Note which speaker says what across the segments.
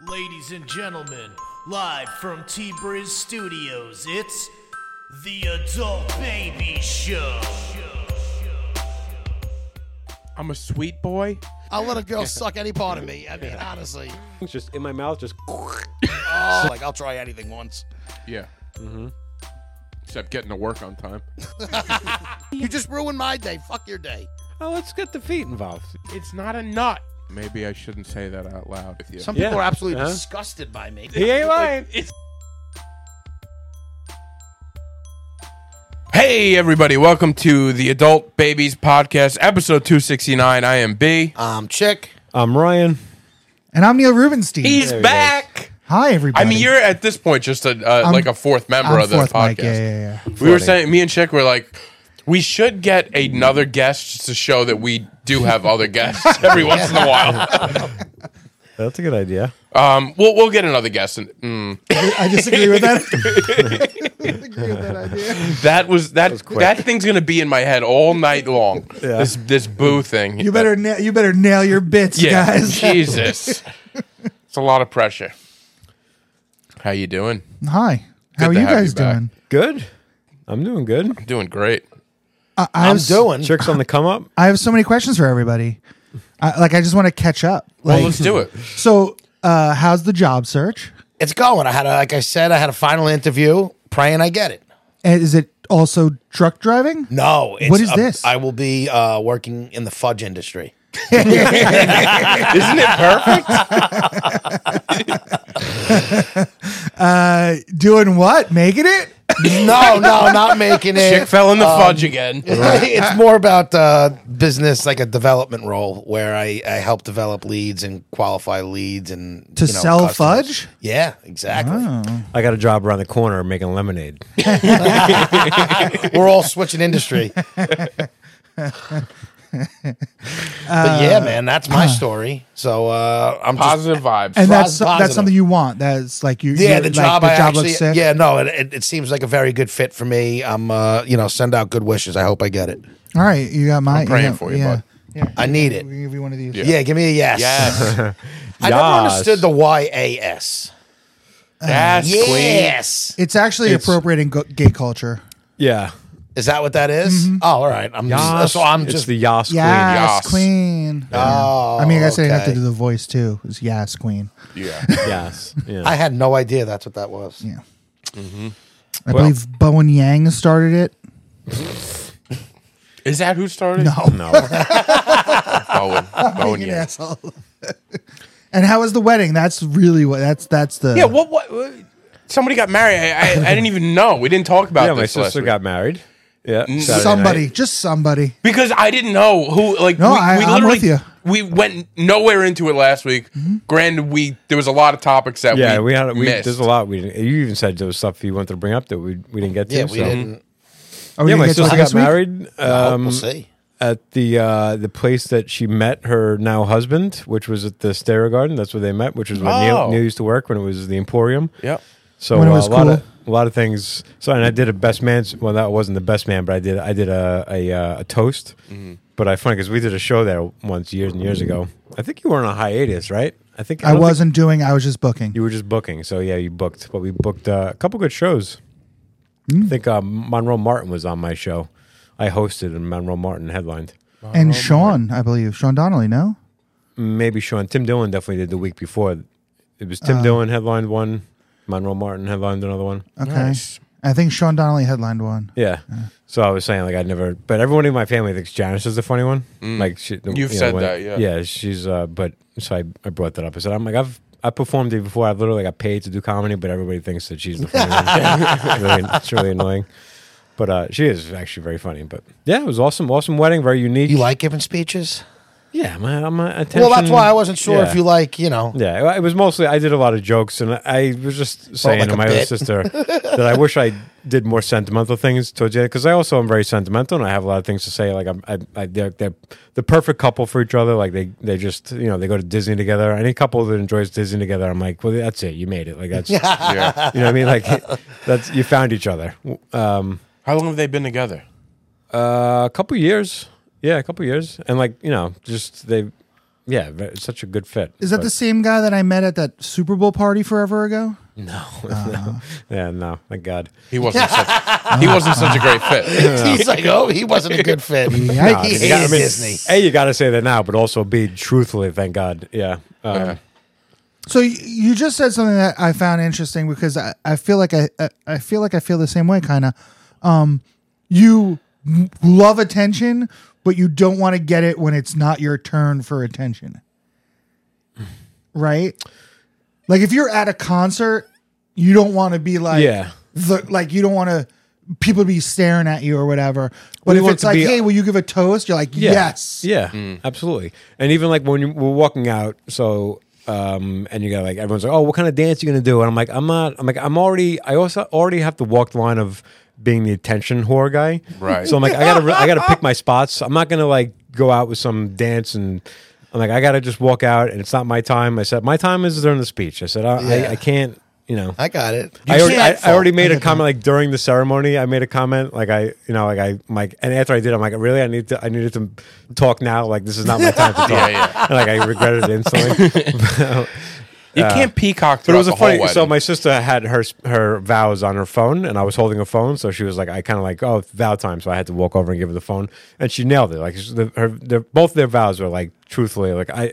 Speaker 1: Ladies and gentlemen, live from T Briz Studios, it's the Adult Baby Show.
Speaker 2: I'm a sweet boy.
Speaker 3: I'll let a girl suck any part of me. I mean, honestly.
Speaker 4: It's just in my mouth, just
Speaker 3: Oh, like I'll try anything once.
Speaker 2: Yeah. Mm-hmm. Except getting to work on time.
Speaker 3: You just ruined my day. Fuck your day.
Speaker 4: oh, let's get the feet involved.
Speaker 2: It's not a nut. Maybe I shouldn't say that out loud with you.
Speaker 3: Some
Speaker 4: Yeah,
Speaker 3: people are absolutely
Speaker 4: huh?
Speaker 3: disgusted by me.
Speaker 4: He ain't lying.
Speaker 2: hey, everybody. Welcome to the Adult Babies Podcast, episode 269. I am B.
Speaker 3: Um, chick.
Speaker 4: I'm Ryan.
Speaker 5: And I'm Neil Rubenstein.
Speaker 2: He's
Speaker 4: There he
Speaker 2: back.
Speaker 5: Hi, everybody.
Speaker 2: I mean, you're at this point just a, uh, like a fourth member
Speaker 5: I'm
Speaker 2: of the
Speaker 5: fourth
Speaker 2: podcast.
Speaker 5: mic. Yeah, yeah, yeah.
Speaker 2: We were saying, me and Chick were like, we should get another guest just to show that we do have other guests every once in a while.
Speaker 4: That's a good idea.
Speaker 2: Um, we'll, we'll get another guest. And, mm,
Speaker 5: I disagree with that. I disagree with that idea.
Speaker 2: That was that that,
Speaker 4: quick.
Speaker 2: thing's gonna be in my head all night long.
Speaker 4: Yeah.
Speaker 2: This this boo thing.
Speaker 5: You better, na- you better nail your bits,
Speaker 2: yeah.
Speaker 5: guys.
Speaker 2: Jesus, it's a lot of pressure. How you doing?
Speaker 5: Hi. How
Speaker 2: Good
Speaker 5: are
Speaker 2: to
Speaker 5: you
Speaker 2: have
Speaker 5: guys
Speaker 2: you back.
Speaker 5: doing?
Speaker 4: Good. I'm doing good.
Speaker 2: Doing great.
Speaker 5: I, I
Speaker 3: I'm
Speaker 5: have, s-
Speaker 3: doing.
Speaker 4: Chicks on the come up.
Speaker 5: I have so many questions for everybody. I, like, I just want to catch up. Like,
Speaker 2: Well, let's do it.
Speaker 5: so, uh, how's the job search?
Speaker 3: It's going. I had, a, like I said, I had a final interview. Praying I get it.
Speaker 5: And is it also truck driving?
Speaker 3: No. It's
Speaker 5: What is
Speaker 3: a-
Speaker 5: this?
Speaker 3: I will be uh, working in the fudge industry.
Speaker 2: Isn't it perfect?
Speaker 5: Uh, doing what? Making it?
Speaker 3: No, no, not making it.
Speaker 2: Chick fell in the fudge again.
Speaker 3: it's more about uh, business, like a development role where I, I help develop leads and qualify leads and
Speaker 5: To
Speaker 3: you know,
Speaker 5: sell
Speaker 3: customers.
Speaker 5: fudge?
Speaker 3: Yeah, exactly.
Speaker 4: I got a job around the corner making lemonade.
Speaker 3: We're all switching industry. but
Speaker 5: Uh,
Speaker 3: yeah, man, that's my story. So uh, I'm just
Speaker 2: Positive vibes.
Speaker 5: And
Speaker 3: Pos-
Speaker 5: that's so-
Speaker 3: positive.
Speaker 5: that's something you want. That's like you.
Speaker 3: yeah, the
Speaker 5: you're- like,
Speaker 3: job I
Speaker 5: job
Speaker 3: actually
Speaker 5: looks sick.
Speaker 3: yeah no, it, it, it seems like a very good fit for me. I'm uh, you know send out good wishes. I hope I get it.
Speaker 5: All right, you got my.
Speaker 2: I'm praying
Speaker 5: yeah,
Speaker 2: for you,
Speaker 5: yeah.
Speaker 2: bud.
Speaker 5: Yeah.
Speaker 3: I need it.
Speaker 5: We can give you one of these.
Speaker 3: Yeah, give me a yes.
Speaker 2: yes,
Speaker 3: I never
Speaker 4: Yes.
Speaker 3: understood the YAS.
Speaker 2: yes, queen.
Speaker 3: Yes,
Speaker 5: It's actually appropriating go- gay culture.
Speaker 4: Yeah.
Speaker 3: is that what that is?
Speaker 5: Mm-hmm.
Speaker 3: Oh, all right. I'm just, so I'm
Speaker 4: it's
Speaker 3: just
Speaker 4: the Yas queen.
Speaker 5: Yes,
Speaker 2: Yas.
Speaker 5: queen.
Speaker 3: Oh,
Speaker 5: I mean, I guess I have to
Speaker 3: okay.
Speaker 5: do the voice too. It's yes, queen.
Speaker 2: Yeah.
Speaker 4: Yas. Yeah.
Speaker 3: I had no idea that's what that was.
Speaker 5: Yeah. I believe Bowen Yang started it.
Speaker 2: Is that who started? Oh,
Speaker 5: No,
Speaker 4: no.
Speaker 2: Bowen. Bowen.
Speaker 5: You
Speaker 2: Yeah.
Speaker 5: asshole. and how was the wedding? That's really what. That's that's the.
Speaker 2: Yeah. What? What? what- Somebody got married. I, I, I didn't even know. We didn't talk about
Speaker 4: yeah,
Speaker 2: this
Speaker 4: my
Speaker 2: last
Speaker 4: sister
Speaker 2: week.
Speaker 4: got married. Yeah. Saturday
Speaker 5: somebody,
Speaker 4: night.
Speaker 5: just somebody.
Speaker 2: because I didn't know who like
Speaker 5: No,
Speaker 2: we,
Speaker 5: I-
Speaker 2: we
Speaker 5: I'm
Speaker 2: literally
Speaker 5: with Mm-hmm. you.
Speaker 2: we went nowhere into it last week. Granted, we there was a lot of topics that
Speaker 4: Yeah,
Speaker 2: we,
Speaker 4: we had we,
Speaker 2: missed.
Speaker 4: there's a lot we didn't, you even said there was stuff you wanted to bring up that we, we didn't get to.
Speaker 3: Yeah, we
Speaker 4: so.
Speaker 3: didn't.
Speaker 5: Are we
Speaker 4: Yeah,
Speaker 5: gonna
Speaker 4: my
Speaker 5: get to
Speaker 4: sister
Speaker 5: it
Speaker 4: got
Speaker 5: this week?
Speaker 4: married.
Speaker 3: Oh,
Speaker 4: Um,
Speaker 3: we'll see.
Speaker 4: at the uh, the place that she met her now husband, which was at the Stera Garden. That's where they met, which was where
Speaker 2: Oh.
Speaker 4: Neil, Neil used to work when it was the Emporium.
Speaker 2: Yep.
Speaker 4: So
Speaker 5: When it
Speaker 4: uh,
Speaker 5: was
Speaker 4: a lot of a
Speaker 5: cool.
Speaker 4: lot of things. So and I did a best man's. Well, that wasn't the best man, but I did I did a a, uh, a toast.
Speaker 2: Mm-hmm.
Speaker 4: But I funny because we did a show there once years and years ago. I think you were on a hiatus, right? I think
Speaker 5: I
Speaker 4: don't think-
Speaker 5: wasn't doing. I was just booking.
Speaker 4: you were just booking, so yeah, you booked. But we booked uh, a couple good shows.
Speaker 5: Mm.
Speaker 4: I think uh, Monroe Martin was on my show. I hosted and Monroe Martin headlined.
Speaker 5: and Sean, I believe Sean Donnelly. No,
Speaker 4: maybe Sean. Tim Dillon definitely did the week before. It was
Speaker 3: Uh.
Speaker 4: Tim Dillon headlined one, Monroe Martin headlined another one.
Speaker 5: okay.
Speaker 2: Nice.
Speaker 5: I think Sean Donnelly headlined one.
Speaker 4: Yeah. So I was saying like I'd never, but everyone in my family thinks Janice is the funny one. Like she, you've
Speaker 2: Mm. said that, yeah.
Speaker 4: Yeah, she's. uh But so I, I brought that up. I said I'm like I've. I performed it before. I've literally got paid to do comedy, but everybody thinks that she's the funny one. It's really, it's really annoying. But uh, she is actually very funny. But yeah, it was awesome. Awesome wedding. Very unique.
Speaker 3: You like giving speeches?
Speaker 4: yeah, my, my attention.
Speaker 3: Well, that's
Speaker 5: Mm-hmm.
Speaker 3: why I wasn't sure
Speaker 4: Yeah.
Speaker 3: if you like, you know.
Speaker 4: Yeah, well, it was mostly I did a lot of jokes, and I was just saying
Speaker 3: like
Speaker 4: to
Speaker 3: a
Speaker 4: my other
Speaker 3: bit.
Speaker 4: sister that I wish I did more sentimental things towards you because I also am very sentimental, and I have a lot of things to say. Like I'm, I, I, they're, they're the perfect couple for each other. Like they, they just you know they go to Disney together. Any couple that enjoys Disney together, I'm like, well, that's it, you made it. Like that's, you know
Speaker 2: Yeah.
Speaker 4: what I mean? Like that's you found each other. Um,
Speaker 2: How long have they been together?
Speaker 4: uh, a couple years, yeah, a couple years, and like you know, just they. yeah, ve- it's such a good fit.
Speaker 5: Is that
Speaker 4: But-
Speaker 5: the same guy that I met at that Super Bowl party forever ago?
Speaker 4: Yeah, no, thank God.
Speaker 2: He wasn't such, he wasn't such a great fit.
Speaker 3: He's like, oh, he wasn't a good fit.
Speaker 5: Yeah,
Speaker 3: he
Speaker 5: you
Speaker 3: hated
Speaker 4: gotta- I mean,
Speaker 3: Disney.
Speaker 4: A, you got to say that now, but also B, truthfully, thank God. Yeah. Um,
Speaker 5: So y- you just said something that I found interesting because I, I feel like I, I I feel like I feel the same way kind of. Um, you m- love attention, but you don't want to get it when it's not your turn for attention, right? Like if you're at a concert, you don't want to be like
Speaker 4: Yeah.
Speaker 5: the like you don't want to people to be staring at you or whatever. But
Speaker 4: We
Speaker 5: if
Speaker 4: want
Speaker 5: it's
Speaker 4: to
Speaker 5: like,
Speaker 4: be-
Speaker 5: hey, will you give a toast? You're like,
Speaker 4: Yeah.
Speaker 5: yes,
Speaker 4: Yeah, absolutely. And even like when you we're walking out, so um, and you got like everyone's like, oh, what kind of dance you gonna do? And I'm like, I'm not. I'm like, I'm already. I also already have to walk the line of being the attention whore guy.
Speaker 2: Right.
Speaker 4: So I'm like, I gotta, re- I gotta pick my spots. I'm not gonna like go out with some dance and. I'm like, I gotta just walk out, and it's not my time. I said, my time is during the speech. I said, I,
Speaker 3: Yeah.
Speaker 4: I, I can't, you know.
Speaker 3: I got it.
Speaker 4: I already, I,
Speaker 3: can't
Speaker 4: I already made
Speaker 5: I
Speaker 4: a
Speaker 5: get
Speaker 4: comment like during the ceremony. I made a comment like I, you know, like I, like, and after I did, I'm like, really, I need to, I needed to talk now. Like this is not my time to talk.
Speaker 2: Yeah, yeah.
Speaker 4: And, like I regretted it instantly.
Speaker 2: You can't peacock
Speaker 4: but
Speaker 2: throughout
Speaker 4: it was a
Speaker 2: the whole
Speaker 4: funny.
Speaker 2: wedding.
Speaker 4: So my sister had her her vows on her phone, and I was holding a phone, so she was like, I kind of like, oh, it's vow time. So I had to walk over and give her the phone, and she nailed it. Like she- the, her, their, both their vows were like truthfully, like I,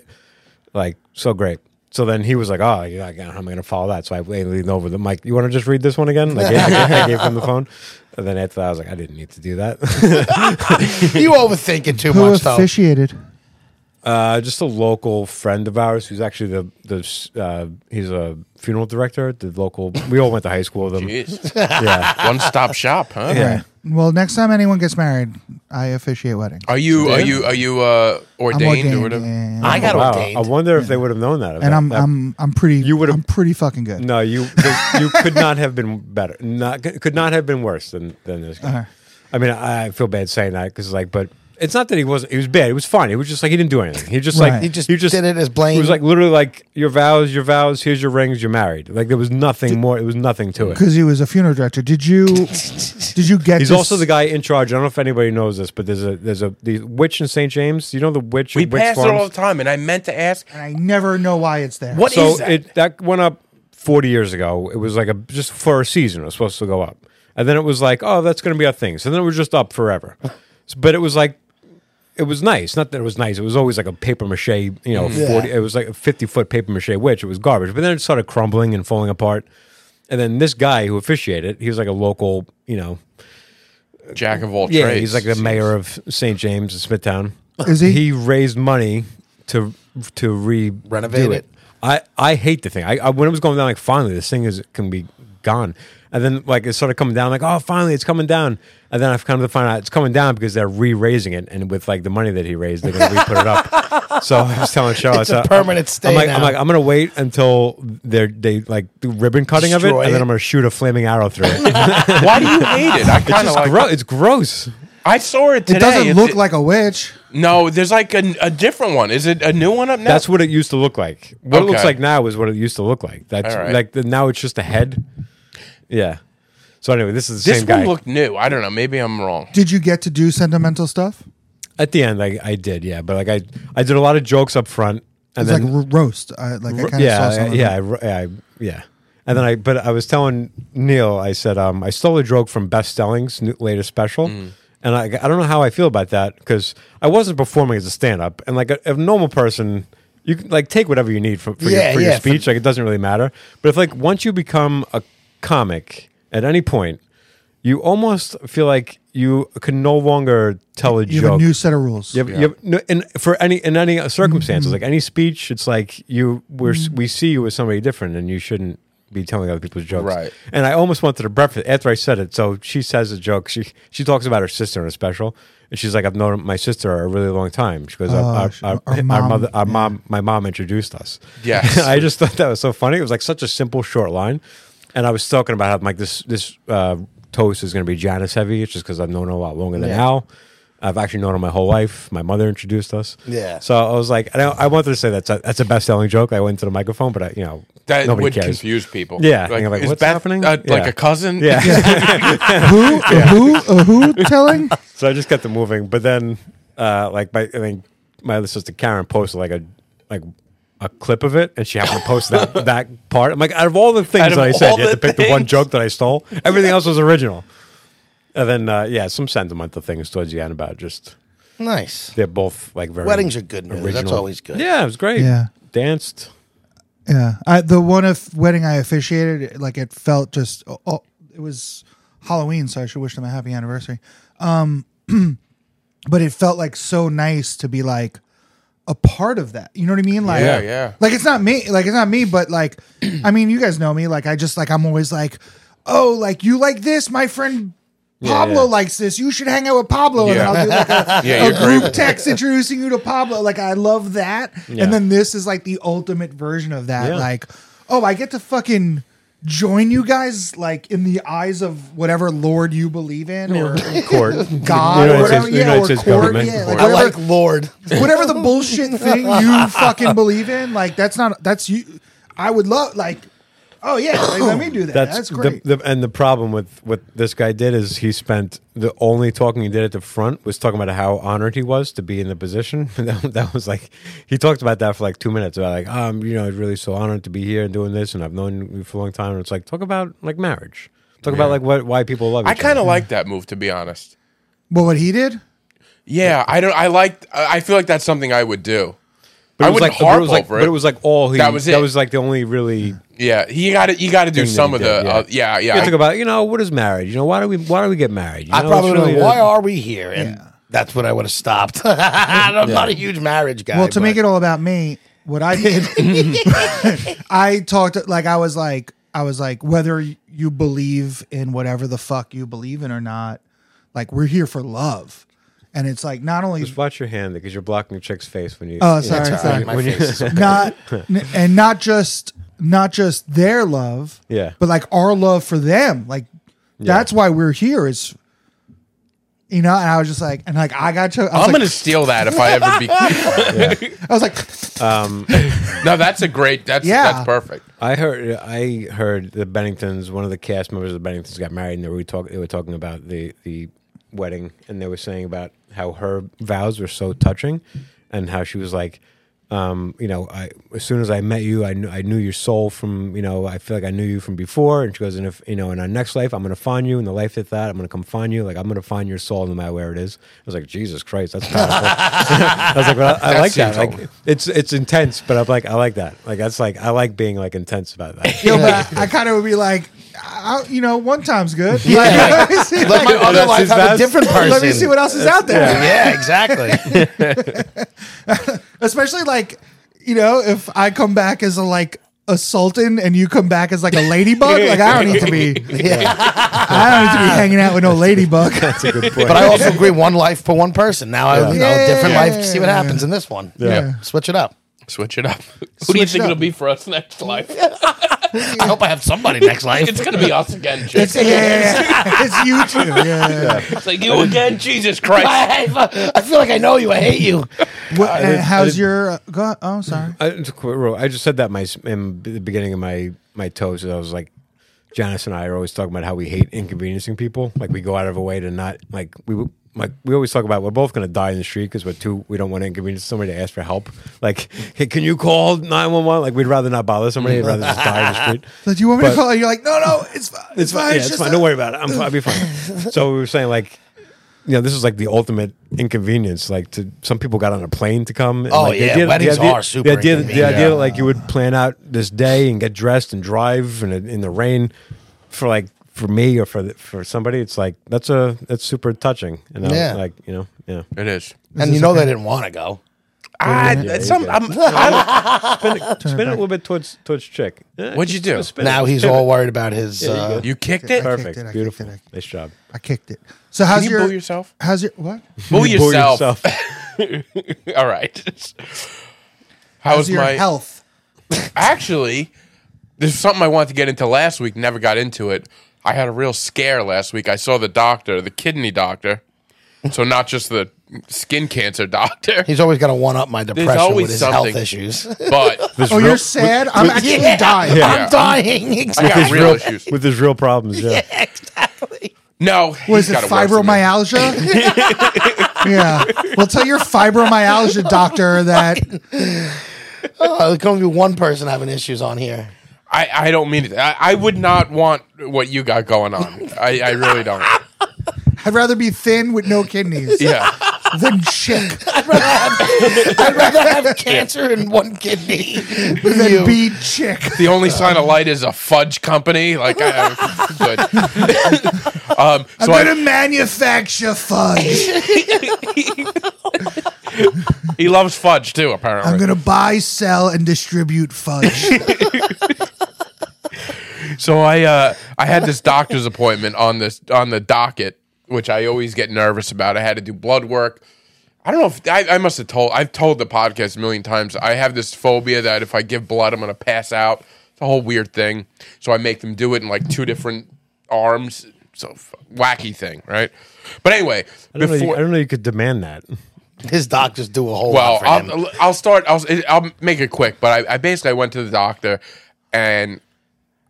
Speaker 4: like so great. So then he was like, "Oh, you're not gonna, how am I gonna follow that?" So I leaned over the mic. You want to just read this one again? Like, I, gave, I gave him the phone, and then after that, I was like, "I didn't need to do that."
Speaker 3: You overthink it too
Speaker 5: Who
Speaker 3: much, though.
Speaker 5: officiated?
Speaker 4: uh, just a local friend of ours who's actually the the uh, he's a funeral director. at The local we all went to high school with him.
Speaker 2: Jeez.
Speaker 4: Yeah,
Speaker 2: one stop shop, huh?
Speaker 4: yeah.
Speaker 5: Well, next time anyone gets married, I officiate weddings.
Speaker 2: Are you are you are you uh, ordained,
Speaker 5: ordained,
Speaker 2: or whatever?
Speaker 5: yeah.
Speaker 3: I got
Speaker 4: Wow,
Speaker 3: ordained.
Speaker 4: I wonder if they would have known that.
Speaker 5: and I'm I'm I'm pretty. You would
Speaker 4: would've-
Speaker 5: I'm pretty fucking good.
Speaker 4: no, you you could not have been better. Not could not have been worse than than this guy.
Speaker 5: Uh-huh.
Speaker 4: I mean, I, I feel bad saying that because like, but it's not that he wasn't. He was bad. He was fine. He was just like he didn't do anything. He just
Speaker 5: Right.
Speaker 4: like
Speaker 5: He
Speaker 3: just did it as Blaine.
Speaker 4: He was like literally like your vows, your vows. Here's your rings. You're married. Like there was nothing more. It was nothing to it.
Speaker 5: Because he was a funeral director. Did you? did you get?
Speaker 4: He's
Speaker 5: to
Speaker 4: also
Speaker 5: s-
Speaker 4: the guy in charge. I don't know if anybody knows this, but there's a there's a the witch in St. James. You know the witch.
Speaker 2: We
Speaker 4: witch
Speaker 2: pass it all
Speaker 4: farms?
Speaker 2: the time, and I meant to ask.
Speaker 5: And I never know why it's there.
Speaker 2: What is
Speaker 4: so
Speaker 2: that?
Speaker 4: it that went up 40 years ago it was like a just for a season it was supposed to go up and then it was like oh that's going to be our thing so then it was just up forever S- but it was like it was nice not that it was nice it was always like a paper mache you know 40 it was like a 50 foot paper mache witch it was garbage but then it started crumbling and falling apart and then this guy who officiated he was like a local you know
Speaker 2: Jack of all
Speaker 4: yeah
Speaker 2: trades.
Speaker 4: he's like the mayor of st james in smithtown
Speaker 5: Is he?
Speaker 4: he raised money to to re
Speaker 3: Renovate
Speaker 4: do
Speaker 3: it.
Speaker 4: I I hate the thing. I, I when it was going down, like finally this thing is can be gone, and then like it started coming down. Like oh, finally it's coming down, and then I've come to find out it's coming down because they're re-raising it, and with like the money that he raised, they're gonna re-put it up. So I was telling Charlotte,
Speaker 3: It's a
Speaker 4: so I'm-
Speaker 3: permanent stay
Speaker 4: I'm like, I'm
Speaker 3: now.
Speaker 4: like I'm gonna wait until they're they like do ribbon cutting of
Speaker 3: Destroy
Speaker 4: it, and
Speaker 3: it.
Speaker 4: then I'm gonna shoot a flaming arrow through it.
Speaker 2: Why do you hate it? I kind of
Speaker 4: it's,
Speaker 2: like.
Speaker 4: gro- it's gross.
Speaker 2: I saw it today.
Speaker 5: It doesn't
Speaker 2: It's-
Speaker 5: look like a witch.
Speaker 2: No, there's like a, a different one. Is it a new one up now?
Speaker 4: That's what it used to look like. What it looks
Speaker 2: Okay.
Speaker 4: like now is what it used to look like. That's
Speaker 2: All right.
Speaker 4: like the, now it's just a head. Yeah. So anyway, this is the
Speaker 2: this
Speaker 4: same
Speaker 2: one
Speaker 4: guy.
Speaker 2: looked new. I don't know. Maybe I'm wrong.
Speaker 5: Did you get to do sentimental stuff?
Speaker 4: At the end, I, I did, yeah. But like I, I did a lot of jokes up front, and
Speaker 5: It's
Speaker 4: then
Speaker 5: like ro- roast. I, like I kind of
Speaker 4: yeah,
Speaker 5: saw
Speaker 4: I-
Speaker 5: some. of
Speaker 4: yeah,
Speaker 5: it.
Speaker 4: I, ro- yeah, I, yeah. And then I, but I was telling Neil, I said, um, I stole a joke from Best Selling's new, latest special, and I, I don't know how I feel about that because I wasn't performing as a stand up, and like a, a normal person, you can like take whatever you need for, for,
Speaker 3: Yeah,
Speaker 4: your, for
Speaker 3: yeah,
Speaker 4: your
Speaker 3: for-
Speaker 4: speech, like it doesn't really matter. But if like once you become a comic at any point, you almost feel like you can no longer tell a
Speaker 5: You
Speaker 4: joke.
Speaker 5: have a new set of rules.
Speaker 4: You have, you have, no, and for any in any circumstances, like any speech, it's like you we're, we see you as somebody different, and you shouldn't be telling other people's jokes.
Speaker 2: Right.
Speaker 4: And I almost wanted to breakfast after I said it. So she says a joke. She she talks about her sister in a special, and she's like, "I've known my sister a really long time." She goes, "Our, our,
Speaker 5: she-
Speaker 4: our,
Speaker 5: our
Speaker 4: our
Speaker 5: mom,
Speaker 4: mother, our mom, my mom introduced us."
Speaker 2: Yes.
Speaker 4: I just thought that was so funny. It was like such a simple short line, and I was talking about how like this this uh, toast is going to be Janice heavy. It's just because I've known her a lot longer than
Speaker 3: Yeah.
Speaker 4: Al. I've actually known her my whole life. My mother introduced us.
Speaker 3: Yeah.
Speaker 4: So I was like, and I, I wanted to say that's a, that's a best selling joke. I went to the microphone, but I, you know,
Speaker 2: That
Speaker 4: nobody
Speaker 2: would
Speaker 4: cares.
Speaker 2: confuse people.
Speaker 4: Yeah,
Speaker 2: Like,
Speaker 4: and I'm like,
Speaker 2: is
Speaker 4: what's
Speaker 2: Beth,
Speaker 4: happening?
Speaker 2: Uh, Like
Speaker 4: Yeah.
Speaker 2: a cousin?
Speaker 4: Yeah.
Speaker 5: who? a who? a who? Telling?
Speaker 4: so I just kept them moving. But then, uh, like my, I think my other sister Karen posted like a like a clip of it, and she happened to post that that part. I'm like, out of all the
Speaker 2: Out
Speaker 4: things
Speaker 2: of
Speaker 4: that I said,
Speaker 2: all
Speaker 4: you had to
Speaker 2: the
Speaker 4: pick the one
Speaker 2: things.
Speaker 4: joke that I stole. Everything else was original. And then, uh, yeah, some sentimental things towards the end about just
Speaker 3: Nice.
Speaker 4: they're both like very
Speaker 3: Weddings are good. Man. That's
Speaker 4: original.
Speaker 3: always good.
Speaker 4: Yeah, it was great.
Speaker 5: Yeah.
Speaker 4: danced.
Speaker 5: Yeah, I, the one of wedding I officiated, it- like it felt just. Oh, oh, it was Halloween, so I should wish them a happy anniversary. Um, but it felt like so nice to be like a part of that. You know what I mean? Like,
Speaker 2: Yeah, yeah.
Speaker 5: Like it's not me. Like it's not me. But like, I mean, you guys know me. Like I just like I'm always like, oh, like you like this, my friend. Pablo
Speaker 4: yeah.
Speaker 5: likes this. You should hang out with Pablo, and
Speaker 2: Yeah.
Speaker 5: I'll do like a,
Speaker 2: Yeah,
Speaker 5: a
Speaker 2: you're great.
Speaker 5: group text introducing you to Pablo. Like I love that.
Speaker 4: Yeah.
Speaker 5: And then this is like the ultimate version of that.
Speaker 4: Yeah.
Speaker 5: Like, oh, I get to fucking join you guys like in the eyes of whatever lord you believe in or
Speaker 4: Court,
Speaker 5: God or
Speaker 4: United
Speaker 5: whatever.
Speaker 4: States-
Speaker 5: yeah,
Speaker 4: United
Speaker 5: or
Speaker 4: States
Speaker 5: court.
Speaker 4: government.
Speaker 5: Yeah, like
Speaker 3: I
Speaker 5: whatever,
Speaker 3: like Lord.
Speaker 5: whatever the bullshit thing you fucking believe in. Like that's not that's you. I would love like. Oh yeah, like, let me do that. That's,
Speaker 4: the-
Speaker 5: great.
Speaker 4: The, and the problem with what this guy did is he spent the only talking he did at the front was talking about how honored he was to be in the position. And that, that was like he talked about that for like two minutes about like um you know I'm really so honored to be here and doing this and I've known you for a long time. And it's like talk about like marriage, talk about like what why people love.
Speaker 2: I
Speaker 4: each
Speaker 2: kind
Speaker 4: other.
Speaker 2: of like that move, to be honest.
Speaker 5: but what he did?
Speaker 2: Yeah, I don't. I like. I I feel like that's something I would do.
Speaker 4: But
Speaker 2: I
Speaker 4: it was
Speaker 2: wouldn't
Speaker 4: like, but
Speaker 2: harp
Speaker 4: it was like,
Speaker 2: over it.
Speaker 4: But it was like all he
Speaker 2: That was it.
Speaker 4: That was like the only really
Speaker 2: yeah, you got to you got to do
Speaker 4: thing that
Speaker 2: some
Speaker 4: he
Speaker 2: of the.
Speaker 4: did, yeah.
Speaker 2: Uh, yeah, yeah.
Speaker 4: You talk about you know what is marriage? You know why do we why do we get married? You
Speaker 3: I
Speaker 4: know, it's
Speaker 3: probably
Speaker 4: really
Speaker 3: went,
Speaker 4: the-
Speaker 3: why are we here? And that's when I would have stopped. I'm not a huge marriage guy.
Speaker 5: Well, to
Speaker 3: but-
Speaker 5: make it all about me, what I did, I talked like I was like I was like whether you believe in whatever the fuck you believe in or not, like we're here for love, and it's like not only
Speaker 4: Just watch your hand because you're blocking the chick's face when you.
Speaker 5: Oh, sorry,
Speaker 3: Sorry,
Speaker 5: sorry.
Speaker 3: my face is-
Speaker 5: not n- and not just not just their love,
Speaker 4: Yeah.
Speaker 5: but like our love for them. Like that's why we're here. Is you know, and I was just like, and like I got to, I was
Speaker 2: I'm
Speaker 5: like,
Speaker 2: gonna steal that if I ever be.
Speaker 5: I was like,
Speaker 2: no, that's a great. That's
Speaker 5: Yeah.
Speaker 2: that's perfect.
Speaker 4: I heard I heard the Benningtons. One of the cast members of the Benningtons got married, and they were talk, They were talking about the the wedding, and they were saying about how her vows were so touching, and how she was like, um, you know, I as soon as I met you, I knew I knew your soul from you know. I feel like I knew you from before, and she goes, and if you know, in our next life, I'm gonna find you. In the life that that, I'm gonna come find you. Like I'm gonna find your soul, no matter where it is. I was like, Jesus Christ, that's powerful. I was like, well, I, I like that.
Speaker 2: seems
Speaker 4: Like, it's it's intense, but I'm like, I like that. Like that's like I like being like intense about that.
Speaker 5: yo, but I, I kind of would be like, I, you know, one time's good.
Speaker 3: Yeah.
Speaker 5: Like, let me see-
Speaker 3: Let my
Speaker 4: That's
Speaker 3: other
Speaker 4: his
Speaker 3: life have a
Speaker 4: vows.
Speaker 3: different person.
Speaker 5: Let me see what else is out there.
Speaker 3: Yeah, exactly.
Speaker 5: Especially like, you know, if I come back as a like a sultan and you come back as like a ladybug, like I don't need to be
Speaker 3: Yeah.
Speaker 5: I don't need to be hanging out with no ladybug.
Speaker 4: That's a good point.
Speaker 3: But I also agree one life for one person. Now I you know
Speaker 5: Yeah.
Speaker 3: different
Speaker 5: Yeah.
Speaker 3: life. See what happens in this one.
Speaker 2: Yeah.
Speaker 3: Switch it up.
Speaker 2: Switch it up. Who do you
Speaker 5: Switch it
Speaker 2: think
Speaker 5: up.
Speaker 2: it'll be for us next life?
Speaker 3: I hope I have somebody next life.
Speaker 2: it's gonna be us again,
Speaker 5: It's,
Speaker 2: Jake.
Speaker 5: yeah, it's you too. Yeah, yeah.
Speaker 2: It's like you again, Jesus Christ.
Speaker 3: I, I feel like I know you. I hate you.
Speaker 5: What, and
Speaker 4: did- I Mm-hmm.
Speaker 5: how's
Speaker 4: did-
Speaker 5: your? Uh, go, oh, sorry.
Speaker 4: I, it's a quick rule. I just said that my in the beginning of my my toast. I was like, Janice and I are always talking about how we hate inconveniencing people. Like we go out of our way to not like we like we always talk about we're both going to die in the street because we're too we don't want to inconvenience somebody to ask for help. Like, hey, can you call nine one one? Like we'd rather not bother somebody. We'd rather just die in the street.
Speaker 5: So do you want me to
Speaker 4: But-
Speaker 5: call? You're like, no, no, it's fine. It's,
Speaker 4: It's fine.
Speaker 5: fine.
Speaker 4: Yeah, it's
Speaker 5: just
Speaker 4: fine.
Speaker 5: a-
Speaker 4: Don't worry about it. I'm fine. I'll be fine. so we were saying like, you know, this is like the ultimate inconvenience. Like, to some people got on a plane to come. And
Speaker 3: Oh,
Speaker 4: like, the
Speaker 3: yeah,
Speaker 4: idea-
Speaker 3: weddings
Speaker 4: the idea,
Speaker 3: are super
Speaker 4: The idea, the
Speaker 3: inconvenient.
Speaker 4: idea that like you would plan out this day and get dressed and drive and in the rain for like for me or for the, for somebody, it's like that's a that's super touching. And I
Speaker 3: Yeah.
Speaker 4: was like you know, yeah.
Speaker 2: It is.
Speaker 3: And you know they didn't want to go.
Speaker 2: I, some, I'm, I'm,
Speaker 4: Spin it a little bit towards towards chick. Eh,
Speaker 2: What'd you
Speaker 4: just-
Speaker 2: do?
Speaker 4: just spin
Speaker 3: Now
Speaker 4: it.
Speaker 3: he's all worried about his. Uh,
Speaker 2: you kicked it.
Speaker 5: Perfect.
Speaker 4: perfect,
Speaker 5: I kicked it, I
Speaker 4: beautiful,
Speaker 5: kicked it,
Speaker 4: nice job.
Speaker 5: I kicked it. So how's
Speaker 2: you
Speaker 5: your?
Speaker 2: boo yourself?
Speaker 5: How's your what?
Speaker 2: Boo
Speaker 4: You bore
Speaker 2: yourself. All right. How's
Speaker 5: How's your
Speaker 2: my
Speaker 5: health?
Speaker 2: actually? There's something I wanted to get into last week. Never got into it. I had a real scare last week. I saw the doctor, the kidney doctor. So not just the skin cancer doctor,
Speaker 3: he's always got to one up my depression
Speaker 2: always
Speaker 3: with his
Speaker 2: something.
Speaker 3: health issues.
Speaker 2: but
Speaker 4: This
Speaker 5: Oh,
Speaker 4: real-
Speaker 5: you're sad. I'm actually dying.
Speaker 4: Yeah.
Speaker 3: I'm dying.
Speaker 2: I
Speaker 3: Exactly.
Speaker 2: got real issues.
Speaker 4: with his real problems. yeah.
Speaker 3: exactly.
Speaker 2: No, he's
Speaker 5: Was it
Speaker 2: got it worse than me.
Speaker 5: fibromyalgia? yeah. Well, tell your fibromyalgia doctor that
Speaker 3: Oh, there can only be one person having issues on here.
Speaker 2: I, I don't mean it. I, I would not want what you got going on. I, I really don't.
Speaker 5: I'd rather be thin with no kidneys
Speaker 2: Yeah.
Speaker 5: than chick
Speaker 3: I'd rather have cancer in one kidney than
Speaker 5: than
Speaker 3: you.
Speaker 5: be chick.
Speaker 2: The only sign of light is a fudge company. Like, I, I'm good. um, so
Speaker 5: I'm
Speaker 2: I,
Speaker 5: gonna manufacture fudge.
Speaker 2: he loves fudge too, apparently.
Speaker 5: I'm gonna buy, sell, and distribute fudge.
Speaker 2: So I uh, I had this doctor's appointment on this on the docket, which I always get nervous about. I had to do blood work. I don't know if I, I must have told I've told the podcast a million times. I have this phobia that if I give blood, I'm gonna pass out. It's a whole weird thing. So I make them do it in like two different arms. So f- wacky thing, right? But anyway,
Speaker 4: I don't, know, you- I don't know you could demand that.
Speaker 3: His doctors do a whole
Speaker 2: well,
Speaker 3: lot for him.
Speaker 2: I'll, I'll start. I'll, I'll make it quick. But I, I basically went to the doctor, and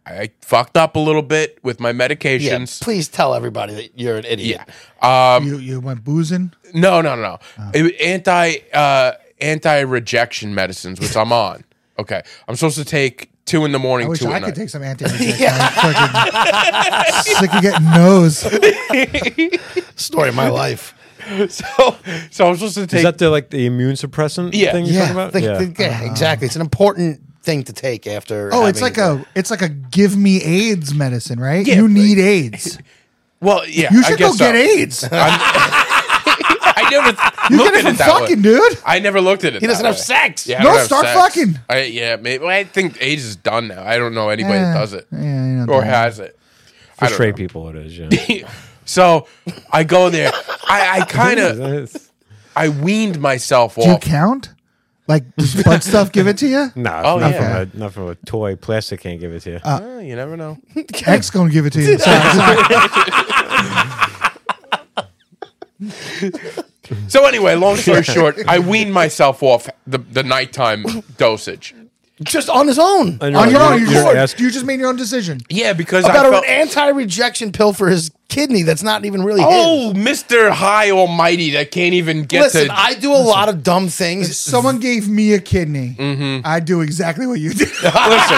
Speaker 2: I fucked up a little bit with my
Speaker 3: Yeah,
Speaker 2: medications.
Speaker 3: please tell everybody that you're an idiot.
Speaker 2: Um,
Speaker 5: you, you went boozing.
Speaker 2: No, no, no, no.
Speaker 5: Uh-huh.
Speaker 2: It- Anti uh, anti rejection medicines, which I'm on. Okay, I'm supposed to take two in the
Speaker 5: I
Speaker 2: morning,
Speaker 5: wish
Speaker 2: two
Speaker 5: I
Speaker 2: at
Speaker 5: could
Speaker 2: night.
Speaker 5: take some anti yeah. Sick of getting nose.
Speaker 3: Story of my life.
Speaker 2: so, so I'm supposed to
Speaker 4: Is
Speaker 2: take.
Speaker 4: that the like the immune suppressant
Speaker 2: Yeah.
Speaker 4: thing you're talking
Speaker 3: Yeah,
Speaker 4: about?
Speaker 3: think-
Speaker 4: yeah.
Speaker 3: think- yeah, exactly. It's an important thing to take after.
Speaker 5: Oh, it's
Speaker 3: having-
Speaker 5: like a it's like a give me AIDS medicine, right?
Speaker 2: Yeah,
Speaker 5: you
Speaker 2: but-
Speaker 5: need AIDS.
Speaker 2: well, yeah,
Speaker 5: You
Speaker 2: I
Speaker 5: should go
Speaker 2: guess
Speaker 5: get
Speaker 2: so.
Speaker 5: AIDS. You
Speaker 2: I'm- I never looked
Speaker 5: get
Speaker 2: at
Speaker 5: it
Speaker 2: it
Speaker 5: from
Speaker 2: that
Speaker 5: fucking,
Speaker 2: way.
Speaker 5: dude.
Speaker 2: I never looked at it.
Speaker 3: He doesn't have sex.
Speaker 2: Yeah, I
Speaker 5: No,
Speaker 2: don't have
Speaker 5: start
Speaker 2: sex.
Speaker 5: fucking.
Speaker 2: I, yeah, maybe. Well, I think AIDS is done now. I don't know anybody that
Speaker 5: Yeah.
Speaker 2: does it
Speaker 5: Yeah, you know,
Speaker 2: or
Speaker 5: don't-
Speaker 2: has it.
Speaker 4: For
Speaker 2: I don't
Speaker 4: straight
Speaker 2: know.
Speaker 4: people, it is. Yeah.
Speaker 2: So I go there. I, I kind of
Speaker 4: It's-
Speaker 2: I weaned myself
Speaker 5: Do you
Speaker 2: off.
Speaker 5: count? Like does blood stuff give it to you?
Speaker 4: no, it's
Speaker 2: Oh,
Speaker 4: not,
Speaker 5: yeah.
Speaker 4: from a, not from a toy. Plastic can't give it to you.
Speaker 2: Eh, you never know.
Speaker 5: X gonna give it to you. Sorry, sorry.
Speaker 2: So anyway, long story short, I weaned myself off the, the nighttime dosage.
Speaker 3: just on his own.
Speaker 4: And
Speaker 5: On
Speaker 4: you're
Speaker 5: your
Speaker 4: like,
Speaker 5: own, you
Speaker 4: you're-
Speaker 5: just,
Speaker 4: you're ask-
Speaker 5: you just made your own decision.
Speaker 2: Yeah, because I
Speaker 3: About
Speaker 2: felt,
Speaker 3: an anti-rejection pill for his kidney that's not even really his.
Speaker 2: oh, Mister High Almighty, that can't even get
Speaker 3: Listen,
Speaker 2: to.
Speaker 3: I do a lot of dumb
Speaker 5: If
Speaker 3: things.
Speaker 5: someone gave me a kidney, I'd do exactly what you did.
Speaker 2: Mm-hmm. listen,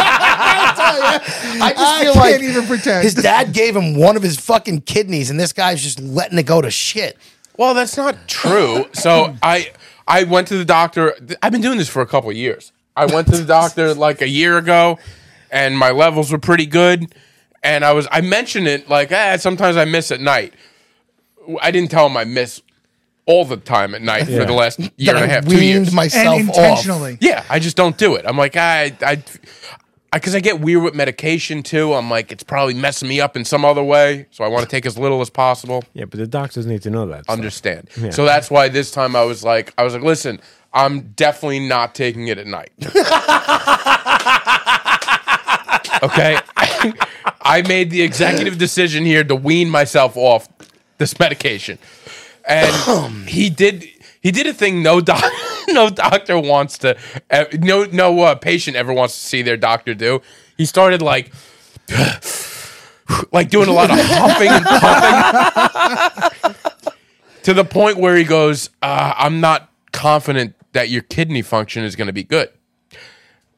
Speaker 3: I just
Speaker 5: I
Speaker 3: feel
Speaker 5: can't
Speaker 3: like
Speaker 5: even pretend.
Speaker 3: his dad gave him one of his fucking kidneys, and this guy's just letting it go to shit.
Speaker 2: well, that's not true. So I I went to the doctor. I've been doing this for a couple of years. I went to the doctor like a year ago, and my levels were pretty good. And I was I mentioned it like ah, sometimes I miss at night. I didn't tell him I miss all the time at night for
Speaker 4: Yeah.
Speaker 2: the last year
Speaker 3: That
Speaker 2: and a
Speaker 3: I
Speaker 2: half, two years.
Speaker 3: weaned myself
Speaker 5: and
Speaker 3: off.
Speaker 5: intentionally.
Speaker 2: Yeah, I just don't do it. I'm like, I, I, because I, get weird with medication too. I'm like, it's probably messing me up in some other way. So I want to take as little as possible.
Speaker 4: yeah, but the doctors need to know that. stuff.
Speaker 2: Understand. So that's why this time I was like, I was like, listen, I'm definitely not taking it at night. okay. I made the executive decision here to wean myself off this medication. And he did he did a thing no doc no doctor wants to eh, no no uh, patient ever wants to see their doctor do. He started like like doing a lot of humping and pumping to the point where he goes, uh, "I'm not confident that your kidney function is going to be good."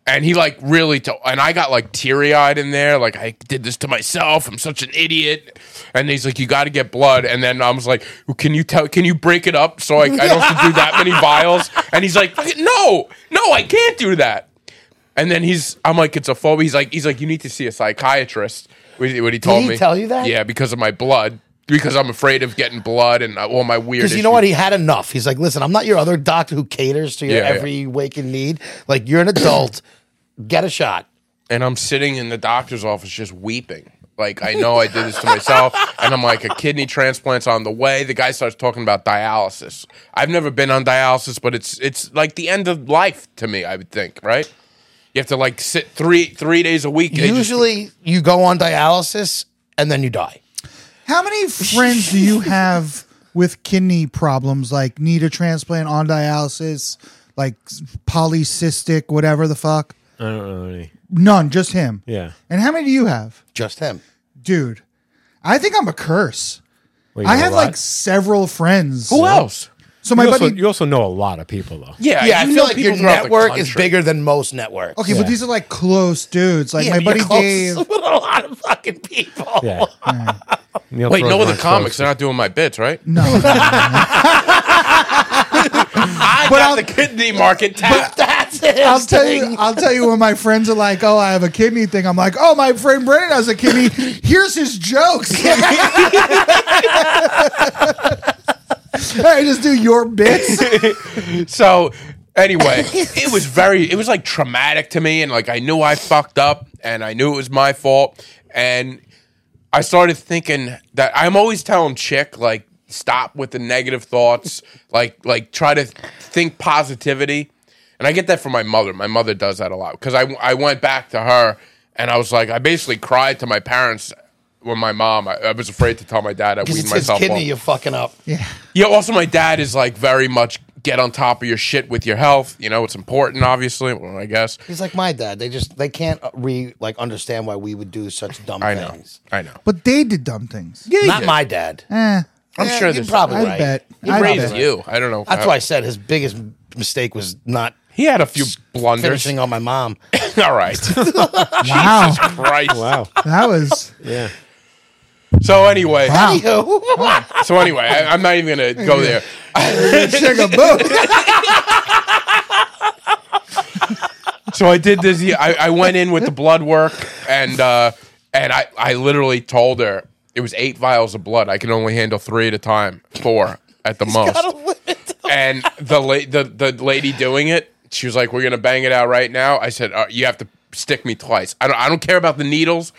Speaker 2: And he like really, to- and I got like teary eyed in there, like I did this to myself. I'm such an idiot. And he's like, "You got to get blood." And then I was like, well, "Can you tell? Can you break it up so I, I don't have to do that many vials?" And he's like, "No, no, I can't do that." And then he's, I'm like, it's a phobia. He's like, he's like, you need to see a psychiatrist. What he what he told
Speaker 3: he
Speaker 2: me.
Speaker 3: tell you that?
Speaker 2: Yeah, because of my blood. Because I'm afraid of getting blood and uh, all my weird.
Speaker 3: Because you know what? He had enough. He's like, listen, I'm not your other doctor who caters to your
Speaker 2: Yeah, yeah.
Speaker 3: every waking need. Like, you're an adult. Get a shot.
Speaker 2: and I'm sitting in the doctor's office just weeping. Like I know I did this to myself, and I'm like a kidney transplant's on the way. The guy starts talking about dialysis. I've never been on dialysis, but it's it's like the end of life to me. I would think, right? You have to like sit three three days a week. They just-
Speaker 3: Usually, you go on dialysis and then you die.
Speaker 5: How many friends do you have with kidney problems, like need a transplant on dialysis, like polycystic, whatever the fuck?
Speaker 4: I don't know any.
Speaker 5: None, just him.
Speaker 4: Yeah.
Speaker 5: And how many do you have?
Speaker 3: Just him.
Speaker 5: Dude, I think I'm a curse.
Speaker 4: Wait,
Speaker 5: I
Speaker 4: you
Speaker 5: have
Speaker 4: know a lot? Oh,
Speaker 5: like several friends.
Speaker 2: who else?
Speaker 5: So my
Speaker 4: you, also,
Speaker 5: buddy.
Speaker 4: you also know a lot of people though.
Speaker 2: Yeah,
Speaker 3: yeah, I
Speaker 2: you
Speaker 3: feel
Speaker 2: know
Speaker 3: like your
Speaker 2: people throughout the
Speaker 3: network is
Speaker 2: country.
Speaker 3: bigger than most networks.
Speaker 5: okay, but these are like close dudes. Like
Speaker 3: Yeah,
Speaker 5: my
Speaker 3: but
Speaker 5: buddy
Speaker 3: you're close
Speaker 5: Dave.
Speaker 3: with a lot of fucking people.
Speaker 4: Yeah. Neil
Speaker 2: Wait, no
Speaker 4: Frogmore
Speaker 2: other
Speaker 4: is
Speaker 2: comics.
Speaker 4: close.
Speaker 2: They're not doing my bits, right?
Speaker 5: No,
Speaker 2: I
Speaker 5: But
Speaker 2: got
Speaker 5: I'll-
Speaker 2: the kidney market tapped
Speaker 3: That's it.
Speaker 5: I'll tell you. I'll tell you when my friends are like, "Oh, I have a kidney thing." I'm like, "Oh, my friend Brennan has a kidney. Here's his jokes." I just do your bits.
Speaker 2: So anyway, it was very it was like traumatic to me and like I knew I fucked up and I knew it was my fault and I started thinking that I'm always telling chick like stop with the negative thoughts, like like try to think positivity. And I get that from my mother. My mother does that a lot because I I went back to her and I was like I basically cried to my parents when my mom. I, I was afraid to tell my dad I
Speaker 3: Because
Speaker 2: weaned
Speaker 3: it's his
Speaker 2: myself
Speaker 3: kidney
Speaker 2: off.
Speaker 3: you're fucking up.
Speaker 2: Yeah, also my dad is like very much get on top of your shit with your health. You know, it's important, obviously. Well, I guess.
Speaker 3: He's like my dad. They just they can't uh, re like understand why we would do such dumb
Speaker 2: I know.
Speaker 3: things.
Speaker 2: I know.
Speaker 5: But they did dumb things.
Speaker 3: Not my dad.
Speaker 5: Eh,
Speaker 2: I'm
Speaker 3: Yeah,
Speaker 2: sure
Speaker 3: you're
Speaker 2: there's
Speaker 3: probably
Speaker 5: I
Speaker 3: right.
Speaker 5: bet. I
Speaker 2: I raised
Speaker 5: bet.
Speaker 2: you. I don't know.
Speaker 3: That's
Speaker 5: Uh,
Speaker 2: how-
Speaker 3: why I said his biggest m- mistake was not
Speaker 2: he had a few blunders.
Speaker 3: finishing on my mom.
Speaker 2: All right.
Speaker 5: Wow,
Speaker 2: Christ.
Speaker 4: Wow.
Speaker 5: that was
Speaker 4: Yeah.
Speaker 2: So anyway,
Speaker 5: wow.
Speaker 2: so anyway, I, I'm not even gonna go there.
Speaker 5: Chicka-boo.
Speaker 2: So I did this. I, I went in with the blood work, and uh, and I I literally told her it was eight vials of blood. I can only handle three at a time, four at the most. and the, la- the the lady doing it, she was like, "We're gonna bang it out right now." I said, uh, "You have to stick me twice. I don't I don't care about the needles.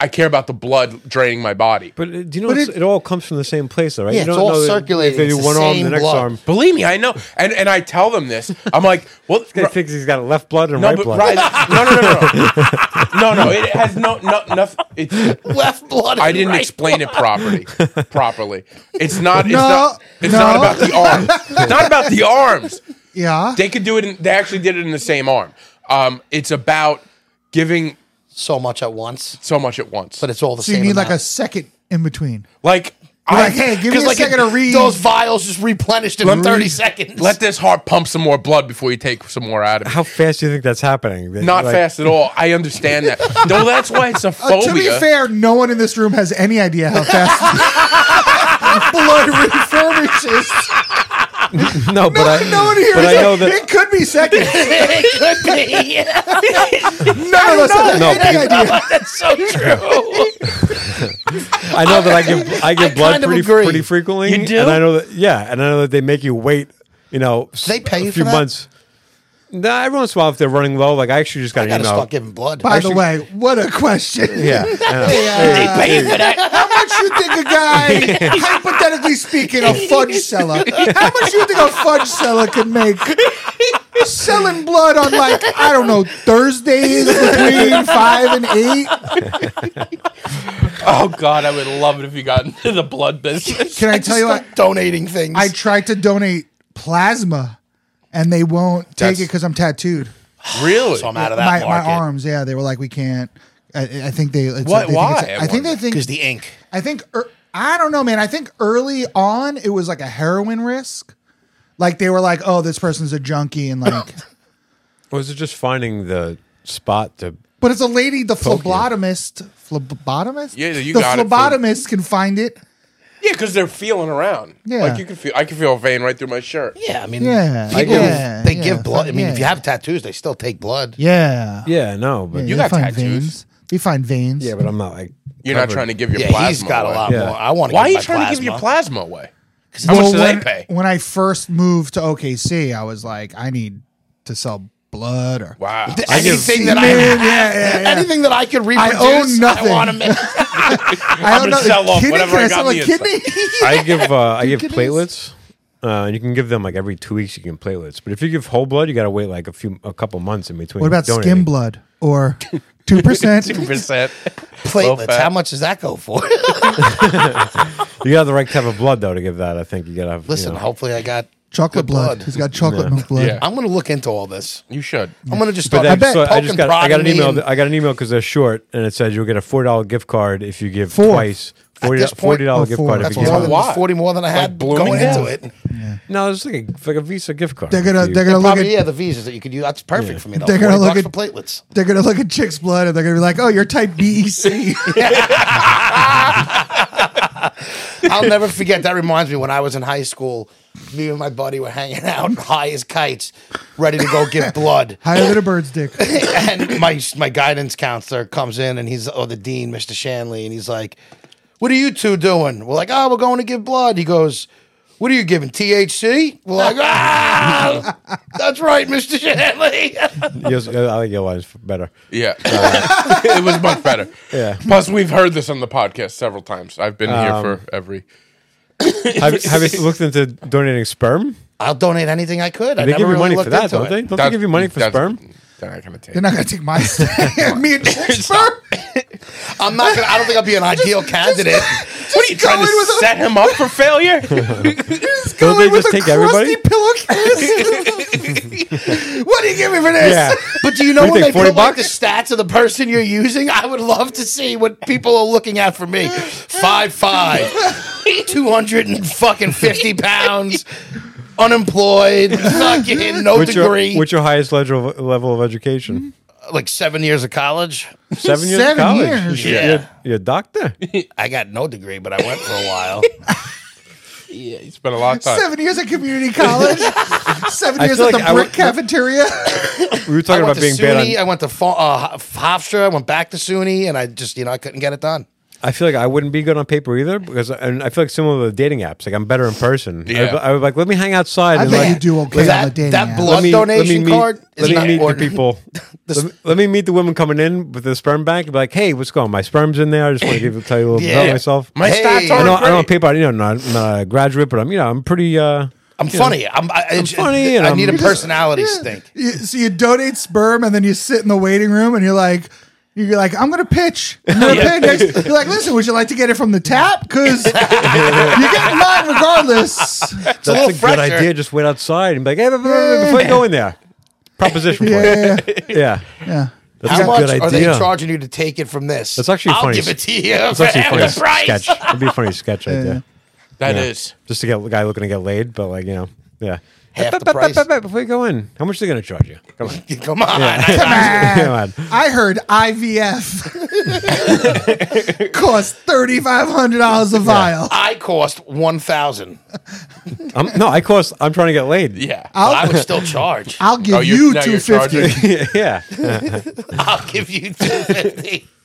Speaker 2: I care about the blood draining my body."
Speaker 4: But uh, do you know
Speaker 5: But
Speaker 4: it's,
Speaker 5: it-
Speaker 4: it, all comes from the same place, though, right?
Speaker 3: Yeah,
Speaker 4: you
Speaker 3: it's all
Speaker 4: that
Speaker 3: circulating.
Speaker 4: If they do
Speaker 3: It's the
Speaker 4: one arm,
Speaker 3: same
Speaker 4: the next
Speaker 3: blood.
Speaker 4: arm.
Speaker 2: Believe me, I know, and and I tell them this. I'm like, "Well,
Speaker 4: He thinks he's got a left blood and a
Speaker 2: no,
Speaker 4: right
Speaker 2: but
Speaker 4: blood.
Speaker 2: right, no, no, no, no, no, no. It has no, no, nothing. It's
Speaker 3: Left blood.
Speaker 2: I didn't explain it properly. Properly, it's not. It's
Speaker 5: No,
Speaker 2: not. It's
Speaker 5: no.
Speaker 2: not about the arms. It's not about the arms.
Speaker 5: Yeah.
Speaker 2: They could do it. In, they actually did it in the same arm. Um, it's about giving
Speaker 3: so much at once,
Speaker 2: so much at once.
Speaker 3: but it's all the
Speaker 5: So you
Speaker 3: same.
Speaker 5: need like
Speaker 3: amount.
Speaker 5: a second in between.
Speaker 2: like, I,
Speaker 5: Like, hey, give me
Speaker 3: 'Cause
Speaker 5: a second to read.
Speaker 3: Those vials just replenished in
Speaker 2: me-
Speaker 3: thirty seconds.
Speaker 2: let this heart pump some more blood before you take some more out of it.
Speaker 4: How fast do you think that's happening? That-
Speaker 2: not
Speaker 4: like,
Speaker 2: fast at all. I understand that. No, that's why it's a
Speaker 5: Uh,
Speaker 2: phobia.
Speaker 5: to be fair, no one in this room has any idea how fast.
Speaker 3: blood refurbishes.
Speaker 4: No, but I,
Speaker 5: no one here.
Speaker 4: but I
Speaker 5: is-
Speaker 4: know that
Speaker 5: it could be seconds.
Speaker 3: it could be.
Speaker 5: None of us have
Speaker 4: No,
Speaker 5: any
Speaker 4: because-
Speaker 5: idea.
Speaker 3: That's so true.
Speaker 4: I know that I give I give
Speaker 3: I
Speaker 4: blood
Speaker 3: kind of
Speaker 4: pretty
Speaker 3: agree.
Speaker 4: pretty frequently.
Speaker 2: You do?
Speaker 4: and I know that yeah, and I know that they make you wait. You know, s-
Speaker 3: They pay
Speaker 4: a
Speaker 3: you for
Speaker 4: few
Speaker 3: that?
Speaker 4: months. Nah, every once in a while if they're running low, like I actually just got
Speaker 3: I
Speaker 4: an
Speaker 3: gotta
Speaker 4: email.
Speaker 3: stop giving blood.
Speaker 5: By the way, what a question.
Speaker 4: Yeah, yeah.
Speaker 5: Yeah.
Speaker 3: pay for that.
Speaker 5: How much you think a guy, hypothetically speaking, a fudge seller, how much you think a fudge seller could make selling blood on like, I don't know, Thursdays between five and eight?
Speaker 2: Oh God, I would love it if you got into the blood business.
Speaker 5: Can I tell you what?
Speaker 3: Stop donating things.
Speaker 5: I tried to donate plasma and they won't take
Speaker 2: That's-
Speaker 5: it because I'm tattooed.
Speaker 2: Really?
Speaker 3: so I'm out of
Speaker 5: My,
Speaker 3: that
Speaker 5: my
Speaker 3: market.
Speaker 5: arms, yeah, they were like, we can't. I, I think they. It's,
Speaker 2: What-
Speaker 5: they Think
Speaker 2: why,
Speaker 5: it's,
Speaker 2: I
Speaker 5: I think they
Speaker 2: wonder?
Speaker 5: think
Speaker 3: Because the ink.
Speaker 5: I think er, I don't know, man. I think early on it was like a heroin risk. Like they were like, "Oh, this person's a junkie," and like,
Speaker 4: Or is it just finding the spot to
Speaker 5: but it's a lady, the phlebotomist, phlebotomist,
Speaker 2: Yeah, you
Speaker 5: the
Speaker 2: got it,
Speaker 5: phlebotomist can find it.
Speaker 2: Yeah, because they're feeling around.
Speaker 5: Yeah.
Speaker 2: like you can feel. I can feel a vein right through my shirt.
Speaker 3: Yeah, I mean,
Speaker 5: Yeah,
Speaker 3: people,
Speaker 5: yeah,
Speaker 3: they
Speaker 5: yeah,
Speaker 3: give blood. I mean,
Speaker 5: yeah.
Speaker 3: if you have tattoos, they still take blood.
Speaker 5: Yeah,
Speaker 4: Yeah, no,
Speaker 3: Mm.
Speaker 4: but
Speaker 5: you
Speaker 2: got
Speaker 5: find
Speaker 2: tattoos.
Speaker 5: veins. You find veins.
Speaker 4: yeah, but I'm not like
Speaker 2: You're not
Speaker 4: covered.
Speaker 2: trying to give your
Speaker 3: Yeah,
Speaker 2: plasma.
Speaker 3: he's got
Speaker 2: away.
Speaker 3: a lot
Speaker 4: Yeah.
Speaker 3: more. I want to.
Speaker 2: Why are
Speaker 3: give
Speaker 2: you
Speaker 3: my
Speaker 2: trying to give your
Speaker 3: plasma.
Speaker 2: plasma away? How much do
Speaker 5: when,
Speaker 2: they pay?
Speaker 5: when I first moved to OKC, I was like, I need to sell blood or
Speaker 2: Wow.
Speaker 3: Th- Anything that I
Speaker 5: Man, yeah, yeah, yeah.
Speaker 3: anything that I could reproduce,
Speaker 5: own nothing.
Speaker 3: I want to make.
Speaker 5: I don't
Speaker 2: gonna
Speaker 5: know.
Speaker 2: sell off
Speaker 5: kidney,
Speaker 2: whatever
Speaker 5: can
Speaker 2: I
Speaker 5: I
Speaker 2: got
Speaker 5: sell
Speaker 2: on
Speaker 5: a
Speaker 2: the inside.
Speaker 5: kidney?
Speaker 4: I give uh, I give
Speaker 5: Kidneys.
Speaker 4: platelets. Uh, and you can give them like every two weeks. You can platelets, but if you give whole blood, you got to wait like a few, a couple months in between.
Speaker 5: What about skin
Speaker 4: donating.
Speaker 5: blood or two percent?
Speaker 2: Two percent.
Speaker 3: platelets.
Speaker 2: fat.
Speaker 3: How much does that go for?
Speaker 4: You got the right type of blood though to give that. I think you got to have.
Speaker 3: Listen,
Speaker 4: you know.
Speaker 3: hopefully I got good
Speaker 5: Chocolate blood. He's got chocolate milk blood.
Speaker 2: Yeah.
Speaker 3: I'm going to look into all this.
Speaker 2: You should.
Speaker 3: I'm going to just
Speaker 4: But
Speaker 3: start.
Speaker 4: then,
Speaker 5: I bet-
Speaker 4: so I
Speaker 3: poke
Speaker 4: just
Speaker 3: and
Speaker 4: got I
Speaker 3: prod
Speaker 4: got an
Speaker 3: me
Speaker 4: email.
Speaker 3: and-
Speaker 4: I got an email because they're short, and it says you'll get a four dollar gift card if you give
Speaker 5: Four.
Speaker 4: twice. $40,
Speaker 3: this point-
Speaker 4: $40
Speaker 5: Oh,
Speaker 4: gift
Speaker 5: four.
Speaker 4: card
Speaker 3: That's
Speaker 4: if
Speaker 3: more
Speaker 4: you
Speaker 2: Well,
Speaker 3: than
Speaker 4: can.
Speaker 2: why?
Speaker 3: forty more than I had
Speaker 2: Bloomingdale's?
Speaker 3: going into it.
Speaker 4: No, it's like a, like a Visa gift card.
Speaker 5: They're gonna
Speaker 4: You-
Speaker 5: they're gonna look
Speaker 3: Probably,
Speaker 5: at
Speaker 3: yeah, the visas that you could use. That's perfect for me. Though.
Speaker 5: They're gonna
Speaker 3: 40
Speaker 5: look
Speaker 3: bucks
Speaker 5: at-
Speaker 3: for platelets.
Speaker 5: they're gonna look at chick's blood and they're gonna be like, oh, you're type BEC.
Speaker 3: I'll never forget. That reminds me when I was in high school, me and my buddy were hanging out high as kites, ready to go give blood.
Speaker 5: Higher than a bird's dick.
Speaker 3: and my my guidance counselor comes in and he's oh the dean, Mr. Shanley, and he's like, "What are you two doing?" We're like, "Oh, we're going to give blood." He goes, "What are you giving THC?" We're like, "Ah, that's right, Mr. Shanley."
Speaker 4: yours- I like your line's better.
Speaker 2: Yeah, it was much better.
Speaker 4: Yeah.
Speaker 2: Plus, we've heard this on the podcast several times. I've been here for every.
Speaker 4: have, have you looked into donating sperm?
Speaker 3: I'll donate anything I could. I
Speaker 4: They
Speaker 3: never
Speaker 4: give you
Speaker 3: really
Speaker 4: money
Speaker 3: looked
Speaker 4: for that,
Speaker 3: into
Speaker 4: don't
Speaker 3: it.
Speaker 4: they? Don't they
Speaker 2: That's-
Speaker 4: give you money for
Speaker 2: that's-
Speaker 4: sperm?
Speaker 2: They're not gonna take.
Speaker 5: They're
Speaker 2: it.
Speaker 5: not gonna take my me and chick's sperm.
Speaker 3: I'm not. Gonna, I don't think I'll be an ideal candidate.
Speaker 2: What are you trying
Speaker 5: go in
Speaker 2: to
Speaker 5: with a-
Speaker 2: set him up for failure?
Speaker 4: Don't they just take everybody?
Speaker 3: Pillowcase. what do you give me for this?
Speaker 4: Yeah.
Speaker 3: But do you know
Speaker 4: What do
Speaker 3: when
Speaker 4: you
Speaker 3: they
Speaker 4: think, 40
Speaker 3: put like the
Speaker 4: bucks?
Speaker 3: stats of the person you're using? I would love to see what people are looking at for me. Five five, two hundred and fucking fifty pounds, unemployed, fucking no
Speaker 4: What's your,
Speaker 3: degree,
Speaker 4: what's your highest level of, level of education?
Speaker 3: like seven years of college.
Speaker 4: Seven years
Speaker 5: Hmm? Seven
Speaker 4: of college.
Speaker 5: years.
Speaker 3: Yeah.
Speaker 4: You're, you're a doctor.
Speaker 3: I got no degree, but I went for a while.
Speaker 2: It's been a long time.
Speaker 5: Seven years at community college. Seven
Speaker 4: I
Speaker 5: years
Speaker 4: feel
Speaker 5: at
Speaker 4: like I
Speaker 5: the brick
Speaker 4: would-
Speaker 5: cafeteria.
Speaker 4: We were
Speaker 3: I went
Speaker 4: talking about
Speaker 3: to
Speaker 4: being
Speaker 3: SUNY,
Speaker 4: bad
Speaker 3: I
Speaker 4: on.
Speaker 3: went to Fo- uh, Hofstra, I went back to SUNY, and I just you know I couldn't get it done.
Speaker 4: I feel like I wouldn't be good on paper either because, and I feel like similar to the dating apps. Like I'm better in person. I,
Speaker 2: Yeah.
Speaker 4: would- I was like, let me hang outside.
Speaker 5: I
Speaker 4: and
Speaker 5: bet
Speaker 4: like,
Speaker 5: you do okay on
Speaker 3: that-
Speaker 5: the dating
Speaker 3: that
Speaker 5: app.
Speaker 3: blood-
Speaker 4: let me, let
Speaker 3: donation
Speaker 4: me meet,
Speaker 3: card is
Speaker 4: Let me
Speaker 3: not
Speaker 4: meet the
Speaker 3: important.
Speaker 4: people. let, me, let me meet the women coming in with the sperm bank. and Be like, hey, what's going? on? My sperm's in there. I just want to give you tell you a little
Speaker 3: Yeah.
Speaker 4: about myself.
Speaker 2: My
Speaker 3: Hey.
Speaker 2: stats
Speaker 4: I
Speaker 2: aren't
Speaker 4: know, I know on
Speaker 2: great.
Speaker 4: paper, I, you know, I'm not, I'm not a graduate, but I'm, you know, I'm pretty. Uh,
Speaker 3: I'm funny. I'm, I, I,
Speaker 4: funny and
Speaker 3: I
Speaker 4: I'm-
Speaker 3: need a
Speaker 4: You just-
Speaker 3: personality
Speaker 5: Yeah.
Speaker 3: stink.
Speaker 5: You- so you donate sperm and then you sit in the waiting room and you're like, you're like, I'm gonna pitch. I'm gonna pitch next. You're like, listen, would you like to get it from the tap? Because you get mine regardless.
Speaker 3: It's a
Speaker 4: that's
Speaker 3: little
Speaker 4: a, good
Speaker 3: fresher.
Speaker 4: idea. Just wait outside and be like, hey, blah, blah, blah, blah, before you go in there, proposition for you.
Speaker 5: Yeah,
Speaker 4: Yeah,
Speaker 5: yeah.
Speaker 4: that's
Speaker 3: How
Speaker 4: a
Speaker 3: much
Speaker 4: good
Speaker 3: are they
Speaker 4: idea.
Speaker 3: charging you to take it from this?
Speaker 4: That's actually a
Speaker 3: I'll
Speaker 4: funny
Speaker 3: give it
Speaker 4: s-
Speaker 3: to you.
Speaker 4: It's actually a funny
Speaker 3: the price.
Speaker 4: sketch. It'd be a funny sketch idea.
Speaker 2: That
Speaker 4: Yeah.
Speaker 2: is.
Speaker 4: Just to get a guy looking to get laid, but like you know, yeah.
Speaker 3: Half the
Speaker 4: Bep, bep,
Speaker 3: price.
Speaker 4: bep, bep, Before you go in, how much are they going to charge you? Come on,
Speaker 3: Come on.
Speaker 2: Ah.
Speaker 4: come on.
Speaker 5: I heard IVF cost thirty five hundred dollars a vial.
Speaker 3: I cost one thousand.
Speaker 4: I'm, no, I cost. I'm trying to get laid.
Speaker 2: Yeah.
Speaker 3: I would still charge.
Speaker 5: I'll give
Speaker 2: Oh, you're-
Speaker 5: you
Speaker 2: now
Speaker 5: two
Speaker 2: you're
Speaker 5: fifty.
Speaker 2: charging?
Speaker 4: yeah.
Speaker 3: I'll give you two fifty.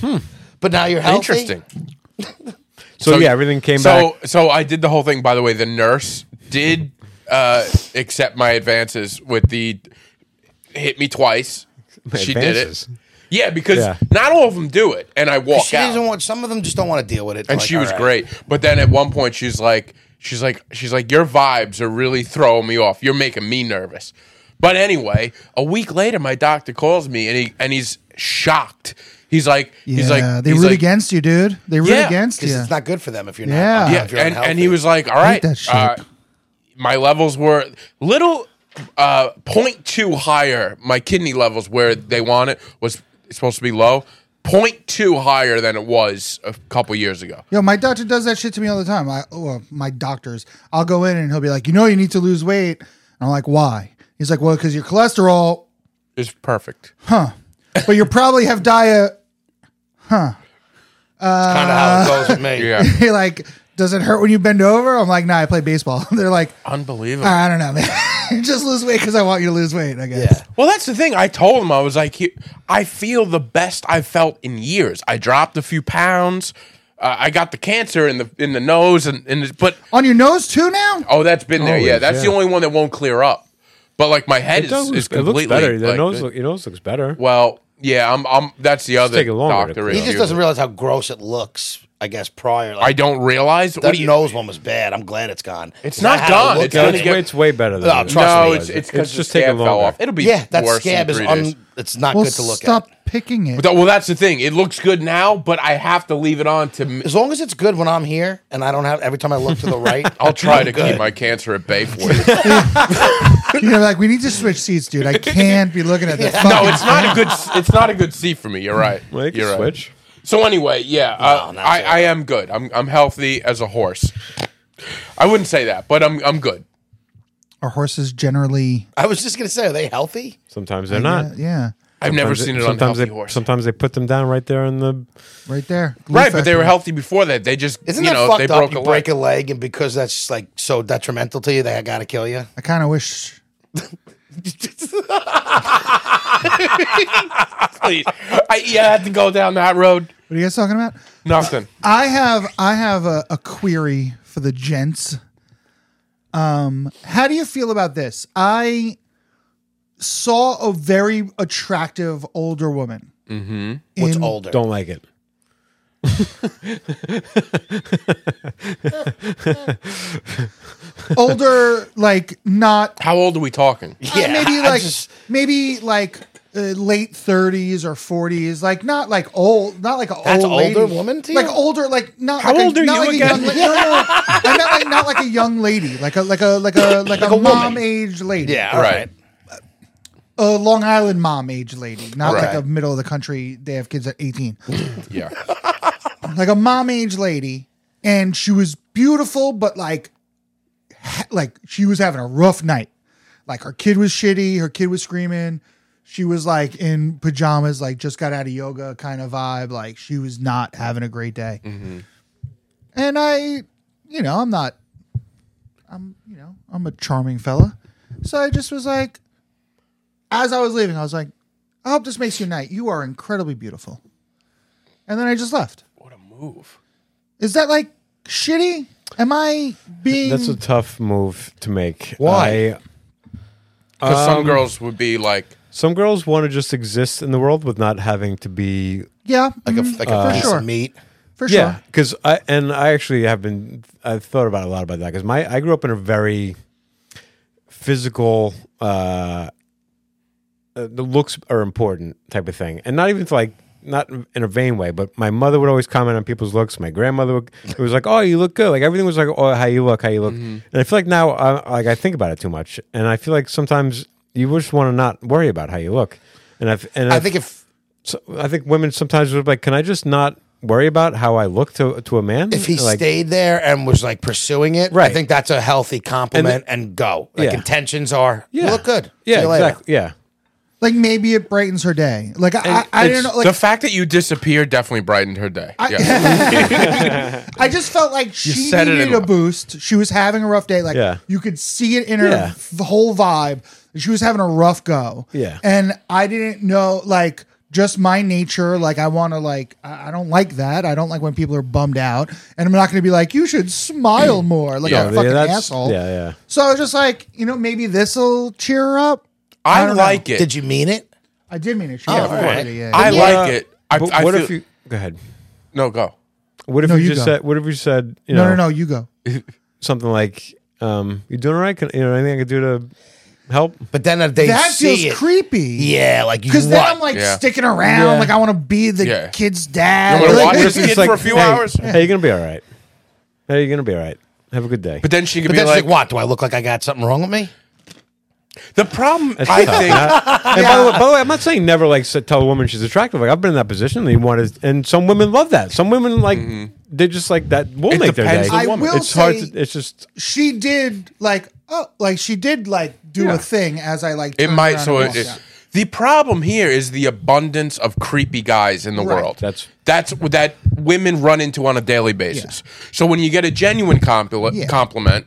Speaker 4: Hmm.
Speaker 3: But now you're healthy.
Speaker 2: Interesting.
Speaker 4: So, yeah, everything came
Speaker 2: so,
Speaker 4: back.
Speaker 2: So I did the whole thing. By the way, the nurse did uh, accept my advances with the hit me twice. she
Speaker 4: advances?
Speaker 2: did it. Yeah, because
Speaker 4: Yeah.
Speaker 2: not all of them do it, and I walk
Speaker 3: She
Speaker 2: out.
Speaker 3: doesn't want. Some of them just don't want to deal with it.
Speaker 2: and
Speaker 3: Like,
Speaker 2: she
Speaker 3: all
Speaker 2: was
Speaker 3: right.
Speaker 2: great. But then at one point, she's like, she's like, she's like, your vibes are really throwing me off. You're making me nervous. But anyway, a week later, my doctor calls me and he and he's shocked. He's like, he's
Speaker 5: Yeah,
Speaker 2: like,
Speaker 5: they
Speaker 2: he's
Speaker 5: root
Speaker 2: like-
Speaker 5: against you, dude. They root
Speaker 2: Yeah,
Speaker 5: against
Speaker 3: Because
Speaker 5: you.
Speaker 3: it's not good for them if you're not.
Speaker 5: Yeah.
Speaker 3: Yeah.
Speaker 2: Yeah, and, and he was like, all right,
Speaker 5: that shit.
Speaker 2: uh, my levels were little uh, 0.2 higher. My kidney levels where they want it was supposed to be low. 0.2 higher than it was a couple years ago.
Speaker 5: Yo, my doctor does that shit to me all the time. I, well, my doctors, I'll go in and he'll be like, you know, you need to lose weight. And I'm like, why? He's like, well, because your cholesterol,
Speaker 2: It's perfect.
Speaker 5: but you probably have diet.
Speaker 3: kind of how it goes with me.
Speaker 2: Yeah,
Speaker 5: He like, does it hurt when you bend over? I'm like, nah, I play baseball. They're like,
Speaker 2: unbelievable.
Speaker 4: Uh,
Speaker 5: I don't know, man. Just lose weight because I want you to lose weight. I guess.
Speaker 2: Well, that's the thing. I told him I was like, "Here- I feel the best I've felt in years. I dropped a few pounds. Uh, I got the cancer in the in the nose, and, and it- but
Speaker 5: On your nose too now?
Speaker 2: oh, that's been there. Yeah,
Speaker 4: Always,
Speaker 2: that's the
Speaker 4: yeah.
Speaker 2: only one that won't clear up. But like my head
Speaker 4: It,
Speaker 2: is
Speaker 4: does
Speaker 2: is
Speaker 4: look, it
Speaker 2: completely
Speaker 4: looks better. Your
Speaker 2: like,
Speaker 4: nose, look, your nose looks better.
Speaker 2: well, yeah, I'm I'm that's the other
Speaker 4: taking longer to
Speaker 2: doctor
Speaker 4: clear
Speaker 3: He
Speaker 2: issue.
Speaker 3: just doesn't realize how gross it looks. I guess prior. Like,
Speaker 2: I don't realize
Speaker 3: That
Speaker 2: what do you
Speaker 3: nose one was bad. I'm glad it's gone.
Speaker 2: It's
Speaker 3: 'Cause I
Speaker 2: not
Speaker 3: had to
Speaker 2: gone.
Speaker 3: look
Speaker 2: It's
Speaker 3: at
Speaker 4: No,
Speaker 2: gonna
Speaker 3: it.
Speaker 4: it's,
Speaker 2: get-
Speaker 4: way, it's way better than
Speaker 3: No,
Speaker 4: it.
Speaker 3: trust
Speaker 2: No,
Speaker 3: me,
Speaker 2: it's it's because just scab fell off. It'll be
Speaker 3: Yeah, that
Speaker 2: worse
Speaker 3: scab
Speaker 2: in
Speaker 3: is
Speaker 2: three days.
Speaker 3: un. It's not
Speaker 5: Well,
Speaker 3: good to look
Speaker 5: stop
Speaker 3: at.
Speaker 5: picking it.
Speaker 2: Th- well, that's the thing. It looks good now, but I have to leave it on to. m-
Speaker 3: As long as it's good when I'm here, and I don't have every time I look to the right,
Speaker 2: I'll try to
Speaker 3: good.
Speaker 2: keep my cancer at bay for you.
Speaker 5: You're like, we need to switch seats, dude. I can't be looking at this.
Speaker 2: No, it's not a good. It's not a good seat for me. You're right.
Speaker 4: Well, you can
Speaker 2: You're right.
Speaker 4: switch.
Speaker 2: So anyway, yeah, uh,
Speaker 3: not
Speaker 2: I,
Speaker 3: good.
Speaker 2: I am good. I'm I'm healthy as a horse. I wouldn't say that, but I'm I'm good.
Speaker 5: Are horses generally?
Speaker 3: I was just gonna say, are they healthy?
Speaker 4: Sometimes they're not.
Speaker 5: Yeah, yeah,
Speaker 2: I've never
Speaker 4: Sometimes
Speaker 2: seen
Speaker 4: they-
Speaker 2: an
Speaker 4: sometimes
Speaker 2: unhealthy
Speaker 4: they,
Speaker 2: horse.
Speaker 4: Sometimes they put them down right there in the.
Speaker 5: right there. Glue
Speaker 2: right, but they were
Speaker 5: festival.
Speaker 2: healthy before that. They just
Speaker 3: Isn't
Speaker 2: you
Speaker 3: that
Speaker 2: know
Speaker 3: fucked
Speaker 2: they
Speaker 3: up?
Speaker 2: broke
Speaker 3: you
Speaker 2: a
Speaker 3: break
Speaker 2: leg.
Speaker 3: a leg, and because that's like so detrimental to you, they gotta kill you.
Speaker 5: I kind of wish.
Speaker 2: Please. I, yeah, I had to go down that road.
Speaker 5: What are you guys talking about?
Speaker 2: Nothing.
Speaker 5: I have I have a, a query for the gents. Um, how do you feel about this? I saw a very attractive older woman.
Speaker 3: What's
Speaker 5: In-
Speaker 3: older?
Speaker 4: Don't like it.
Speaker 5: Older, like not uh,
Speaker 2: How old are we talking?
Speaker 3: Yeah,
Speaker 5: maybe
Speaker 3: I
Speaker 5: like
Speaker 3: just-
Speaker 5: maybe like uh, late thirties or forties, like not like old, not like an
Speaker 3: That's
Speaker 5: old
Speaker 3: older
Speaker 5: lady.
Speaker 3: woman to
Speaker 5: like
Speaker 3: you?
Speaker 5: older, like not
Speaker 4: How
Speaker 5: like
Speaker 4: old
Speaker 5: a,
Speaker 4: are
Speaker 5: not
Speaker 4: you
Speaker 5: like
Speaker 4: again?
Speaker 5: A young, la- no, no, no. I meant like not like a young lady, like a like a like a like, a,
Speaker 3: a woman.
Speaker 5: mom age lady,
Speaker 3: yeah, all
Speaker 2: Right.
Speaker 3: right.
Speaker 5: a Long Island mom age lady, not
Speaker 3: Okay.
Speaker 5: like a middle of the country. They have kids at eighteen,
Speaker 2: Yeah.
Speaker 5: like a mom age lady, and she was beautiful, but like ha- like she was having a rough night. Like her kid was shitty, her kid was screaming. She was like in pajamas, like just got out of yoga kind of vibe. Like she was not having a great day. And I, you know, I'm not, I'm, you know, I'm a charming fella. So I just was like, as I was leaving, I was like, I hope this makes your night. You are incredibly beautiful. And then I just left.
Speaker 2: What a move.
Speaker 5: Is that like shitty? Am I being.
Speaker 4: That's
Speaker 2: Mm.
Speaker 4: a tough move to make.
Speaker 3: Why?
Speaker 4: I-
Speaker 2: Because
Speaker 5: Um,
Speaker 2: some girls would be like,
Speaker 4: some girls want to just exist in the world with not having to be
Speaker 5: Yeah,
Speaker 3: Like a
Speaker 5: mhm,
Speaker 3: like a
Speaker 5: for
Speaker 4: Uh,
Speaker 3: piece
Speaker 5: sure,
Speaker 3: of meat.
Speaker 5: for sure.
Speaker 4: yeah because i and i actually have been i've thought about a lot about that because my i grew up in a very physical uh, uh the looks are important type of thing and not even like not in a vain way but my mother would always comment on people's looks my grandmother would it was like oh you look good like everything was like oh how you look how you look and i feel like now I, like i think about it too much and i feel like sometimes you just want to not worry about how you look and i've and
Speaker 3: I
Speaker 4: I've-
Speaker 3: think if
Speaker 4: so I think women sometimes would be like, "Can I just not worry about how I look to to a man?"
Speaker 3: if he
Speaker 4: like,
Speaker 3: stayed there and was like pursuing it,
Speaker 4: Right.
Speaker 3: I think that's a healthy compliment and, go. Like
Speaker 4: Yeah.
Speaker 3: intentions are, you look good.
Speaker 4: Yeah,
Speaker 3: See you later.
Speaker 4: exactly. Yeah,
Speaker 5: Like maybe it brightens her day. Like I, I, I
Speaker 4: it's
Speaker 5: don't know. Like
Speaker 2: the fact that you disappeared definitely brightened her day. yeah.
Speaker 5: I just felt like she
Speaker 2: said it
Speaker 5: needed
Speaker 2: in-
Speaker 5: a boost. She was having a rough day. Like
Speaker 4: Yeah.
Speaker 5: you could see it in her
Speaker 4: Yeah.
Speaker 5: f- whole vibe. She was having a rough go.
Speaker 4: Yeah.
Speaker 5: And I didn't know like just my nature. Like I want to like I I don't like that. I don't like when people are bummed out. And I'm not going to be like you should smile more. Like
Speaker 2: Yeah,
Speaker 5: a fucking
Speaker 4: that's-
Speaker 5: asshole.
Speaker 4: yeah, yeah.
Speaker 5: So I was just like you know maybe this will cheer her up.
Speaker 2: I,
Speaker 5: don't know.
Speaker 2: like it.
Speaker 3: Did you mean it?
Speaker 5: I did mean it. She
Speaker 3: Oh,
Speaker 5: had a
Speaker 3: all
Speaker 5: rough
Speaker 3: right.
Speaker 5: day, yeah, yeah.
Speaker 2: I like
Speaker 4: Uh,
Speaker 2: it. I,
Speaker 4: but
Speaker 2: I
Speaker 4: what
Speaker 2: feel,
Speaker 4: if you go ahead?
Speaker 2: no go.
Speaker 4: What if
Speaker 5: No,
Speaker 4: you,
Speaker 5: you
Speaker 4: just
Speaker 5: go.
Speaker 4: said? What if you said? You
Speaker 5: No,
Speaker 4: know,
Speaker 5: no, no. You go.
Speaker 4: Something like, um, "You doing all right? Can, you know, anything I could do to help?"
Speaker 3: But then if they
Speaker 5: That
Speaker 3: see
Speaker 5: feels
Speaker 3: it.
Speaker 5: creepy.
Speaker 3: Yeah, like you
Speaker 5: Because then
Speaker 3: what?
Speaker 5: I'm like
Speaker 2: Yeah.
Speaker 5: sticking around,
Speaker 4: Yeah.
Speaker 5: like I want to be the
Speaker 2: Yeah.
Speaker 5: kid's
Speaker 2: You
Speaker 5: dad.
Speaker 2: wanna
Speaker 5: Like,
Speaker 2: watch
Speaker 5: what
Speaker 2: this
Speaker 5: is-
Speaker 2: kid for a few
Speaker 4: hey,
Speaker 2: hours?
Speaker 4: Hey, you're gonna be all right. Hey, you're gonna be all right. Have a good day.
Speaker 2: But then she could
Speaker 3: but
Speaker 2: be
Speaker 3: then she's
Speaker 2: like,
Speaker 3: like, what? Do I look like I got something wrong with me?
Speaker 2: the problem I
Speaker 4: tough,
Speaker 2: think
Speaker 4: and by, the way, by the way, I'm not saying never like s- tell a woman she's attractive. Like I've been in that position. And you want to, and some women love that. Some women like they just like that will
Speaker 2: Mm-hmm. It
Speaker 4: make their
Speaker 2: depends
Speaker 4: day.
Speaker 2: on the I
Speaker 5: woman. will
Speaker 4: it's hard.
Speaker 5: say-
Speaker 4: To, it's just
Speaker 5: she did like oh, like she did like do
Speaker 4: Yeah.
Speaker 5: a thing as I like.
Speaker 2: it
Speaker 5: turned
Speaker 2: might.
Speaker 5: around
Speaker 2: So
Speaker 5: and
Speaker 2: it, it-
Speaker 5: walked out.
Speaker 2: the problem here is the abundance of creepy guys in the
Speaker 5: Right.
Speaker 2: world.
Speaker 4: That's-
Speaker 2: that's what- that women run into on a daily basis. So when you get a genuine compli-
Speaker 5: Yeah.
Speaker 2: compliment,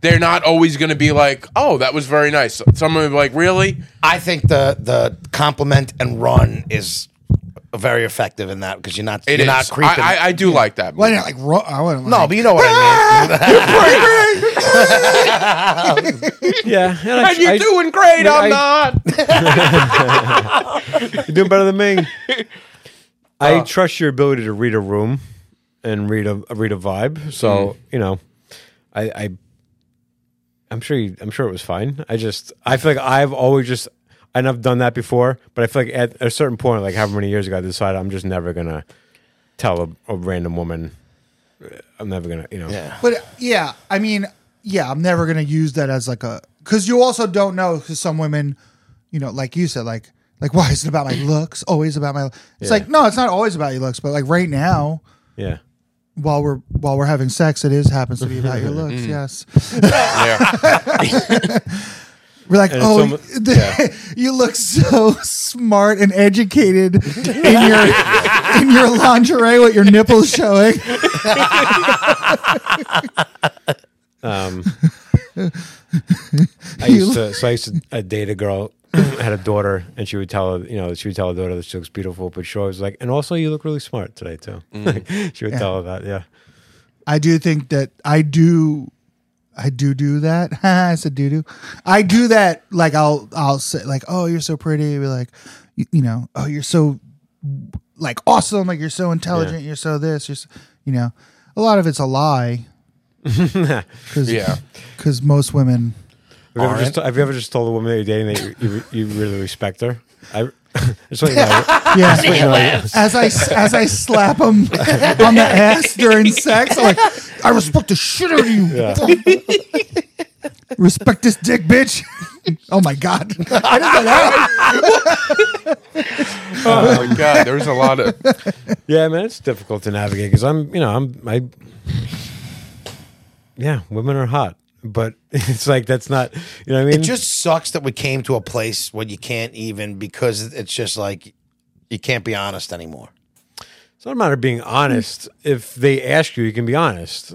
Speaker 2: they're not always going to be like, "Oh, that was very nice." Some will be like, "Really?"
Speaker 3: I think the the compliment and run is very effective in that because you're not
Speaker 2: It is.
Speaker 3: you're not creeping.
Speaker 2: I, I, I do like that.
Speaker 5: Well, I didn't like. Ro- I wasn't.
Speaker 3: no,
Speaker 5: like-
Speaker 3: but you know what I
Speaker 2: Ah,
Speaker 3: mean.
Speaker 4: yeah. And, I,
Speaker 2: and you're
Speaker 4: I-
Speaker 2: doing great.
Speaker 4: I-
Speaker 2: I'm not.
Speaker 4: You're doing better than me. I trust your ability to read a room and read a read a vibe. So you know, I, I I'm sure you, I'm sure it was fine. I just I feel like I've always just and I've done that before, but I feel like at a certain point, like however many years ago, I decided I'm just never gonna tell a, a random woman. uh, I'm never gonna, you know.
Speaker 3: Yeah.
Speaker 5: But yeah, I mean, yeah, I'm never gonna use that as like a because you also don't know because some women, you know, like you said, like like, why is it about my looks? Always about my. It's like no, it's not always about your looks, but like right now,
Speaker 4: Yeah.
Speaker 5: while we're while we're having sex, it is happens to be about your looks. Yes,
Speaker 2: Yeah.
Speaker 5: we're like,
Speaker 4: And it's
Speaker 5: oh,
Speaker 4: almost-
Speaker 5: you- you look so smart and educated in your in your lingerie with your nipples showing.
Speaker 4: Um, I used to, so I used to uh, date a girl had a daughter, and she would tell her, you know, she would tell her daughter that she looks beautiful, but she always like, and also you look really smart today too. she would tell her that, yeah.
Speaker 5: I do think that I do, I do do that. I said do do. I do that. Like I'll I'll say like, oh, you're so pretty. Be like, you, you know, oh, you're so like awesome. Like you're so intelligent. You're so this. You're so, you know, a lot of it's a lie. Cause,
Speaker 2: Yeah.
Speaker 5: Because most women.
Speaker 4: Have you, ever just, have you ever just told a woman that you're dating that you, you, you really respect her? I just like, no,
Speaker 5: Yeah.
Speaker 4: no,
Speaker 5: As I as I slap them on the ass during sex, I'm like, I respect the shit out of you. respect this dick, bitch. oh my god, I didn't know that.
Speaker 2: Oh my god, there's a lot of
Speaker 4: yeah, man, it's difficult to navigate because I'm, you know, I'm, I, yeah, women are hot, but it's like that's not, you know, what I mean,
Speaker 3: It just sucks that we came to a place where you can't even because it's just like you can't be honest anymore.
Speaker 4: It's not a matter of being honest. If they ask you, you can be honest.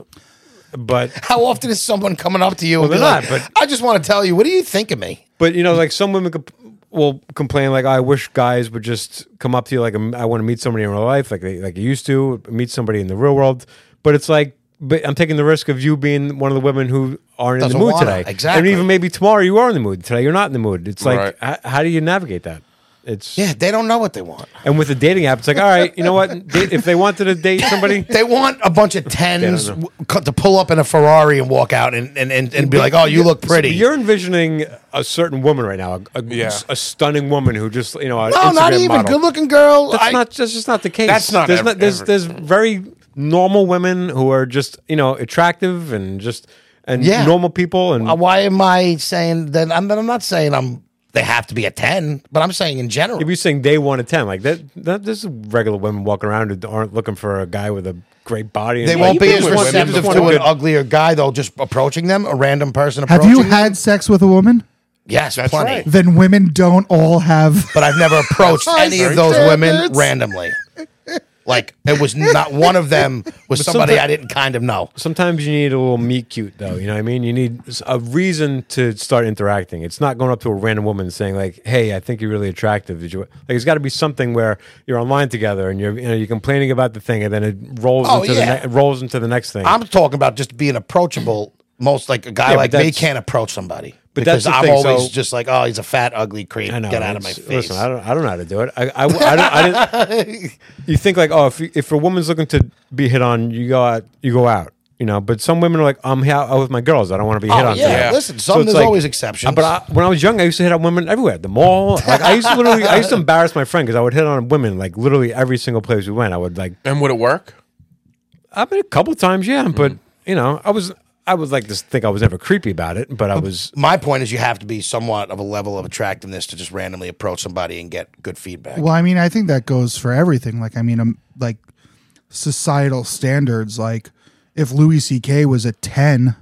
Speaker 4: But
Speaker 3: How often is someone coming up to you and
Speaker 4: Well,
Speaker 3: be
Speaker 4: they're
Speaker 3: like,
Speaker 4: not, but-
Speaker 3: "I just want to tell you, what do you think of me?"
Speaker 4: but you know, like some women comp- will complain, like I wish guys would just come up to you, like "I'm- I want to meet somebody in real life, like they like you used to meet somebody in the real world. But it's like, but I'm taking the risk of you being one of the women who aren't
Speaker 3: Doesn't
Speaker 4: in the mood
Speaker 3: wanna,
Speaker 4: today.
Speaker 3: exactly.
Speaker 4: And even maybe tomorrow you are in the mood. Today you're not in the mood. It's like,
Speaker 2: Right.
Speaker 4: h- how do you navigate that? It's
Speaker 3: Yeah, they don't know what they want.
Speaker 4: and with the dating app, it's like, all right, you know what? Date, if they wanted to date somebody,
Speaker 3: They want a bunch of tens
Speaker 4: know.
Speaker 3: w- co- to pull up in a Ferrari and walk out and and, and, and be like, "Oh, you look pretty."
Speaker 4: You're envisioning a certain woman right now, a, a,
Speaker 2: Yeah.
Speaker 4: a stunning woman who just you know, an
Speaker 3: no, Oh, not
Speaker 4: Instagram
Speaker 3: even
Speaker 4: model.
Speaker 3: good-looking girl.
Speaker 4: That's
Speaker 3: I-
Speaker 4: not that's just not the case.
Speaker 2: That's not
Speaker 4: there's,
Speaker 2: ev-
Speaker 4: there's
Speaker 2: ever-
Speaker 4: there's very normal women who are just you know attractive and just and
Speaker 3: Yeah.
Speaker 4: normal people and
Speaker 3: Uh, Why am I saying that? I'm, I'm not saying I'm. They have to be a ten, but I'm saying in general.
Speaker 4: if you're saying day one to ten like that, that there's regular women walking around who aren't looking for a guy with a great body. and-
Speaker 3: They
Speaker 4: Yeah,
Speaker 3: won't
Speaker 4: you've
Speaker 3: be
Speaker 4: been
Speaker 3: as
Speaker 4: with women. They just
Speaker 3: receptive
Speaker 4: want a
Speaker 3: to an
Speaker 4: good-
Speaker 3: uglier guy though. Just approaching them, a random person.
Speaker 5: Have
Speaker 3: Approaching
Speaker 5: you
Speaker 3: them.
Speaker 5: had sex with a woman?
Speaker 3: Yes, plenty.
Speaker 2: right.
Speaker 5: Then women don't all have.
Speaker 3: But I've never approached
Speaker 5: High
Speaker 3: any of those women
Speaker 5: standards.
Speaker 3: randomly. Like it was not one of them was somebody
Speaker 4: sometimes-
Speaker 3: I didn't kind of know.
Speaker 4: Sometimes you need a little meet cute, though. You know what I mean? You need s- a reason to start interacting. It's not going up to a random woman and saying like, "Hey, I think you're really attractive." Did you like? It's got to be something where you're online together and you're you know you're complaining about the thing, and then it rolls
Speaker 3: Oh,
Speaker 4: into
Speaker 3: yeah.
Speaker 4: the ne- rolls into the next thing.
Speaker 3: I'm talking about just being approachable. Most like a guy
Speaker 4: Yeah,
Speaker 3: like
Speaker 4: but
Speaker 3: me
Speaker 4: that's-
Speaker 3: can't approach somebody
Speaker 4: But
Speaker 3: because
Speaker 4: that's the
Speaker 3: I'm
Speaker 4: thing,
Speaker 3: always
Speaker 4: so-
Speaker 3: just like, oh, he's a fat, ugly creep.
Speaker 4: I know.
Speaker 3: Get out of my
Speaker 4: it's-
Speaker 3: face.
Speaker 4: Listen, I don't, I don't know how to do it. I, I, I don't, I didn't- you think like, oh, if, you- if a woman's looking to be hit on, you go out, you go out, you know. But some women are like, I'm hit out with my girls. I don't want to be hit
Speaker 3: Oh,
Speaker 4: on.
Speaker 3: yeah.
Speaker 4: today.
Speaker 3: Listen, some-
Speaker 4: it's uh,
Speaker 3: there's always exceptions.
Speaker 4: But I, when I was young, I used to hit on women everywhere, at the mall. Like I used to literally, I used to embarrass my friend because I would hit on women like literally every single place we went. I would like,
Speaker 2: And would it work?
Speaker 4: I mean, a couple times, yeah, but you know, I was. I was like to think I was never creepy about it, but I was.
Speaker 3: my point is, you have to be somewhat of a level of attractiveness to just randomly approach somebody and get good feedback.
Speaker 5: Well, I mean, I think that goes for everything. Like, I mean, um, like societal standards. Like, if Louis C.K. was a ten,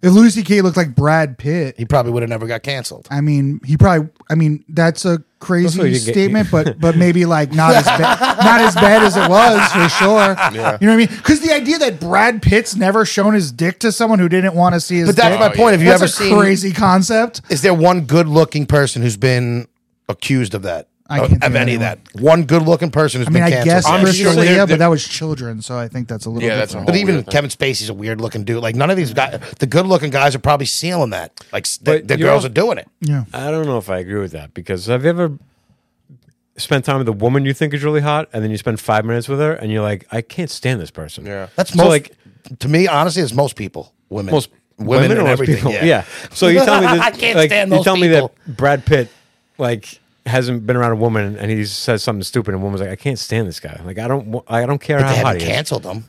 Speaker 5: if Louis C.K. looked like Brad Pitt,
Speaker 3: he probably would have never got canceled.
Speaker 5: I mean, he probably. I mean, that's a crazy
Speaker 4: Also, you get-
Speaker 5: statement, but but maybe like not as bad, not as bad as it was for sure. You know what I mean? Because the idea that Brad Pitt's never shown his dick to someone who didn't want to see his
Speaker 3: But that's
Speaker 5: dick,
Speaker 3: my point. Have you
Speaker 5: that's
Speaker 3: ever
Speaker 5: a
Speaker 3: seen?
Speaker 5: crazy concept?
Speaker 3: Is there one good-looking person who's been accused of that? Of-
Speaker 5: I can't think
Speaker 3: of
Speaker 5: of
Speaker 3: any of that.
Speaker 5: anyone.
Speaker 3: One good-looking person who's
Speaker 5: I
Speaker 3: been
Speaker 5: mean, I
Speaker 3: canceled.
Speaker 5: guess
Speaker 2: I'm
Speaker 5: Chris
Speaker 2: sure
Speaker 5: D'Elia,
Speaker 2: there-
Speaker 5: but that was children, so I think that's a little.
Speaker 2: Yeah, that's a
Speaker 5: different.
Speaker 2: whole
Speaker 3: But even
Speaker 2: weird thing.
Speaker 3: Kevin Spacey's a weird looking dude. Like none of these guys, the good looking guys are probably sealing that. Like s- the,
Speaker 4: But
Speaker 3: the
Speaker 4: you're
Speaker 3: girls
Speaker 4: al-
Speaker 3: are doing it.
Speaker 5: yeah.
Speaker 4: I don't know if I agree with that because have you ever spent time with a woman you think is really hot and then you spend five minutes with her and you're like, I can't stand this person.
Speaker 2: Yeah.
Speaker 3: That's
Speaker 4: So,
Speaker 3: most
Speaker 4: like
Speaker 3: to me, honestly, it's most people, women,
Speaker 4: most
Speaker 3: women,
Speaker 4: women,
Speaker 3: and
Speaker 4: or most
Speaker 3: everything.
Speaker 4: people.
Speaker 3: Yeah.
Speaker 4: Yeah. So you tell me that
Speaker 3: I can't
Speaker 4: like,
Speaker 3: stand
Speaker 4: you
Speaker 3: those
Speaker 4: tell me
Speaker 3: people.
Speaker 4: that Brad Pitt like hasn't been around a woman and he says something stupid and a woman's like, I can't stand this guy. Like I don't wa- I don't care
Speaker 3: But they
Speaker 4: how hot
Speaker 3: haven't
Speaker 4: he is.
Speaker 3: canceled them.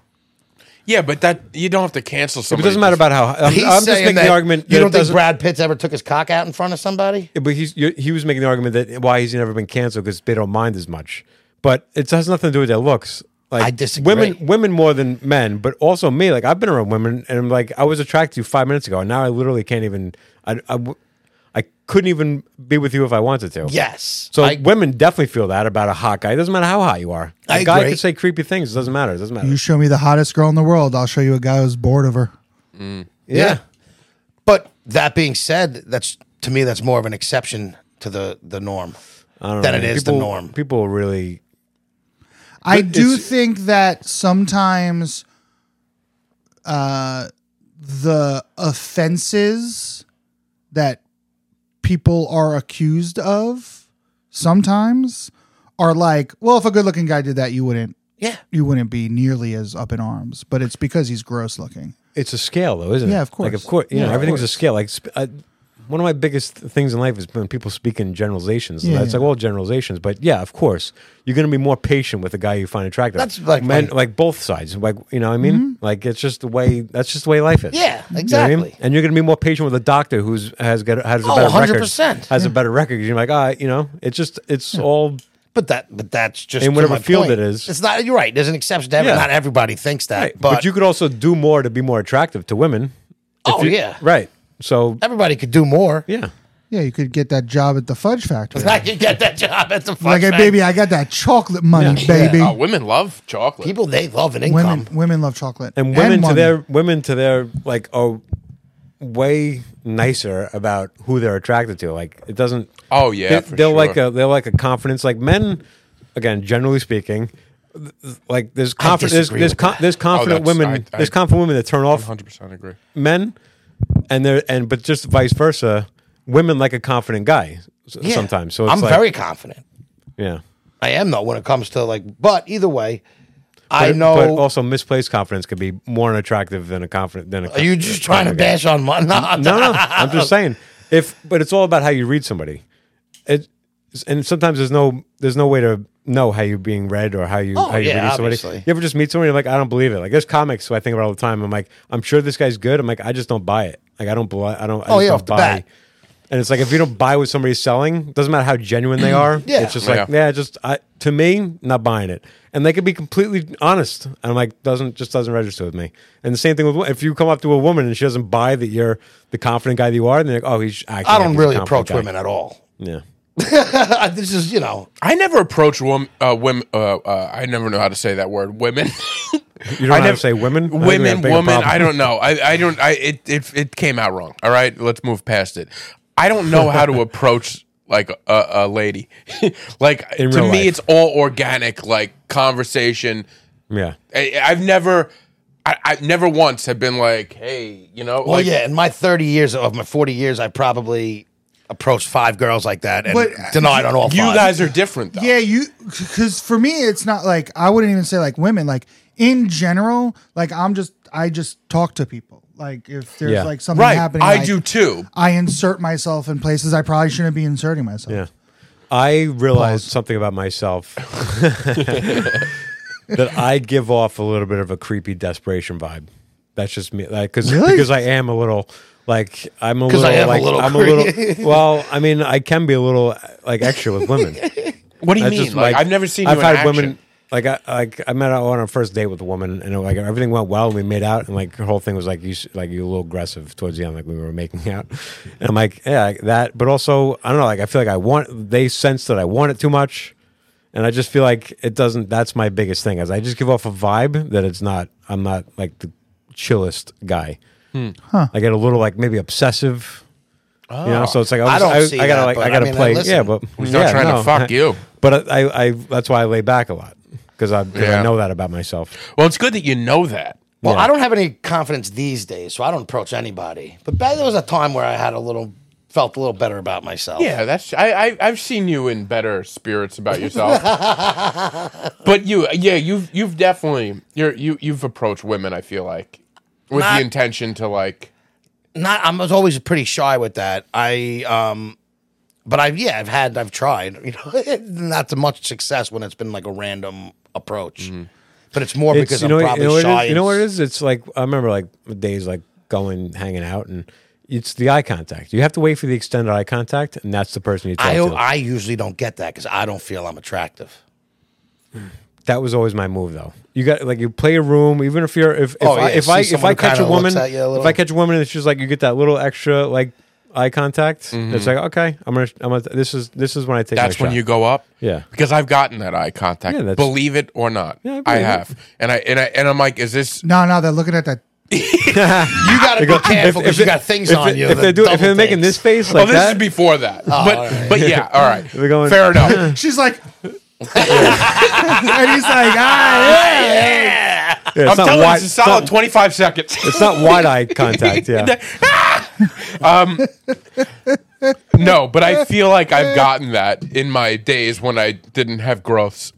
Speaker 2: Yeah, but that you don't have to cancel
Speaker 4: It
Speaker 2: somebody.
Speaker 4: doesn't matter about how. I'm,
Speaker 3: He's
Speaker 4: I'm just
Speaker 3: saying
Speaker 4: making
Speaker 3: that
Speaker 4: the argument.
Speaker 3: You
Speaker 4: that it
Speaker 3: don't think
Speaker 4: doesn't-
Speaker 3: Brad Pitt's ever took his cock out in front of somebody?
Speaker 4: Yeah, but he's you- he was making the argument that why he's never been canceled because they don't mind as much. But it has nothing to do with their looks. Like
Speaker 3: I disagree.
Speaker 4: Women, women more than men, but also me. Like I've been around women, and I'm like I was attracted to you five minutes ago, and now I literally can't even. I I w- I couldn't even be with you if I wanted to.
Speaker 3: Yes.
Speaker 4: So
Speaker 3: I,
Speaker 4: women definitely feel that about a hot guy. It doesn't matter how hot you are. A
Speaker 3: I
Speaker 4: guy
Speaker 3: agree.
Speaker 4: can say creepy things. It doesn't matter. It doesn't matter.
Speaker 5: You show me the hottest girl in the world, I'll show you a guy who's bored of her.
Speaker 3: yeah. But that being said, that's to me that's more of an exception to the the norm
Speaker 4: I don't
Speaker 3: than
Speaker 4: know.
Speaker 3: it is
Speaker 4: people,
Speaker 3: the norm.
Speaker 4: People really.
Speaker 5: I
Speaker 4: But
Speaker 5: do
Speaker 4: it's-
Speaker 5: think that sometimes uh, the offenses that people are accused of sometimes are like, well, if a good looking guy did that, you wouldn't
Speaker 3: Yeah.
Speaker 5: you wouldn't be nearly as up in arms. But it's because he's gross looking.
Speaker 4: It's a scale, though, isn't it?
Speaker 5: Yeah, of
Speaker 4: Like,
Speaker 5: course.
Speaker 4: of course, you
Speaker 5: Yeah,
Speaker 4: know,
Speaker 5: of
Speaker 4: everything's
Speaker 5: course.
Speaker 4: a scale. Like, sp- I, one of my biggest th- things in life is when people speak in generalizations.
Speaker 5: Yeah,
Speaker 4: Yeah, it's
Speaker 5: yeah.
Speaker 4: like all generalizations, but yeah, of course, you're going to be more patient with a guy you find attractive.
Speaker 3: That's like
Speaker 4: men,
Speaker 3: my-
Speaker 4: like both sides. Like, you know, what I mean, like it's just the way. That's just the way life is.
Speaker 3: Yeah,
Speaker 4: You know what I mean?
Speaker 3: exactly.
Speaker 4: And you're going to be more patient with a doctor who's has got has a
Speaker 3: Oh,
Speaker 4: better
Speaker 3: 100%.
Speaker 4: record. Has a better record. You're like, ah, you know, it's just it's all
Speaker 3: But that but that's just
Speaker 4: In
Speaker 3: to
Speaker 4: whatever
Speaker 3: my
Speaker 4: field
Speaker 3: point.
Speaker 4: it is.
Speaker 3: It's not you're right. There's an exception to every,
Speaker 4: Yeah.
Speaker 3: not everybody thinks that.
Speaker 4: Right.
Speaker 3: But,
Speaker 4: But, you could also do more to be more attractive to women. If
Speaker 3: Oh,
Speaker 4: you-
Speaker 3: yeah.
Speaker 4: Right. So
Speaker 3: everybody could do more.
Speaker 4: yeah.
Speaker 5: Yeah, you could get that job at the fudge factory.
Speaker 3: I could get that job at the fuck
Speaker 5: like, hey, baby, I got that chocolate money,
Speaker 3: Yeah.
Speaker 5: baby.
Speaker 2: Oh, women love chocolate.
Speaker 3: People they love an income.
Speaker 5: women, women love chocolate,
Speaker 4: And women to
Speaker 5: money.
Speaker 4: their women to their like are way nicer about who they're attracted to. Like it doesn't
Speaker 2: oh yeah,
Speaker 4: they,
Speaker 2: for
Speaker 4: they're
Speaker 2: sure.
Speaker 4: like a they're like a confidence. Like men, again, generally speaking, th- th- like there's confident there's
Speaker 3: disagree
Speaker 4: there's,
Speaker 3: with
Speaker 4: con- there's confident
Speaker 2: Oh, that's-
Speaker 4: women
Speaker 2: I- I-
Speaker 4: there's confident women that turn off
Speaker 2: 100% agree.
Speaker 4: men and they're and but just vice versa. Women like a confident guy s-
Speaker 3: Yeah.
Speaker 4: sometimes. So it's
Speaker 3: I'm
Speaker 4: like,
Speaker 3: very confident.
Speaker 4: yeah.
Speaker 3: I am though when it comes to like but either way, I
Speaker 4: But- But
Speaker 3: know
Speaker 4: also, misplaced confidence could be more unattractive than a confident than a.
Speaker 3: are you just trying to bash on my no, I'm
Speaker 4: No,
Speaker 3: not.
Speaker 4: no. I'm just saying. If but it's all about how you read somebody. It and sometimes there's no there's no way to know how you're being read or how you
Speaker 3: Oh,
Speaker 4: how you
Speaker 3: yeah,
Speaker 4: read somebody.
Speaker 3: obviously.
Speaker 4: You ever just meet somebody you're like I don't believe it. Like there's comics who I think about all the time. I'm like I'm sure this guy's good. I'm like I just don't buy it. Like I don't buy. I don't. I
Speaker 3: Oh,
Speaker 4: just
Speaker 3: yeah,
Speaker 4: don't
Speaker 3: off the
Speaker 4: buy.
Speaker 3: bat.
Speaker 4: And it's like if you don't buy what somebody's selling, doesn't matter how genuine they are.
Speaker 3: Yeah.
Speaker 4: it's just like
Speaker 2: Yeah.
Speaker 4: yeah, just I, to me, not buying it. And they could be completely honest. And I'm like, doesn't just doesn't register with me. And the same thing with wo- if you come up to a woman and she doesn't buy that you're the confident guy that you are, and they're like, oh, he's acting.
Speaker 3: I
Speaker 4: like
Speaker 3: don't
Speaker 4: he's a
Speaker 3: really
Speaker 4: confident
Speaker 3: approach
Speaker 4: guy.
Speaker 3: women at all.
Speaker 4: Yeah,
Speaker 3: this is, you know,
Speaker 2: I never approach women. Uh, women. Uh, uh, I never know how to say that word. Women.
Speaker 4: you don't know
Speaker 2: I
Speaker 4: how
Speaker 2: never
Speaker 4: to say women. I think we have
Speaker 2: Women.
Speaker 4: a bigger
Speaker 2: Woman.
Speaker 4: problem.
Speaker 2: I don't know. I. I don't. I. It, it. It came out wrong. All right. Let's move past it. I don't know how to approach like a, a lady. like
Speaker 4: In
Speaker 2: to me,
Speaker 4: real life.
Speaker 2: it's all organic. Like conversation.
Speaker 4: Yeah,
Speaker 2: I, I've never. I, I've never once have been like, hey, you know.
Speaker 3: well,
Speaker 2: like,
Speaker 3: yeah, in my 30 years, of my 40 years, I probably approached five girls like that and
Speaker 5: But,
Speaker 3: denied on all
Speaker 2: You
Speaker 3: five.
Speaker 2: guys are different, though.
Speaker 5: Yeah, you because for me it's not like I wouldn't even say like women like in general like I'm just I just talk to people like if there's
Speaker 4: Yeah.
Speaker 5: like something
Speaker 2: Right.
Speaker 5: happening
Speaker 2: I
Speaker 5: like,
Speaker 2: do too.
Speaker 5: I insert myself in places I probably shouldn't be inserting myself.
Speaker 4: yeah. I realized something about myself that I give off a little bit of a creepy desperation vibe. That's just me, like because
Speaker 5: Really?
Speaker 4: because I am a little like I'm a
Speaker 3: 'Cause
Speaker 4: little
Speaker 3: I am a
Speaker 4: like
Speaker 3: little
Speaker 4: I'm a
Speaker 3: creepy.
Speaker 4: little well. I mean, I can be a little like extra with women.
Speaker 2: What do you
Speaker 4: I
Speaker 2: mean? Like, I've never seen.
Speaker 4: I've
Speaker 2: you in
Speaker 4: had
Speaker 2: action.
Speaker 4: women like I like I met out on our first date with a woman, and like everything went well, and we made out, and like her whole thing was like you s- like you a little aggressive towards the end, like we were making out, and I'm like yeah like that, but also I don't know like I feel like I want they sense that I want it too much, and I just feel like it doesn't. That's my biggest thing is I just give off a vibe that it's not I'm not like the chillest guy.
Speaker 2: Hmm.
Speaker 4: I get a little like maybe obsessive. You know, so
Speaker 2: Oh.
Speaker 4: it's like I, was,
Speaker 3: I
Speaker 4: I
Speaker 3: don't
Speaker 4: don't. I,
Speaker 3: see
Speaker 4: gotta
Speaker 3: that,
Speaker 4: like.
Speaker 3: but
Speaker 4: I
Speaker 3: I
Speaker 4: gotta
Speaker 3: mean, I
Speaker 4: play.
Speaker 3: listen.
Speaker 4: Yeah, but
Speaker 2: He's not
Speaker 4: yeah,
Speaker 2: trying to fuck you.
Speaker 4: But I, I, I, that's why I lay back a lot because I, 'cause
Speaker 2: Yeah.
Speaker 4: I know that about myself.
Speaker 2: Well, it's good that you know that.
Speaker 3: well,
Speaker 4: yeah.
Speaker 3: I don't have any confidence these days, so I don't approach anybody. But back, there was a time where I had a little, felt a little better about myself.
Speaker 2: Yeah, that's I, I I've seen you in better spirits about yourself. but you yeah, you've you've definitely you're you you've approached women, I feel like. With
Speaker 3: Not-
Speaker 2: the intention to like
Speaker 3: Not, I was always pretty shy with that. I, um, but I've, yeah, I've had, I've tried, you know, not to much success when it's been like a random approach. but it's more because
Speaker 4: Mm-hmm. you
Speaker 3: I'm
Speaker 4: know,
Speaker 3: probably
Speaker 4: you know what it
Speaker 3: shy.
Speaker 4: is? You know what it is? It's like I remember like days like going hanging out and it's the eye contact. You have to wait for the extended eye contact, and that's the person you talk
Speaker 3: I,
Speaker 4: to.
Speaker 3: I usually don't get that because I don't feel I'm attractive.
Speaker 4: that was always my move, though. You got like you play a room, even if you're if if
Speaker 3: Oh,
Speaker 4: I,
Speaker 3: yeah,
Speaker 4: if
Speaker 3: see
Speaker 4: I if
Speaker 3: someone
Speaker 4: I
Speaker 3: who
Speaker 4: catch a
Speaker 3: kinda
Speaker 4: woman
Speaker 3: looks at you a
Speaker 4: if
Speaker 3: little.
Speaker 4: I catch a woman and it's just like you get that little extra like eye contact.
Speaker 3: Mm-hmm.
Speaker 4: It's like okay, I'm gonna I'm gonna this is this is when I take
Speaker 2: That's
Speaker 4: my
Speaker 2: when
Speaker 4: shot.
Speaker 2: you go up.
Speaker 4: Yeah.
Speaker 2: Because I've gotten that eye contact.
Speaker 4: Yeah, that's-
Speaker 2: believe it or not.
Speaker 4: Yeah, I
Speaker 2: I,
Speaker 4: believe it.
Speaker 2: have. And I and I and I'm like, is this
Speaker 5: No, no, they're looking at that.
Speaker 3: You got to be careful because you got things
Speaker 4: if,
Speaker 3: on
Speaker 4: they-
Speaker 3: you.
Speaker 4: If
Speaker 3: that
Speaker 4: they're doing if
Speaker 3: double
Speaker 4: they're making
Speaker 3: things.
Speaker 4: this face like
Speaker 2: Oh, this is
Speaker 4: that, Oh,
Speaker 2: before that. but
Speaker 3: all right.
Speaker 2: but yeah, all right.
Speaker 4: We're going-
Speaker 2: Fair enough.
Speaker 5: She's like, and he's like, ah, yeah.
Speaker 4: yeah,
Speaker 2: I'm
Speaker 4: it's not
Speaker 2: telling you,
Speaker 4: wide.
Speaker 2: it's a solid 25 seconds.
Speaker 4: It's not wide eye contact. Yeah,
Speaker 2: No, but I feel like I've gotten that in my days when I didn't have growths.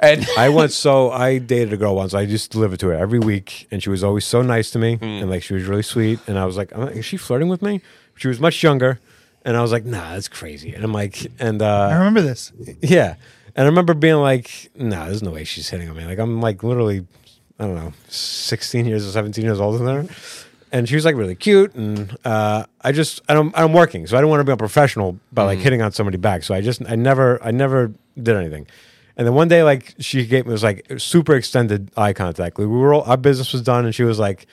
Speaker 2: And
Speaker 4: I once so I dated a girl once. I just delivered to her every week, and she was always so nice to me,
Speaker 2: Hmm.
Speaker 4: and like she was really sweet. And I was like, I'm like, is she flirting with me? She was much younger, and I was like, nah, that's crazy. And I'm like, and
Speaker 5: I
Speaker 4: uh,
Speaker 5: remember this.
Speaker 4: yeah, and I remember being like, nah, there's no way she's hitting on me. Like I'm like literally, I don't know, 16 years or 17 years older than her. And she was like really cute, and uh, I just I don't I'm working, so I don't want to be a professional by like hitting on somebody back. So I just I never I never did anything. And then one day, like she gave me was like super extended eye contact. Like we were all our business was done, and she was like,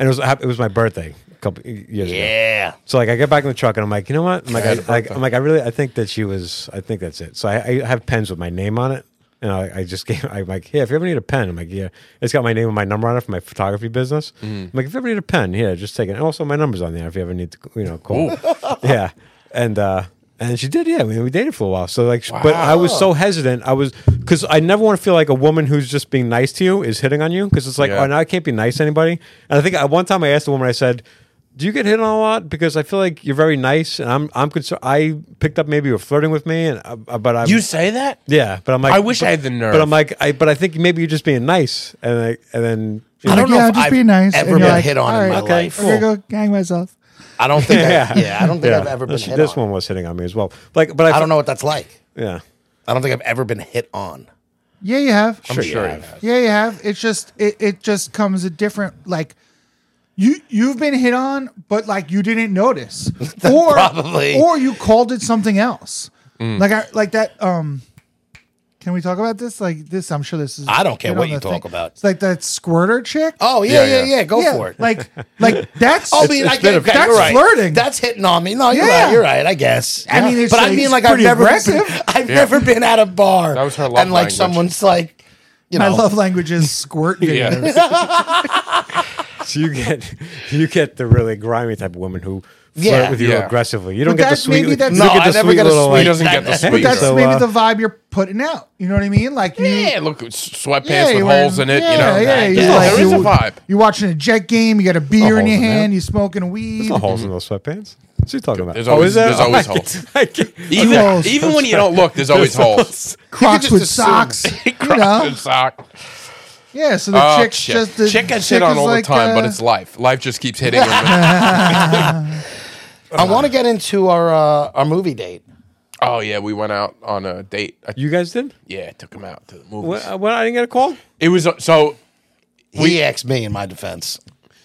Speaker 4: and it was it was my birthday a couple years ago.
Speaker 3: yeah.
Speaker 4: So like I get back in the truck and I'm like, you know what? I'm like, I, like, I'm like, I really, I think that she was. I think that's it. So I, I have pens with my name on it, and I, I just gave. I'm like, yeah, if you ever need a pen, I'm like, yeah, it's got my name and my number on it for my photography business. I'm like, if you ever need a pen, yeah, just take it. And also my number's on there if you ever need to, you know, call. yeah, and uh and she did. Yeah, I mean, we dated for a while. So like, but I was so hesitant. I was because I never want to feel like a woman who's just being nice to you is hitting on you because it's like,
Speaker 2: Yeah.
Speaker 4: oh, now I can't be nice to anybody. And I think I, one time I asked a woman, I said, "Do you get hit on a lot?" Because I feel like you're very nice, and I'm I'm concerned. I picked up maybe you were flirting with me, and I, but I
Speaker 2: say that?
Speaker 4: yeah, but I'm like
Speaker 2: I wish
Speaker 4: but-
Speaker 2: I had the nerve.
Speaker 4: But I'm like, I but I think maybe you're just being nice, and I, and then you
Speaker 3: I
Speaker 4: know,
Speaker 3: don't know
Speaker 5: yeah,
Speaker 3: if
Speaker 5: just
Speaker 3: I've
Speaker 5: be nice.
Speaker 3: ever
Speaker 5: and you're
Speaker 3: been
Speaker 5: like,
Speaker 3: hit on in
Speaker 5: "All
Speaker 3: my
Speaker 5: right,
Speaker 3: life."
Speaker 5: I'm gonna go gang myself.
Speaker 3: I don't think.
Speaker 4: yeah,
Speaker 3: I, yeah. I don't think
Speaker 4: Yeah.
Speaker 3: I've ever been
Speaker 4: She-
Speaker 3: hit
Speaker 4: This
Speaker 3: on.
Speaker 4: one was hitting on me as well. Like, but I,
Speaker 3: I don't know what that's like.
Speaker 4: Yeah,
Speaker 3: I don't think I've ever been hit on.
Speaker 5: Yeah, you have.
Speaker 3: I'm sure,
Speaker 2: sure
Speaker 3: you
Speaker 2: you
Speaker 3: have.
Speaker 5: Yeah, you have. It's just it, it just comes a different like you you've been hit on, but like you didn't notice, or
Speaker 3: Probably. Mm.
Speaker 5: or you called it something else. Like I like that. Um, can we talk about this? Like this, I'm sure this is.
Speaker 3: I don't care
Speaker 5: hit
Speaker 3: what
Speaker 5: on
Speaker 3: you
Speaker 5: the
Speaker 3: talk about.
Speaker 5: It's like that squirter chick.
Speaker 3: Oh yeah,
Speaker 2: Yeah,
Speaker 3: yeah, yeah.
Speaker 2: yeah.
Speaker 3: Go
Speaker 5: Yeah,
Speaker 3: for it. Oh,
Speaker 5: Like like that's.
Speaker 3: I mean, I
Speaker 4: it's been
Speaker 3: get,
Speaker 4: a-
Speaker 3: okay,
Speaker 5: that's
Speaker 3: you're right.
Speaker 5: flirting.
Speaker 3: That's hitting on me. No, you're
Speaker 5: Yeah.
Speaker 3: right. You're right. I guess.
Speaker 5: I mean, it's
Speaker 3: but I
Speaker 5: like-
Speaker 3: mean,
Speaker 5: it's
Speaker 3: like I've
Speaker 5: pretty
Speaker 3: never,
Speaker 5: aggressive.
Speaker 3: been, I've never been at a bar.
Speaker 2: That was her love
Speaker 3: And like
Speaker 2: language.
Speaker 3: someone's like, you know,
Speaker 5: my love language is squirt videos.
Speaker 4: so you get you get the really grimy type of woman who flirt
Speaker 3: Yeah.
Speaker 4: with you
Speaker 2: Yeah.
Speaker 4: aggressive. You don't
Speaker 5: But
Speaker 4: get the
Speaker 5: that's- maybe
Speaker 4: sweet.
Speaker 5: that's-
Speaker 4: you
Speaker 3: no,
Speaker 4: don't get
Speaker 3: I
Speaker 4: the
Speaker 3: never
Speaker 4: sweet
Speaker 3: got a
Speaker 4: little,
Speaker 3: sweet.
Speaker 4: like-
Speaker 2: He doesn't get the
Speaker 3: that-
Speaker 2: sweet.
Speaker 5: But that's
Speaker 4: So,
Speaker 5: maybe
Speaker 4: uh,
Speaker 5: the vibe you're putting out. You know what I mean? Like you,
Speaker 2: Yeah, look, sweatpants
Speaker 5: Yeah,
Speaker 2: with
Speaker 5: you wear-
Speaker 2: holes in it.
Speaker 5: Yeah,
Speaker 2: you know,
Speaker 5: yeah,
Speaker 2: There's
Speaker 5: you
Speaker 2: a-
Speaker 5: like-
Speaker 2: there is a
Speaker 5: you-
Speaker 2: vibe.
Speaker 5: You're watching a jet game. You got a beer in
Speaker 4: holes
Speaker 5: your
Speaker 4: in there.
Speaker 5: hand. You smoking weed.
Speaker 4: There's no holes in those sweatpants. What's he talking about? Oh,
Speaker 2: There's always- there's always
Speaker 4: I
Speaker 2: holes.
Speaker 4: can't- I can't-
Speaker 2: Even,
Speaker 5: holes.
Speaker 2: even when you don't look, there's always holes.
Speaker 5: Crocs
Speaker 3: just
Speaker 5: with
Speaker 3: assume.
Speaker 5: socks. you know?
Speaker 2: Good sock.
Speaker 5: Yeah. So the
Speaker 2: Oh,
Speaker 5: chick's
Speaker 2: shit.
Speaker 5: just the
Speaker 2: chick gets
Speaker 5: chick
Speaker 2: hit on
Speaker 5: is
Speaker 2: all
Speaker 5: like,
Speaker 2: the time, but
Speaker 5: uh,
Speaker 2: it's life. Life just keeps hitting him.
Speaker 3: I want to get into our uh, our movie date.
Speaker 2: oh yeah, we went out on a date. I,
Speaker 4: You guys did?
Speaker 2: yeah, took him out to the movies.
Speaker 4: What, uh, what? I didn't get a call.
Speaker 2: It was uh, so
Speaker 3: He asked me in my defense,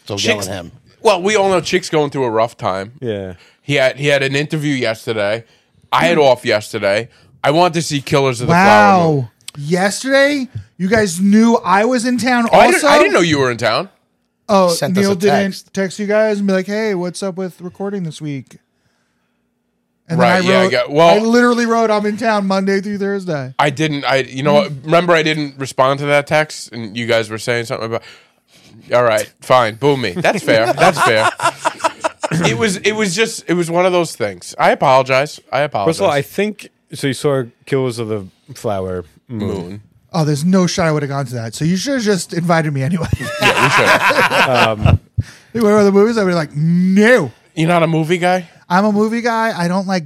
Speaker 3: so yell
Speaker 2: chicks.
Speaker 3: at him.
Speaker 2: Well, we all know chicks going through a rough time.
Speaker 4: Yeah.
Speaker 2: He had he had an interview yesterday. I had off yesterday. I wanted to see Killers of the Flower Moon.
Speaker 5: Hmm. wow. Yesterday, you guys knew I was in town.
Speaker 2: Oh, I,
Speaker 5: Also,
Speaker 2: didn't, I didn't know you were in town.
Speaker 5: Oh,
Speaker 3: Sent us
Speaker 5: Neil
Speaker 3: a
Speaker 5: didn't
Speaker 3: text.
Speaker 5: text you guys and be like, "Hey, what's up with recording this week?" And
Speaker 2: Right, yeah, I got- well-
Speaker 5: I literally wrote, "I'm in town Monday through Thursday."
Speaker 2: I didn't. I you know
Speaker 5: Hmm.
Speaker 2: what? remember I didn't respond to that text, and you guys were saying something about. All right, fine, boo me. That's fair. That's fair. it was. It was just. It was one of those things. I apologize. I apologize.
Speaker 4: First of all, I think so. You saw Killers of the Flower Mm, Moon.
Speaker 5: Oh, there's no shot I would have gone to that. So you should have just invited me anyway.
Speaker 2: Yeah, we should.
Speaker 5: you went to the movies. I would have like, no.
Speaker 2: You're not a movie guy.
Speaker 5: I'm a movie guy. I don't like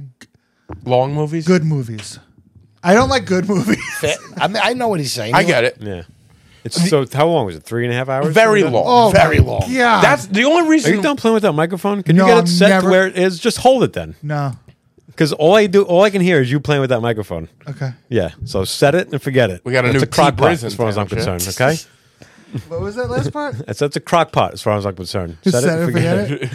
Speaker 2: Long movies.
Speaker 5: good movies. I don't like good movies.
Speaker 3: I mean, I know what he's saying.
Speaker 2: I get it.
Speaker 4: Yeah. It's so. How long was it? Three and a half hours.
Speaker 2: Very
Speaker 4: Something?
Speaker 2: long.
Speaker 3: Very long.
Speaker 5: Oh, Yeah.
Speaker 2: That's the only
Speaker 4: Are
Speaker 2: reason.
Speaker 4: you done playing with that microphone? Can
Speaker 5: No,
Speaker 4: you get
Speaker 5: I'm
Speaker 4: it set
Speaker 5: never-
Speaker 4: to where it is? Just hold it then,
Speaker 5: no.
Speaker 4: because all I do, all I can hear is you playing with that microphone.
Speaker 5: Okay.
Speaker 4: Yeah. So set it and forget it.
Speaker 2: We got a
Speaker 4: That's
Speaker 2: new
Speaker 4: crock
Speaker 2: T-Briz
Speaker 4: pot,
Speaker 2: in
Speaker 4: as far as
Speaker 2: town,
Speaker 4: I'm
Speaker 2: shit.
Speaker 4: concerned. Okay.
Speaker 5: What was that last part?
Speaker 4: That's, that's a crock pot as far as I'm concerned.
Speaker 5: Set it, forget it.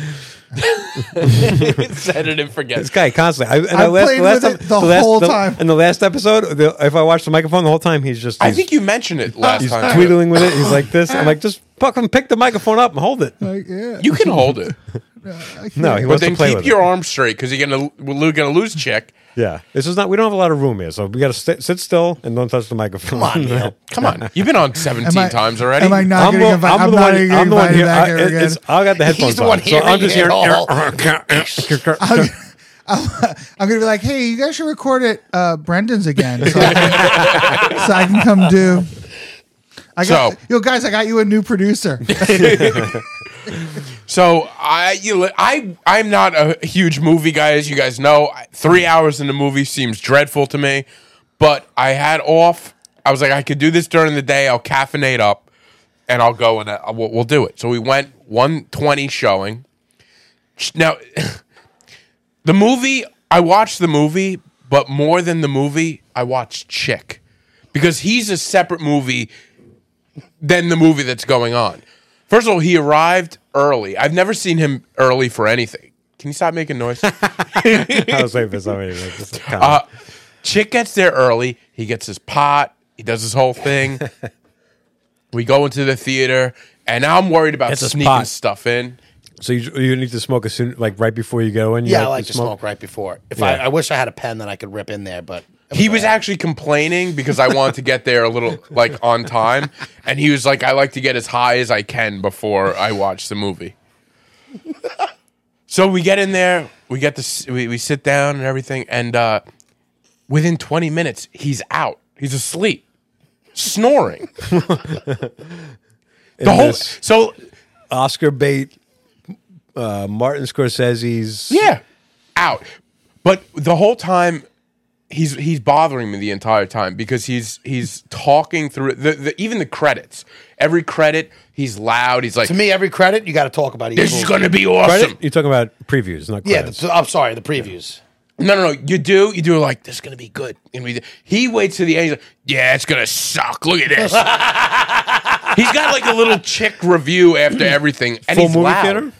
Speaker 2: Said it and forget.
Speaker 4: This guy constantly. I, and
Speaker 5: I
Speaker 4: I last,
Speaker 5: played
Speaker 4: last
Speaker 5: with it
Speaker 4: time-
Speaker 5: the
Speaker 4: last,
Speaker 5: whole time.
Speaker 4: In the last episode, the, if I watched the microphone the whole time, he's just.
Speaker 2: I
Speaker 4: he's-
Speaker 2: think you mentioned it last
Speaker 4: He's
Speaker 2: time.
Speaker 4: tweedling with it. He's like this. I'm like, just fucking pick the microphone up and hold it.
Speaker 5: Like, yeah.
Speaker 2: You can hold it,
Speaker 5: I
Speaker 4: No,
Speaker 5: can't-
Speaker 4: he
Speaker 2: but
Speaker 4: wants to
Speaker 2: then
Speaker 4: play
Speaker 2: keep
Speaker 4: with
Speaker 2: your
Speaker 4: it.
Speaker 2: arms straight because you're gonna we're gonna lose check.
Speaker 4: Yeah, this is not. We don't have a lot of room here, so we got to sit, sit still and don't touch the microphone.
Speaker 2: Come on, Neil. Come on. You've been on 17 times already.
Speaker 5: Am I not
Speaker 4: I'm,
Speaker 5: getting
Speaker 4: the-
Speaker 5: invited?
Speaker 4: I'm
Speaker 5: I'm
Speaker 4: the
Speaker 5: not
Speaker 4: one.
Speaker 5: getting
Speaker 4: I'm the one
Speaker 5: invited
Speaker 4: here.
Speaker 5: back
Speaker 4: I,
Speaker 5: here
Speaker 4: it-
Speaker 5: again.
Speaker 4: it's, I got the headphones
Speaker 2: the one
Speaker 4: on, so I'm just
Speaker 2: hearing
Speaker 4: here.
Speaker 2: it all.
Speaker 5: I'm gonna be like, hey, you guys should record it, uh, Brendan's again, so I, can, so I can come do. I got
Speaker 2: So-
Speaker 5: yo guys, I got you a new producer.
Speaker 2: So I, you, li- I, I'm not a huge movie guy, as you guys know. I- Three hours in the movie seems dreadful to me, but I had off. I was like, I could do this during the day. I'll caffeinate up, and I'll go and I, we'll, we'll do it. So we went 120 showing. Now, the movie I watched the movie, but more than the movie, I watched Chick because he's a separate movie than the movie that's going on. First of all, he arrived early. I've never seen him early for anything. Can you stop making noise?
Speaker 4: I was waiting for somebody. to make this comment.
Speaker 2: Uh, Chick gets there early. He gets his pot. He does his whole thing. we go into the theater, and I'm worried about
Speaker 4: Gets his
Speaker 2: sneaking
Speaker 4: pot.
Speaker 2: stuff in.
Speaker 4: so you, you need to smoke as soon, like right before you go in. You
Speaker 3: Yeah, I like to smoke right before. If I, I wish I had a pen that I could rip in there, but
Speaker 2: He was actually complaining because I wanted to get there a little like on time, and he was like, "I like to get as high as I can before I watch the movie." so we get in there, we get this, we, we sit down and everything, and uh, within 20 minutes, he's out. He's asleep, snoring.
Speaker 4: In
Speaker 2: The whole
Speaker 4: this
Speaker 2: so
Speaker 4: Oscar bait, uh, Martin Scorsese's.
Speaker 2: yeah, out. But the whole time, he's he's bothering me the entire time because he's he's talking through the, the even the credits. Every credit, he's loud. He's like,
Speaker 3: to me, every credit you got to talk about. each
Speaker 2: "This is
Speaker 3: movie.
Speaker 2: going to be awesome."
Speaker 4: You're talking about previews, not
Speaker 3: Yeah,
Speaker 4: credits.
Speaker 3: the, I'm sorry, the previews.
Speaker 2: No, no, no. You do, you do. Like this is going to be good. And we, he waits to the end. He's like, "Yeah, it's going to suck. Look at this." he's got like a little chick review after everything, and
Speaker 4: Full
Speaker 2: he's
Speaker 4: movie
Speaker 2: loud.
Speaker 4: theater.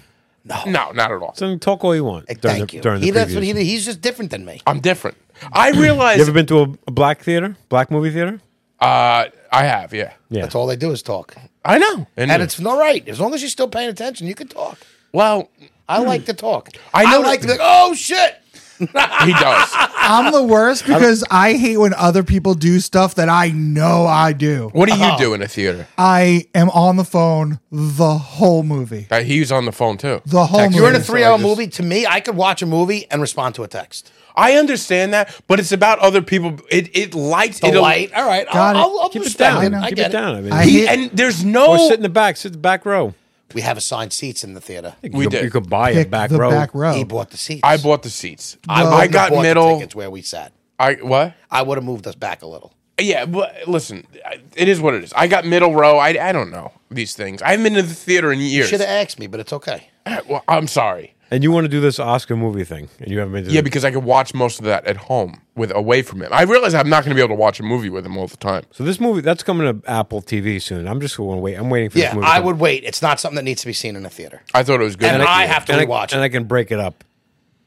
Speaker 2: No, not at all.
Speaker 4: So you talk all you want.
Speaker 3: Like,
Speaker 4: during
Speaker 3: thank
Speaker 4: the,
Speaker 3: you.
Speaker 4: During the
Speaker 3: he, that's what
Speaker 4: previews.
Speaker 3: he, he's just different than me.
Speaker 2: I'm different. I realize.
Speaker 4: You ever been to a, a black theater, black movie theater?
Speaker 3: Oh,
Speaker 2: uh, I have, yeah.
Speaker 4: Yeah.
Speaker 3: That's all they do is talk,
Speaker 2: I know,
Speaker 3: and it's not right. As long as you're still paying attention, you can talk.
Speaker 2: well,
Speaker 3: I like to talk.
Speaker 2: I
Speaker 3: I,
Speaker 2: know
Speaker 3: like
Speaker 2: that-
Speaker 3: to be like, oh shit.
Speaker 2: he does.
Speaker 5: I'm the worst because I hate when other people do stuff that I know I do.
Speaker 2: What do
Speaker 3: Uh-huh.
Speaker 2: you do in a theater?
Speaker 5: I am on the phone the whole movie.
Speaker 2: Uh, he was on the phone too.
Speaker 5: The whole movie.
Speaker 3: You're in a
Speaker 5: So I
Speaker 3: three-hour
Speaker 5: just-
Speaker 3: movie. To me, I could watch a movie and respond to a text.
Speaker 2: I understand that, but it's about other people. It it lights
Speaker 3: The
Speaker 2: it'll-
Speaker 3: light. All right,
Speaker 5: Got it.
Speaker 3: I'll, I'll, I'll
Speaker 4: Keep it
Speaker 3: respect
Speaker 4: down.
Speaker 5: I
Speaker 3: I
Speaker 4: Keep
Speaker 3: get
Speaker 4: it down. I mean,
Speaker 5: I
Speaker 2: He,
Speaker 5: hate-
Speaker 2: and there's
Speaker 4: or
Speaker 2: no.
Speaker 4: sit in the back. Sit in the back row.
Speaker 3: We have assigned seats in the theater.
Speaker 2: We
Speaker 4: you, could-
Speaker 2: did.
Speaker 4: You could buy a
Speaker 5: pick
Speaker 4: back
Speaker 5: the
Speaker 4: row.
Speaker 5: back row.
Speaker 3: He bought the seats.
Speaker 2: I bought the seats. I,
Speaker 5: No.
Speaker 2: I
Speaker 5: Wouldn't
Speaker 2: got
Speaker 3: bought The
Speaker 2: middle.
Speaker 3: tickets where we sat.
Speaker 2: I what?
Speaker 3: I would have moved us back a little.
Speaker 2: Yeah, but listen, I- it is what it is. I got middle row. I, I don't know these things. I haven't been to the theater in years. Uh,
Speaker 3: Should have asked me, but it's okay.
Speaker 2: Well, I'm sorry.
Speaker 4: And you want to do this Oscar movie thing, and you haven't been. To
Speaker 2: Yeah,
Speaker 4: the-
Speaker 2: because I could watch most of that at home with away from him. I realize I'm not going to be able to watch a movie with him all the time.
Speaker 4: so this movie that's coming to Apple TV soon. I'm just going to wait. I'm waiting for this
Speaker 3: Yeah,
Speaker 4: movie. to
Speaker 3: I
Speaker 4: come.
Speaker 3: would wait. It's not something that needs to be seen in a theater.
Speaker 2: I thought it was good.
Speaker 3: And I have to
Speaker 4: and
Speaker 3: rewatch
Speaker 4: I, and
Speaker 3: it.
Speaker 4: I can break it up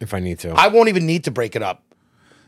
Speaker 4: if I need to.
Speaker 3: I won't even need to break it up.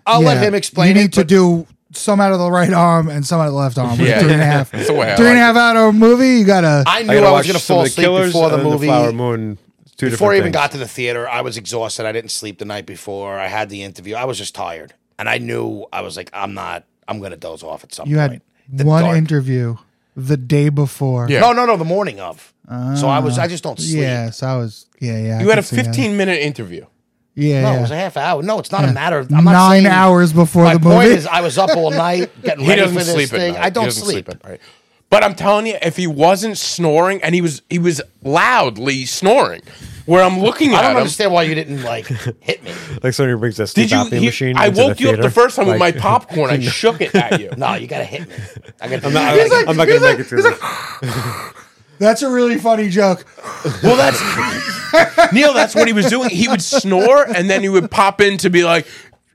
Speaker 3: I'll
Speaker 5: Yeah.
Speaker 3: let him explain.
Speaker 5: You
Speaker 3: it,
Speaker 5: need to
Speaker 3: but
Speaker 5: do some out of the right arm and some out of the left arm.
Speaker 2: Yeah.
Speaker 5: Yeah. Three and a half.
Speaker 2: That's the way I
Speaker 5: Three and a
Speaker 2: like
Speaker 5: half hour movie. You gotta.
Speaker 3: I knew
Speaker 4: gotta
Speaker 3: I,
Speaker 4: watch
Speaker 3: was going to
Speaker 4: some
Speaker 3: fall
Speaker 4: of
Speaker 3: asleep before
Speaker 4: and
Speaker 3: the
Speaker 4: then
Speaker 3: movie.
Speaker 4: Flower Moon. Two
Speaker 3: before I even
Speaker 4: different
Speaker 3: got
Speaker 4: things.
Speaker 3: to the theater, I was exhausted. I didn't sleep the night before. I had the interview. I was just tired, and I knew I was like, I'm not. I'm going to doze off at some
Speaker 5: you
Speaker 3: point.
Speaker 5: had one
Speaker 3: dark-
Speaker 5: interview the day before.
Speaker 2: Yeah.
Speaker 3: No, no, no. The morning of. so I was. I just don't sleep.
Speaker 5: Yeah. So I was. Yeah. Yeah. I
Speaker 2: You had
Speaker 5: could
Speaker 2: a
Speaker 5: see that.
Speaker 2: 15 minute interview.
Speaker 5: Yeah.
Speaker 3: No,
Speaker 5: yeah.
Speaker 3: it was a half hour. No, it's not a matter of I'm not
Speaker 5: Nine
Speaker 3: saying-
Speaker 5: hours before
Speaker 3: My
Speaker 5: the
Speaker 3: point
Speaker 5: movie.
Speaker 3: is, I was up all night getting
Speaker 2: He
Speaker 3: ready for
Speaker 2: doesn't
Speaker 3: this
Speaker 2: sleep at
Speaker 3: thing.
Speaker 2: night.
Speaker 3: I don't
Speaker 2: He doesn't
Speaker 3: sleep.
Speaker 2: at night. But I'm telling you, if he wasn't snoring and he was he was loudly snoring, where I'm looking
Speaker 3: I
Speaker 2: at
Speaker 3: don't
Speaker 2: him.
Speaker 3: understand why you didn't like hit me.
Speaker 4: like somebody brings that
Speaker 2: Did
Speaker 4: Steve
Speaker 2: you?
Speaker 4: Apple
Speaker 2: he-
Speaker 4: machine.
Speaker 2: I
Speaker 4: into
Speaker 2: woke you up
Speaker 4: theater.
Speaker 2: the first time with my
Speaker 4: Like-
Speaker 2: popcorn. I shook it at you.
Speaker 3: No, you gotta hit me. I gotta.
Speaker 4: I'm not,
Speaker 3: like,
Speaker 4: I'm not gonna make it through. this.
Speaker 5: That's a really funny joke.
Speaker 2: Well, that's Neil. That's what he was doing. He would snore and then he would pop in to be like,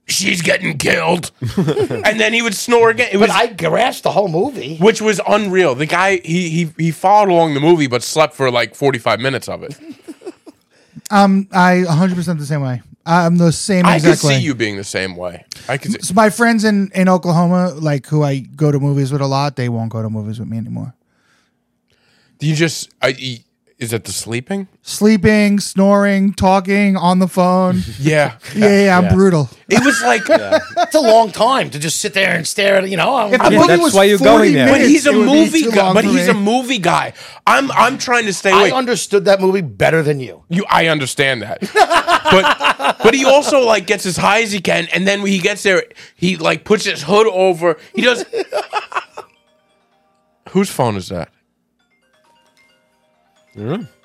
Speaker 2: she's getting killed, and then he would snore again. It was
Speaker 3: But I grasped the whole movie.
Speaker 2: which was unreal. The guy he he he followed along the movie, but slept for like forty five minutes of it.
Speaker 5: I 100% the same way. I'm the same
Speaker 2: I could
Speaker 5: exact way.
Speaker 2: see you being the same way. I could. See,
Speaker 5: So my friends in, in Oklahoma, like who I go to movies with a lot, they won't go to movies with me anymore.
Speaker 2: do you just I, you- is it the sleeping?
Speaker 5: Sleeping, snoring, talking on the phone.
Speaker 2: Yeah,
Speaker 5: yeah, yeah, I'm brutal.
Speaker 2: it was like.
Speaker 3: That's a long time to just sit there and stare at. it, You know, I'm,
Speaker 5: If the
Speaker 3: I'm-
Speaker 5: movie
Speaker 4: that's
Speaker 5: was
Speaker 4: why you're
Speaker 5: 40
Speaker 4: going there.
Speaker 2: But
Speaker 5: minutes,
Speaker 2: he's a
Speaker 5: it would be
Speaker 2: movie
Speaker 5: too
Speaker 2: guy.
Speaker 5: long
Speaker 2: But
Speaker 5: for
Speaker 2: he's a
Speaker 5: me.
Speaker 2: movie guy. I'm I'm trying to stay
Speaker 3: I
Speaker 2: away.
Speaker 3: understood that movie better than you.
Speaker 2: You, I understand that, but but he also like gets as high as he can, and then when he gets there, he like puts his hood over. He does. Whose phone is that?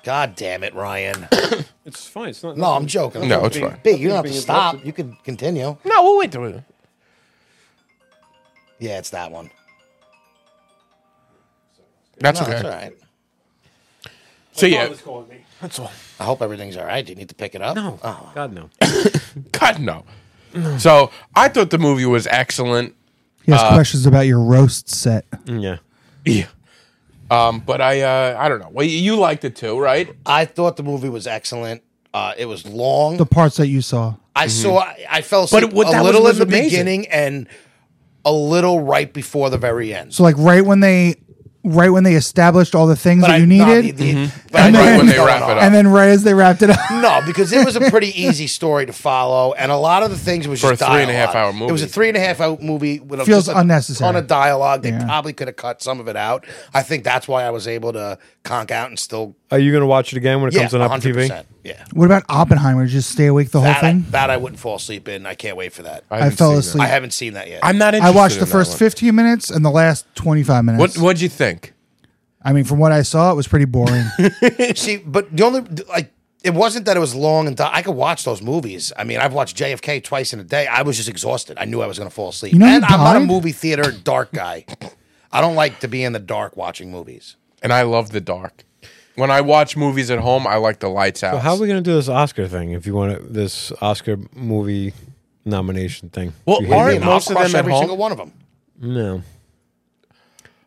Speaker 3: God damn it, Ryan.
Speaker 4: It's fine. It's not.
Speaker 3: No, I'm joking.
Speaker 2: No, it's fine.
Speaker 3: Big, you don't have to
Speaker 4: Being
Speaker 3: stop. You can continue.
Speaker 2: No, we'll wait. till we-
Speaker 3: Yeah, it's that one.
Speaker 2: That's
Speaker 3: No,
Speaker 2: okay.
Speaker 3: it's all right.
Speaker 2: So yeah,
Speaker 4: That's all.
Speaker 3: I hope everything's all right. Do you need to pick it up?
Speaker 4: No.
Speaker 3: Oh.
Speaker 4: God no.
Speaker 2: God no. So I thought the movie was excellent.
Speaker 5: He has questions about your roast set.
Speaker 4: yeah.
Speaker 2: Yeah. Um, but I uh, I don't know. Well, you liked it too, right?
Speaker 3: I thought the movie was excellent. Uh, it was long.
Speaker 5: The parts that you saw.
Speaker 3: I saw. I, I fell
Speaker 2: Mm-hmm. But
Speaker 3: asleep
Speaker 2: what- that
Speaker 3: a
Speaker 2: was-
Speaker 3: little
Speaker 2: was
Speaker 3: in the
Speaker 2: amazing.
Speaker 3: beginning and a little right before the very end.
Speaker 5: So like right when they right when they established all the things that you
Speaker 3: no,
Speaker 5: needed,
Speaker 3: the- the-
Speaker 2: Mm-hmm.
Speaker 3: but I
Speaker 5: And
Speaker 3: knew
Speaker 5: then-
Speaker 3: what
Speaker 5: when
Speaker 3: was
Speaker 5: they
Speaker 3: going
Speaker 2: wrap it
Speaker 3: on.
Speaker 2: up.
Speaker 5: and then right as they wrapped it up,
Speaker 3: No, because it was a pretty easy story to follow, and a lot of the things was
Speaker 2: For
Speaker 3: just
Speaker 2: a three and a
Speaker 3: dialogue.
Speaker 2: half hour
Speaker 3: It was a
Speaker 2: movie.
Speaker 3: three and a half hour movie with a,
Speaker 5: Feels
Speaker 3: just a
Speaker 5: unnecessary.
Speaker 3: ton of dialogue. They
Speaker 5: Yeah.
Speaker 3: probably could have cut some of it out. I think that's why I was able to conk out and still
Speaker 4: Are you gonna watch it again when it
Speaker 3: yeah,
Speaker 4: comes on Apple TV?
Speaker 3: 100%. Yeah,
Speaker 5: what about Oppenheimer? Just stay awake the whole
Speaker 3: that I,
Speaker 5: thing.
Speaker 3: that I wouldn't fall asleep in. I can't wait for that. I,
Speaker 5: I,
Speaker 2: haven't
Speaker 5: fell
Speaker 2: seen it.
Speaker 5: asleep.
Speaker 3: haven't seen that yet.
Speaker 2: I'm not.
Speaker 5: I
Speaker 2: Interested
Speaker 5: watched the
Speaker 2: in that
Speaker 5: first
Speaker 2: one.
Speaker 5: 15 minutes and the last 25
Speaker 2: What
Speaker 5: minutes.
Speaker 2: What'd you think?
Speaker 5: I mean, from what I saw, it was pretty boring.
Speaker 3: See, but the only like it wasn't that it was long and di- I could watch those movies. I mean, I've watched JFK twice in a day. I was just exhausted. I knew I was going to fall asleep.
Speaker 5: You know
Speaker 3: and
Speaker 5: who
Speaker 3: I'm not a
Speaker 5: died?
Speaker 3: movie theater dark guy. I don't like to be in the dark watching movies.
Speaker 2: And I love the dark. When I watch movies at home, I like the lights out.
Speaker 4: How are we gonna do this Oscar thing? If you want to, this Oscar movie nomination thing.
Speaker 2: Well,
Speaker 4: You hate
Speaker 2: aren't
Speaker 4: me
Speaker 3: And
Speaker 4: now.
Speaker 3: I'll
Speaker 2: most of
Speaker 3: crush
Speaker 2: them at
Speaker 3: every
Speaker 2: home?
Speaker 3: single one of them.
Speaker 4: No.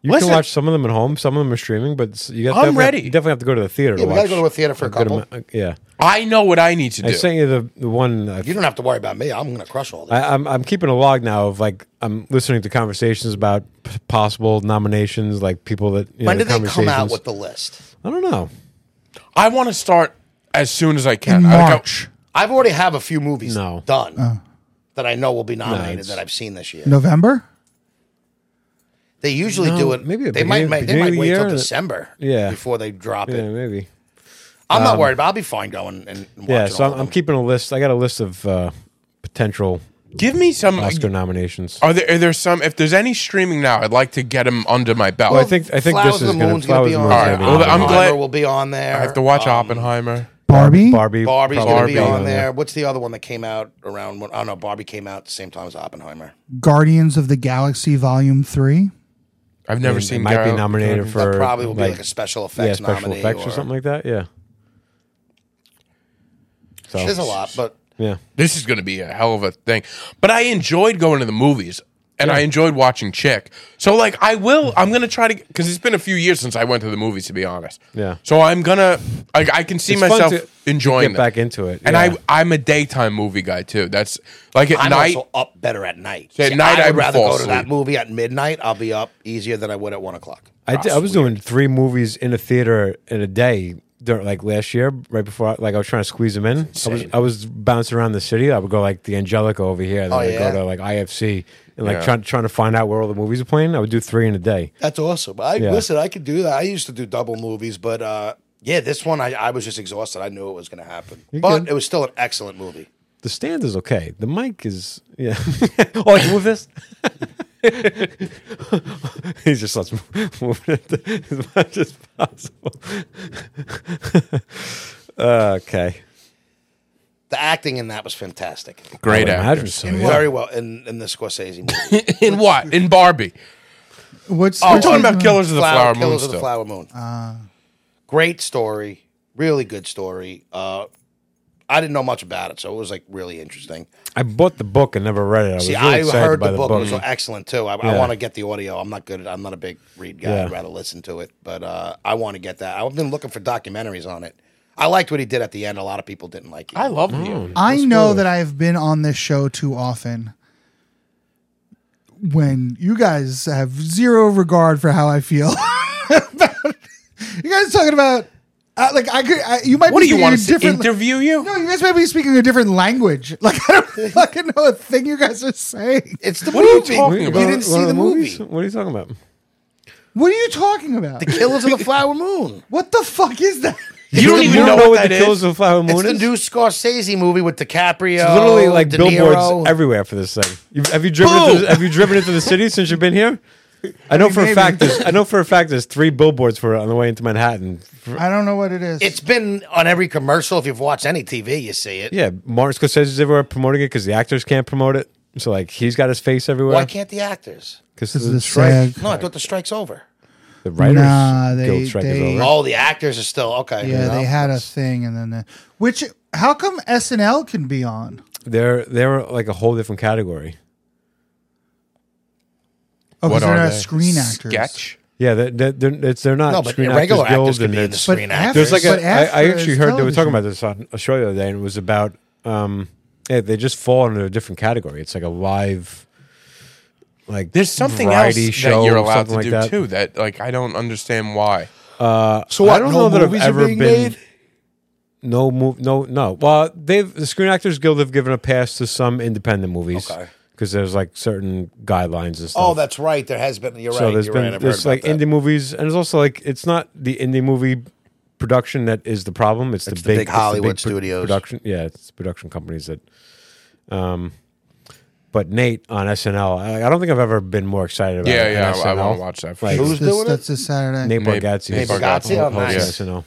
Speaker 4: You
Speaker 2: Listen-
Speaker 4: can watch some of them at home. Some of them are streaming, but s- you
Speaker 2: I'm
Speaker 4: got. definitely,
Speaker 2: ready.
Speaker 4: You definitely have to go to the theater.
Speaker 3: Yeah,
Speaker 4: to
Speaker 3: we
Speaker 4: watch
Speaker 3: got to go to a theater for a
Speaker 4: good
Speaker 3: couple.
Speaker 4: amount- yeah,
Speaker 2: I know what I need to do.
Speaker 4: I sent you the the one. I,
Speaker 3: You don't have to worry about me. I'm going to crush all this.
Speaker 4: I, I'm I'm keeping a log now of like I'm listening to conversations about p- possible nominations, like people that. You know,
Speaker 3: when
Speaker 4: the
Speaker 3: did they come out
Speaker 4: conversations-
Speaker 3: with the list?
Speaker 4: I don't know.
Speaker 2: I want to start as soon as I can.
Speaker 5: In
Speaker 2: I like-
Speaker 5: March,
Speaker 3: I've already have a few movies
Speaker 4: No.
Speaker 3: done
Speaker 5: Oh.
Speaker 3: that I know will be nominated
Speaker 4: it's-
Speaker 3: that I've seen this year.
Speaker 5: November.
Speaker 3: They usually
Speaker 4: No,
Speaker 3: do it.
Speaker 4: maybe
Speaker 3: Maybe
Speaker 4: at
Speaker 3: they might.
Speaker 4: beginning-
Speaker 3: Make, they
Speaker 4: beginning of
Speaker 3: might
Speaker 4: the
Speaker 3: wait till
Speaker 4: year.
Speaker 3: December.
Speaker 4: Yeah.
Speaker 3: Before they drop it.
Speaker 4: Yeah, maybe.
Speaker 3: I'm not worried, but I'll be fine going and, and watching.
Speaker 4: Um, Yeah,
Speaker 3: all
Speaker 4: so I'm,
Speaker 3: of
Speaker 4: I'm
Speaker 3: them.
Speaker 4: keeping a list. I got a list of uh, potential
Speaker 2: Give me some.
Speaker 4: Oscar nominations.
Speaker 2: Are there, are there some? If there's any streaming now, I'd like to get them under my belt.
Speaker 4: Well, I think I think
Speaker 3: Flowers of
Speaker 4: this is
Speaker 3: the
Speaker 4: going
Speaker 3: Moon's
Speaker 4: to
Speaker 3: gonna
Speaker 4: Flowers
Speaker 3: be
Speaker 4: of the
Speaker 3: on.
Speaker 4: Moon's
Speaker 2: All
Speaker 4: gonna
Speaker 2: right,
Speaker 4: be
Speaker 2: well,
Speaker 4: on.
Speaker 2: I'm glad-
Speaker 3: will be on there.
Speaker 2: I have to watch Oppenheimer.
Speaker 5: Barbie.
Speaker 4: Barbie.
Speaker 3: Barbie's going to be
Speaker 2: Barbie.
Speaker 3: on there. What's the other one that came out around? When, I don't know. Barbie came out at the same time as Oppenheimer.
Speaker 5: Guardians of the Galaxy Volume 3.
Speaker 2: I've never
Speaker 4: It
Speaker 2: seen.
Speaker 4: might be
Speaker 2: Gar-
Speaker 4: nominated for
Speaker 3: That probably will be like a special effects
Speaker 4: yeah, special
Speaker 3: nominee
Speaker 4: effects or, something like that. Yeah. So,
Speaker 3: There's a lot, but
Speaker 4: Yeah.
Speaker 2: This is going to be a hell of a thing. But I enjoyed going to the movies, and I enjoyed watching Chick. So like, I will. I'm going to try to because it's been a few years since I went to the movies, to be honest.
Speaker 4: Yeah.
Speaker 2: So I'm gonna. I, I can see
Speaker 4: It's fun
Speaker 2: myself
Speaker 4: to- to
Speaker 2: enjoying
Speaker 4: get
Speaker 2: them.
Speaker 4: back into it,
Speaker 2: And
Speaker 4: yeah.
Speaker 2: I I'm a daytime movie guy too. That's like at
Speaker 3: I'm
Speaker 2: night.
Speaker 3: also up better at night.
Speaker 2: at night, I
Speaker 3: I would
Speaker 2: would
Speaker 3: rather
Speaker 2: fall
Speaker 3: go to that
Speaker 2: asleep.
Speaker 3: movie at midnight. I'll be up easier than I would at one o'clock.
Speaker 4: I, did, I was doing three movies in a theater in a day during like last year, right before, I, like I was trying to squeeze them in. I was, I was bouncing around the city. I would go like the Angelica over here, then
Speaker 3: Oh,
Speaker 4: I'd
Speaker 3: yeah?
Speaker 4: go to like IFC and like
Speaker 2: Yeah.
Speaker 4: trying trying to find out where all the movies are playing. I would do three in a day.
Speaker 3: That's awesome. I
Speaker 4: Yeah.
Speaker 3: listen. I could do that. I used to do double movies, but uh, yeah, this one I, I was just exhausted. I knew it was going to happen, but
Speaker 4: good.
Speaker 3: it was still an excellent movie.
Speaker 4: The stand is okay. The mic is yeah. oh, I can move this. he just lets me move it as much as possible. okay.
Speaker 3: The acting in that was fantastic.
Speaker 2: great
Speaker 4: I would imagine
Speaker 2: actors.
Speaker 4: so,
Speaker 3: And
Speaker 4: Oh, yeah.
Speaker 3: Very well in, in the Scorsese movie.
Speaker 2: In what? In Barbie.
Speaker 5: What's
Speaker 2: I'm
Speaker 5: what's
Speaker 2: talking
Speaker 5: the-
Speaker 2: about Killers of the Flower,
Speaker 3: Flower,
Speaker 2: Moon.
Speaker 3: Killers of the
Speaker 2: still.
Speaker 3: Flower Moon. Great story, really good story. Uh, I didn't know much about it, so it was like really interesting.
Speaker 4: I bought the book and never read it. I was
Speaker 3: See,
Speaker 4: really
Speaker 3: I
Speaker 4: excited
Speaker 3: heard
Speaker 4: by
Speaker 3: the
Speaker 4: the
Speaker 3: book,
Speaker 4: book.
Speaker 3: was excellent too. I, I want to get the audio. I'm not good. At, I'm not a big read guy. I'd
Speaker 4: Yeah.
Speaker 3: rather listen to it, but uh, I want to get that. I've been looking for documentaries on it. I liked what he did at the end. A lot of people didn't like it.
Speaker 2: I love
Speaker 4: Oh,
Speaker 2: you.
Speaker 5: I know that I've been on this show too often. When you guys have zero regard for how I feel, you guys talking about uh, like I could I, you might
Speaker 2: What
Speaker 5: be
Speaker 2: do you
Speaker 5: speaking
Speaker 2: want
Speaker 5: a
Speaker 2: us to
Speaker 5: different
Speaker 2: interview you?
Speaker 5: no you guys might be speaking a different language like I don't fucking know a thing you guys are saying.
Speaker 3: it's the
Speaker 2: What are you
Speaker 3: movie.
Speaker 2: talking
Speaker 3: you
Speaker 2: about?
Speaker 3: didn't see the movie.
Speaker 4: What are you talking about?
Speaker 5: What are you talking about?
Speaker 3: Killers of the Flower Moon.
Speaker 5: What the fuck is that?
Speaker 2: You don't even know, what that
Speaker 4: the
Speaker 2: is.
Speaker 4: Killers of the Flower Moon
Speaker 3: It's the
Speaker 4: is?
Speaker 3: new Scorsese movie with DiCaprio.
Speaker 4: It's
Speaker 2: uh,
Speaker 4: literally like
Speaker 3: De
Speaker 4: billboards
Speaker 3: Niro.
Speaker 4: everywhere for this thing. You've, have you driven? Into,
Speaker 2: Boom!
Speaker 4: the- have you driven into the city since you've been here? I know for
Speaker 5: maybe.
Speaker 4: a fact. There's, I know for a fact. There's three billboards for it on the way into Manhattan.
Speaker 5: I don't know what it is.
Speaker 3: It's been on every commercial. If you've watched any TV, you see it.
Speaker 4: Yeah, Martin Scorsese's everywhere promoting it because the actors can't promote it. So like he's got his face
Speaker 3: Why
Speaker 4: everywhere
Speaker 3: can't the actors?
Speaker 4: because
Speaker 5: This
Speaker 4: the,
Speaker 5: is a
Speaker 4: strike.
Speaker 5: SAG.
Speaker 3: No, I thought the strike's over.
Speaker 4: The writers
Speaker 5: Nah, they-
Speaker 4: guild strike
Speaker 5: they-
Speaker 4: is over.
Speaker 3: Oh, the actors are still okay.
Speaker 5: yeah,
Speaker 3: you know?
Speaker 5: they had a thing and then the, which how come SNL can be on?
Speaker 4: They're they're like a whole different category.
Speaker 5: Oh, 'cause
Speaker 2: What
Speaker 5: they're
Speaker 2: are
Speaker 5: not
Speaker 2: they?
Speaker 5: screen actors.
Speaker 2: Sketch.
Speaker 4: Yeah, they're, they're, they're, it's, they're not
Speaker 3: No, but
Speaker 4: Screen
Speaker 3: regular
Speaker 4: Actors Guild
Speaker 3: actors can
Speaker 4: and
Speaker 3: be in the
Speaker 4: it's-
Speaker 3: screen
Speaker 5: But
Speaker 3: actors.
Speaker 5: actors-
Speaker 4: There's like
Speaker 5: But
Speaker 4: a, I, I
Speaker 5: after
Speaker 4: actually
Speaker 5: is
Speaker 4: heard they were talking
Speaker 5: television.
Speaker 4: about this on a show the other day, and it was about um, yeah, they just fall into a different category. It's like a live, like
Speaker 2: There's something else
Speaker 4: variety
Speaker 2: that
Speaker 4: show
Speaker 2: you're
Speaker 4: or
Speaker 2: allowed to
Speaker 4: something
Speaker 2: do
Speaker 4: like that.
Speaker 2: too. That like I don't understand why.
Speaker 3: so
Speaker 4: I don't know that I've ever been. No move, no, no. Well, they've the Screen Actors Guild have given a pass to some independent movies
Speaker 3: Okay.
Speaker 4: because there's like certain guidelines and stuff.
Speaker 3: Oh, that's right. There has been. You're
Speaker 4: so
Speaker 3: right.
Speaker 4: there's
Speaker 3: you're
Speaker 4: been
Speaker 3: right. I've
Speaker 4: there's
Speaker 3: heard
Speaker 4: like
Speaker 3: about that.
Speaker 4: indie movies, and it's also like it's not the indie movie production that is the problem. It's the,
Speaker 3: It's the
Speaker 4: big,
Speaker 3: big
Speaker 4: it's
Speaker 3: Hollywood
Speaker 4: pro-
Speaker 3: studios.
Speaker 4: production. Yeah, it's production companies that. Um, but Nate on SNL, I, I don't think I've ever been more excited about.
Speaker 2: Yeah,
Speaker 4: it
Speaker 2: yeah,
Speaker 4: on
Speaker 2: I,
Speaker 4: SNL.
Speaker 2: want to watch that. For
Speaker 4: Like,
Speaker 2: sure.
Speaker 3: Who's
Speaker 5: This,
Speaker 3: doing
Speaker 5: that's
Speaker 3: it?
Speaker 5: a Saturday.
Speaker 4: Nate
Speaker 2: Nate-
Speaker 4: Bargatze.
Speaker 2: Nate
Speaker 4: hosts
Speaker 3: Bargatze? Oh,
Speaker 4: hosts
Speaker 3: nice.
Speaker 4: SNL.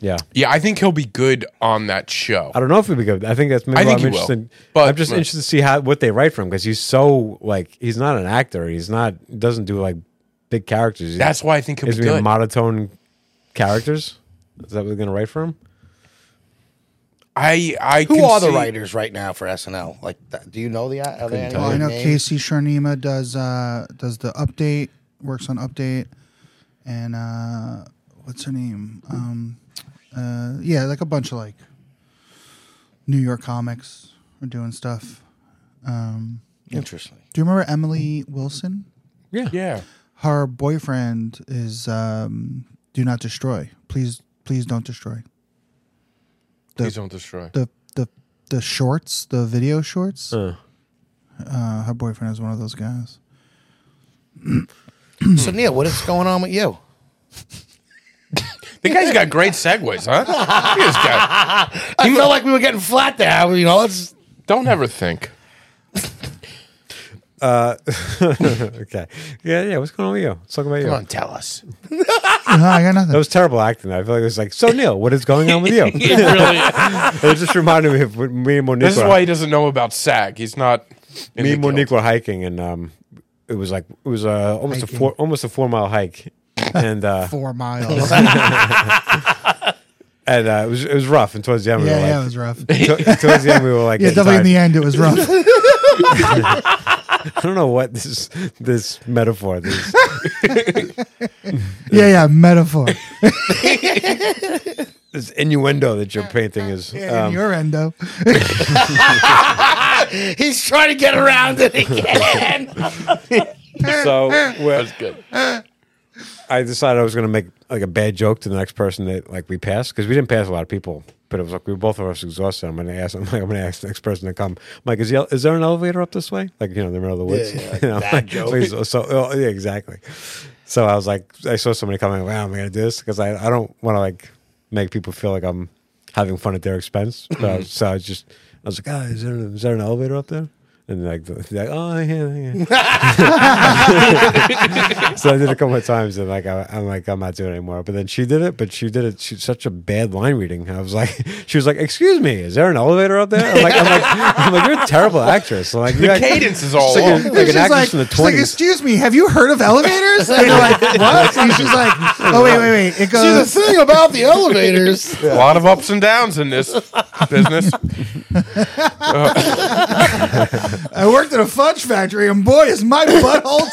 Speaker 4: Yeah,
Speaker 2: Yeah, I think he'll be good on that show.
Speaker 4: I don't know if it'd be good. I think that's maybe
Speaker 2: I
Speaker 4: why
Speaker 2: think
Speaker 4: I'm
Speaker 2: he will,
Speaker 4: interested.
Speaker 2: but-
Speaker 4: I'm just interested to see how what they write from because he's so like he's not an actor. He's not doesn't do like big characters. He's-
Speaker 2: That's why I think he'll
Speaker 4: Is
Speaker 2: be
Speaker 4: it gonna be
Speaker 2: good.
Speaker 4: monotone characters? Is that what we're gonna write for him?
Speaker 2: I I
Speaker 3: Who
Speaker 2: can
Speaker 3: are the
Speaker 2: see-
Speaker 3: writers right now for SNL? Like, that, do you know the? uh, Are there any
Speaker 4: tell
Speaker 5: Well, I know
Speaker 3: names?
Speaker 5: Casey Sharnima does uh, does the update, works on update, and uh, what's her name? Um, uh, yeah, like a bunch of like New York comics are doing stuff. Um,
Speaker 3: Interesting.
Speaker 5: do you remember Emily Wilson?
Speaker 2: Yeah,
Speaker 5: Her boyfriend is um, Do Not Destroy. Please, please don't destroy
Speaker 2: please don't destroy.
Speaker 5: the the the shorts, the video shorts.
Speaker 4: Uh.
Speaker 5: Uh, her boyfriend is one of those guys.
Speaker 3: So Neil, what is going on with you?
Speaker 2: The guy's got great segues, huh? He has got-
Speaker 3: I felt like we were getting flat there. I- You know, it's
Speaker 2: don't ever think.
Speaker 4: okay. Yeah, yeah. What's going on with you? Let's talk about you.
Speaker 2: Come on, tell us.
Speaker 5: No, I
Speaker 4: That
Speaker 5: got nothing.
Speaker 4: was terrible acting. I feel like it was like, so Neil, what is going on with you?
Speaker 2: It really-
Speaker 4: it just reminded me of when me and Monique.
Speaker 2: this is
Speaker 4: were-
Speaker 2: why he doesn't know about SAG. He's not. in
Speaker 4: me
Speaker 2: the
Speaker 4: and Monique
Speaker 2: guild.
Speaker 4: were hiking, and um, it was like it was uh, almost a four almost a four mile hike, and uh,
Speaker 5: Four miles.
Speaker 4: and uh, it was it was rough. And towards the end,
Speaker 5: Yeah,
Speaker 4: we were
Speaker 5: yeah, it
Speaker 4: like,
Speaker 5: was rough.
Speaker 4: to- towards the end, we were like,
Speaker 5: Yeah,
Speaker 4: getting
Speaker 5: definitely in
Speaker 4: tired.
Speaker 5: the end it was rough.
Speaker 4: I don't know what this this metaphor. This,
Speaker 5: yeah, yeah, metaphor.
Speaker 4: Um, this innuendo that you're painting is.
Speaker 5: in
Speaker 4: um,
Speaker 5: your endo.
Speaker 3: he's trying to get around it again.
Speaker 4: so we're-
Speaker 2: That's good.
Speaker 4: I decided I was going to make like a bad joke to the next person that like we passed because we didn't pass a lot of people, but it was like we were both of us exhausted. I'm going to ask. I'm like I'm going to ask the next person to come. I'm like, is, the, is there an elevator up this way? Like you know, in the middle of the woods.
Speaker 3: Yeah, yeah,
Speaker 4: You know,
Speaker 3: bad
Speaker 4: like,
Speaker 3: joke.
Speaker 4: please, So, oh, yeah, exactly. So I was like, I saw somebody coming. Wow, am I going to do this? Because I I don't want to like make people feel like I'm "Oh, having fun at their expense. But I was- so I was just I was like, ah, is there is there an elevator up there? And like, the- they're like oh yeah, yeah. so I did it a couple of times, and like I, I'm like I'm not doing it anymore. But then she did it, but she did it. She's such a bad line reading. I was like, she was like, "Excuse me, is there an elevator up there?" I'm like, I'm like, I'm like you're a terrible actress. I'm like the
Speaker 2: cadence is all
Speaker 4: like,
Speaker 2: off.
Speaker 4: a- like
Speaker 5: She's
Speaker 4: an actress
Speaker 5: like-
Speaker 4: in the
Speaker 5: she's like,
Speaker 4: twenties.
Speaker 5: excuse me, have you heard of elevators? And you're like, what? And she's like, oh, wait, wait, wait. It
Speaker 3: See, the
Speaker 5: goes,
Speaker 3: thing about the elevators,
Speaker 2: A lot of ups and downs in this business.
Speaker 5: I worked at a fudge factory, and boy, is my butthole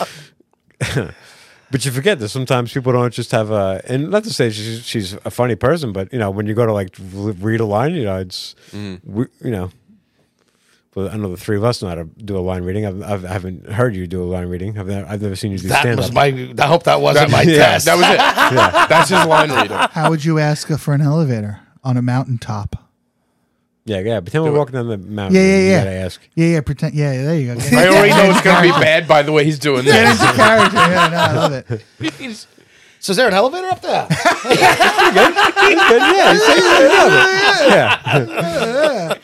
Speaker 5: tired.
Speaker 4: But you forget that sometimes people don't just have a, and not to say she's, she's a funny person, but you know when you go to like re- read a line, you know it's,
Speaker 3: Mm.
Speaker 4: we, you know, well I know the three of us know how to do a line reading. I've, I've I haven't heard you do a line reading. I've never, I've never seen you do
Speaker 3: that
Speaker 4: stand
Speaker 3: was
Speaker 4: up.
Speaker 3: my. I hope that wasn't my
Speaker 4: Yeah,
Speaker 3: test.
Speaker 2: That was it. That's his line reader.
Speaker 5: How would you ask her for an elevator on a mountaintop?
Speaker 4: yeah, yeah. But then we're
Speaker 2: it.
Speaker 4: walking down the mountain.
Speaker 5: Yeah, yeah,
Speaker 4: you
Speaker 5: yeah.
Speaker 4: gotta ask.
Speaker 5: Yeah, yeah, pretend. Yeah, there you go. Get,
Speaker 2: I already know it's going to be bad by the way he's doing
Speaker 5: get
Speaker 2: this.
Speaker 5: into character. Yeah, no, I love it.
Speaker 3: so is there an elevator up there?
Speaker 4: yeah, you say- yeah.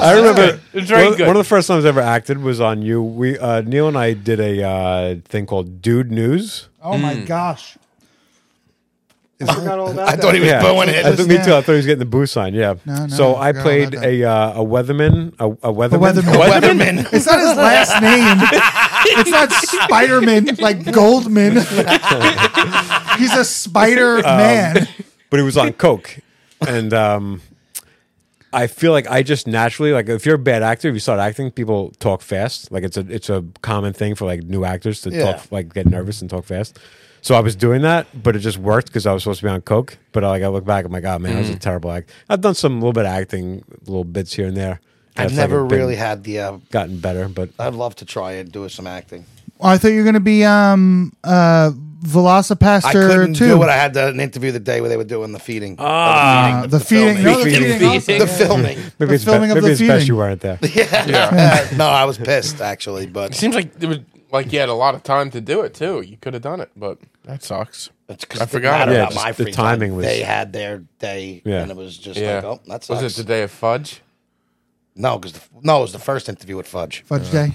Speaker 4: I remember
Speaker 2: It's very
Speaker 4: one,
Speaker 2: good.
Speaker 4: one of the first times I ever acted was on you. We uh, Neil and I did a uh, thing called Dude News.
Speaker 5: Oh, my
Speaker 3: Mm.
Speaker 5: gosh.
Speaker 3: I thought he was booing
Speaker 4: I
Speaker 3: it.
Speaker 4: think, me too. I thought he was getting the boo sign. Yeah.
Speaker 5: No, no,
Speaker 4: so
Speaker 5: I
Speaker 4: I
Speaker 5: forgot
Speaker 4: played
Speaker 5: about that.
Speaker 4: a uh, a weatherman, a, a weatherman,
Speaker 5: weatherman.
Speaker 2: What?
Speaker 3: Weatherman.
Speaker 5: It's not his last name. It's not Spiderman, like Goldman. He's a spider man.
Speaker 3: Um,
Speaker 4: but it was on coke, and um, I feel like I just naturally like if you're a bad actor, if you start acting, people talk fast. Like it's a it's a common thing for like new actors to
Speaker 3: Yeah.
Speaker 4: talk like get nervous and talk fast. So I was doing that, but it just worked because I was supposed to be on coke. But like I look back, I'm like, oh man,
Speaker 3: Mm.
Speaker 4: I was a terrible act. I've done some little bit of acting, little bits here and there.
Speaker 3: I've
Speaker 4: That's, like,
Speaker 3: never
Speaker 4: been-
Speaker 3: really had the. Uh,
Speaker 4: gotten better, but
Speaker 3: I'd love to try and do some acting.
Speaker 5: I thought you were gonna be um
Speaker 3: I
Speaker 5: uh Velocipaster
Speaker 3: couldn't
Speaker 5: too.
Speaker 3: do it. I had the, an interview the day where they were doing the feeding.
Speaker 5: Uh, the feeding, no, the
Speaker 4: Feeding.
Speaker 5: feeding, also,
Speaker 3: the
Speaker 5: yeah.
Speaker 3: filming.
Speaker 4: maybe
Speaker 5: The
Speaker 4: it's, be-
Speaker 5: filming of
Speaker 4: maybe
Speaker 5: the
Speaker 4: it's best
Speaker 5: feeding.
Speaker 4: you weren't there.
Speaker 3: Yeah. no, I was pissed actually,
Speaker 2: It
Speaker 3: but
Speaker 2: seems like it was like you had a lot of time to do it too. You could have done it, but that sucks.
Speaker 3: it's 'cause
Speaker 2: I
Speaker 3: it
Speaker 2: forgot.
Speaker 3: mattered
Speaker 2: Yeah,
Speaker 3: about
Speaker 4: just
Speaker 3: my
Speaker 4: the
Speaker 3: free time.
Speaker 4: timing was-
Speaker 3: They had their day,
Speaker 4: Yeah.
Speaker 3: and it was just
Speaker 2: Yeah.
Speaker 3: like, oh, that sucks.
Speaker 2: was it the day of fudge?
Speaker 3: no, because no, it was the first interview with Fudge.
Speaker 5: Fudge Day.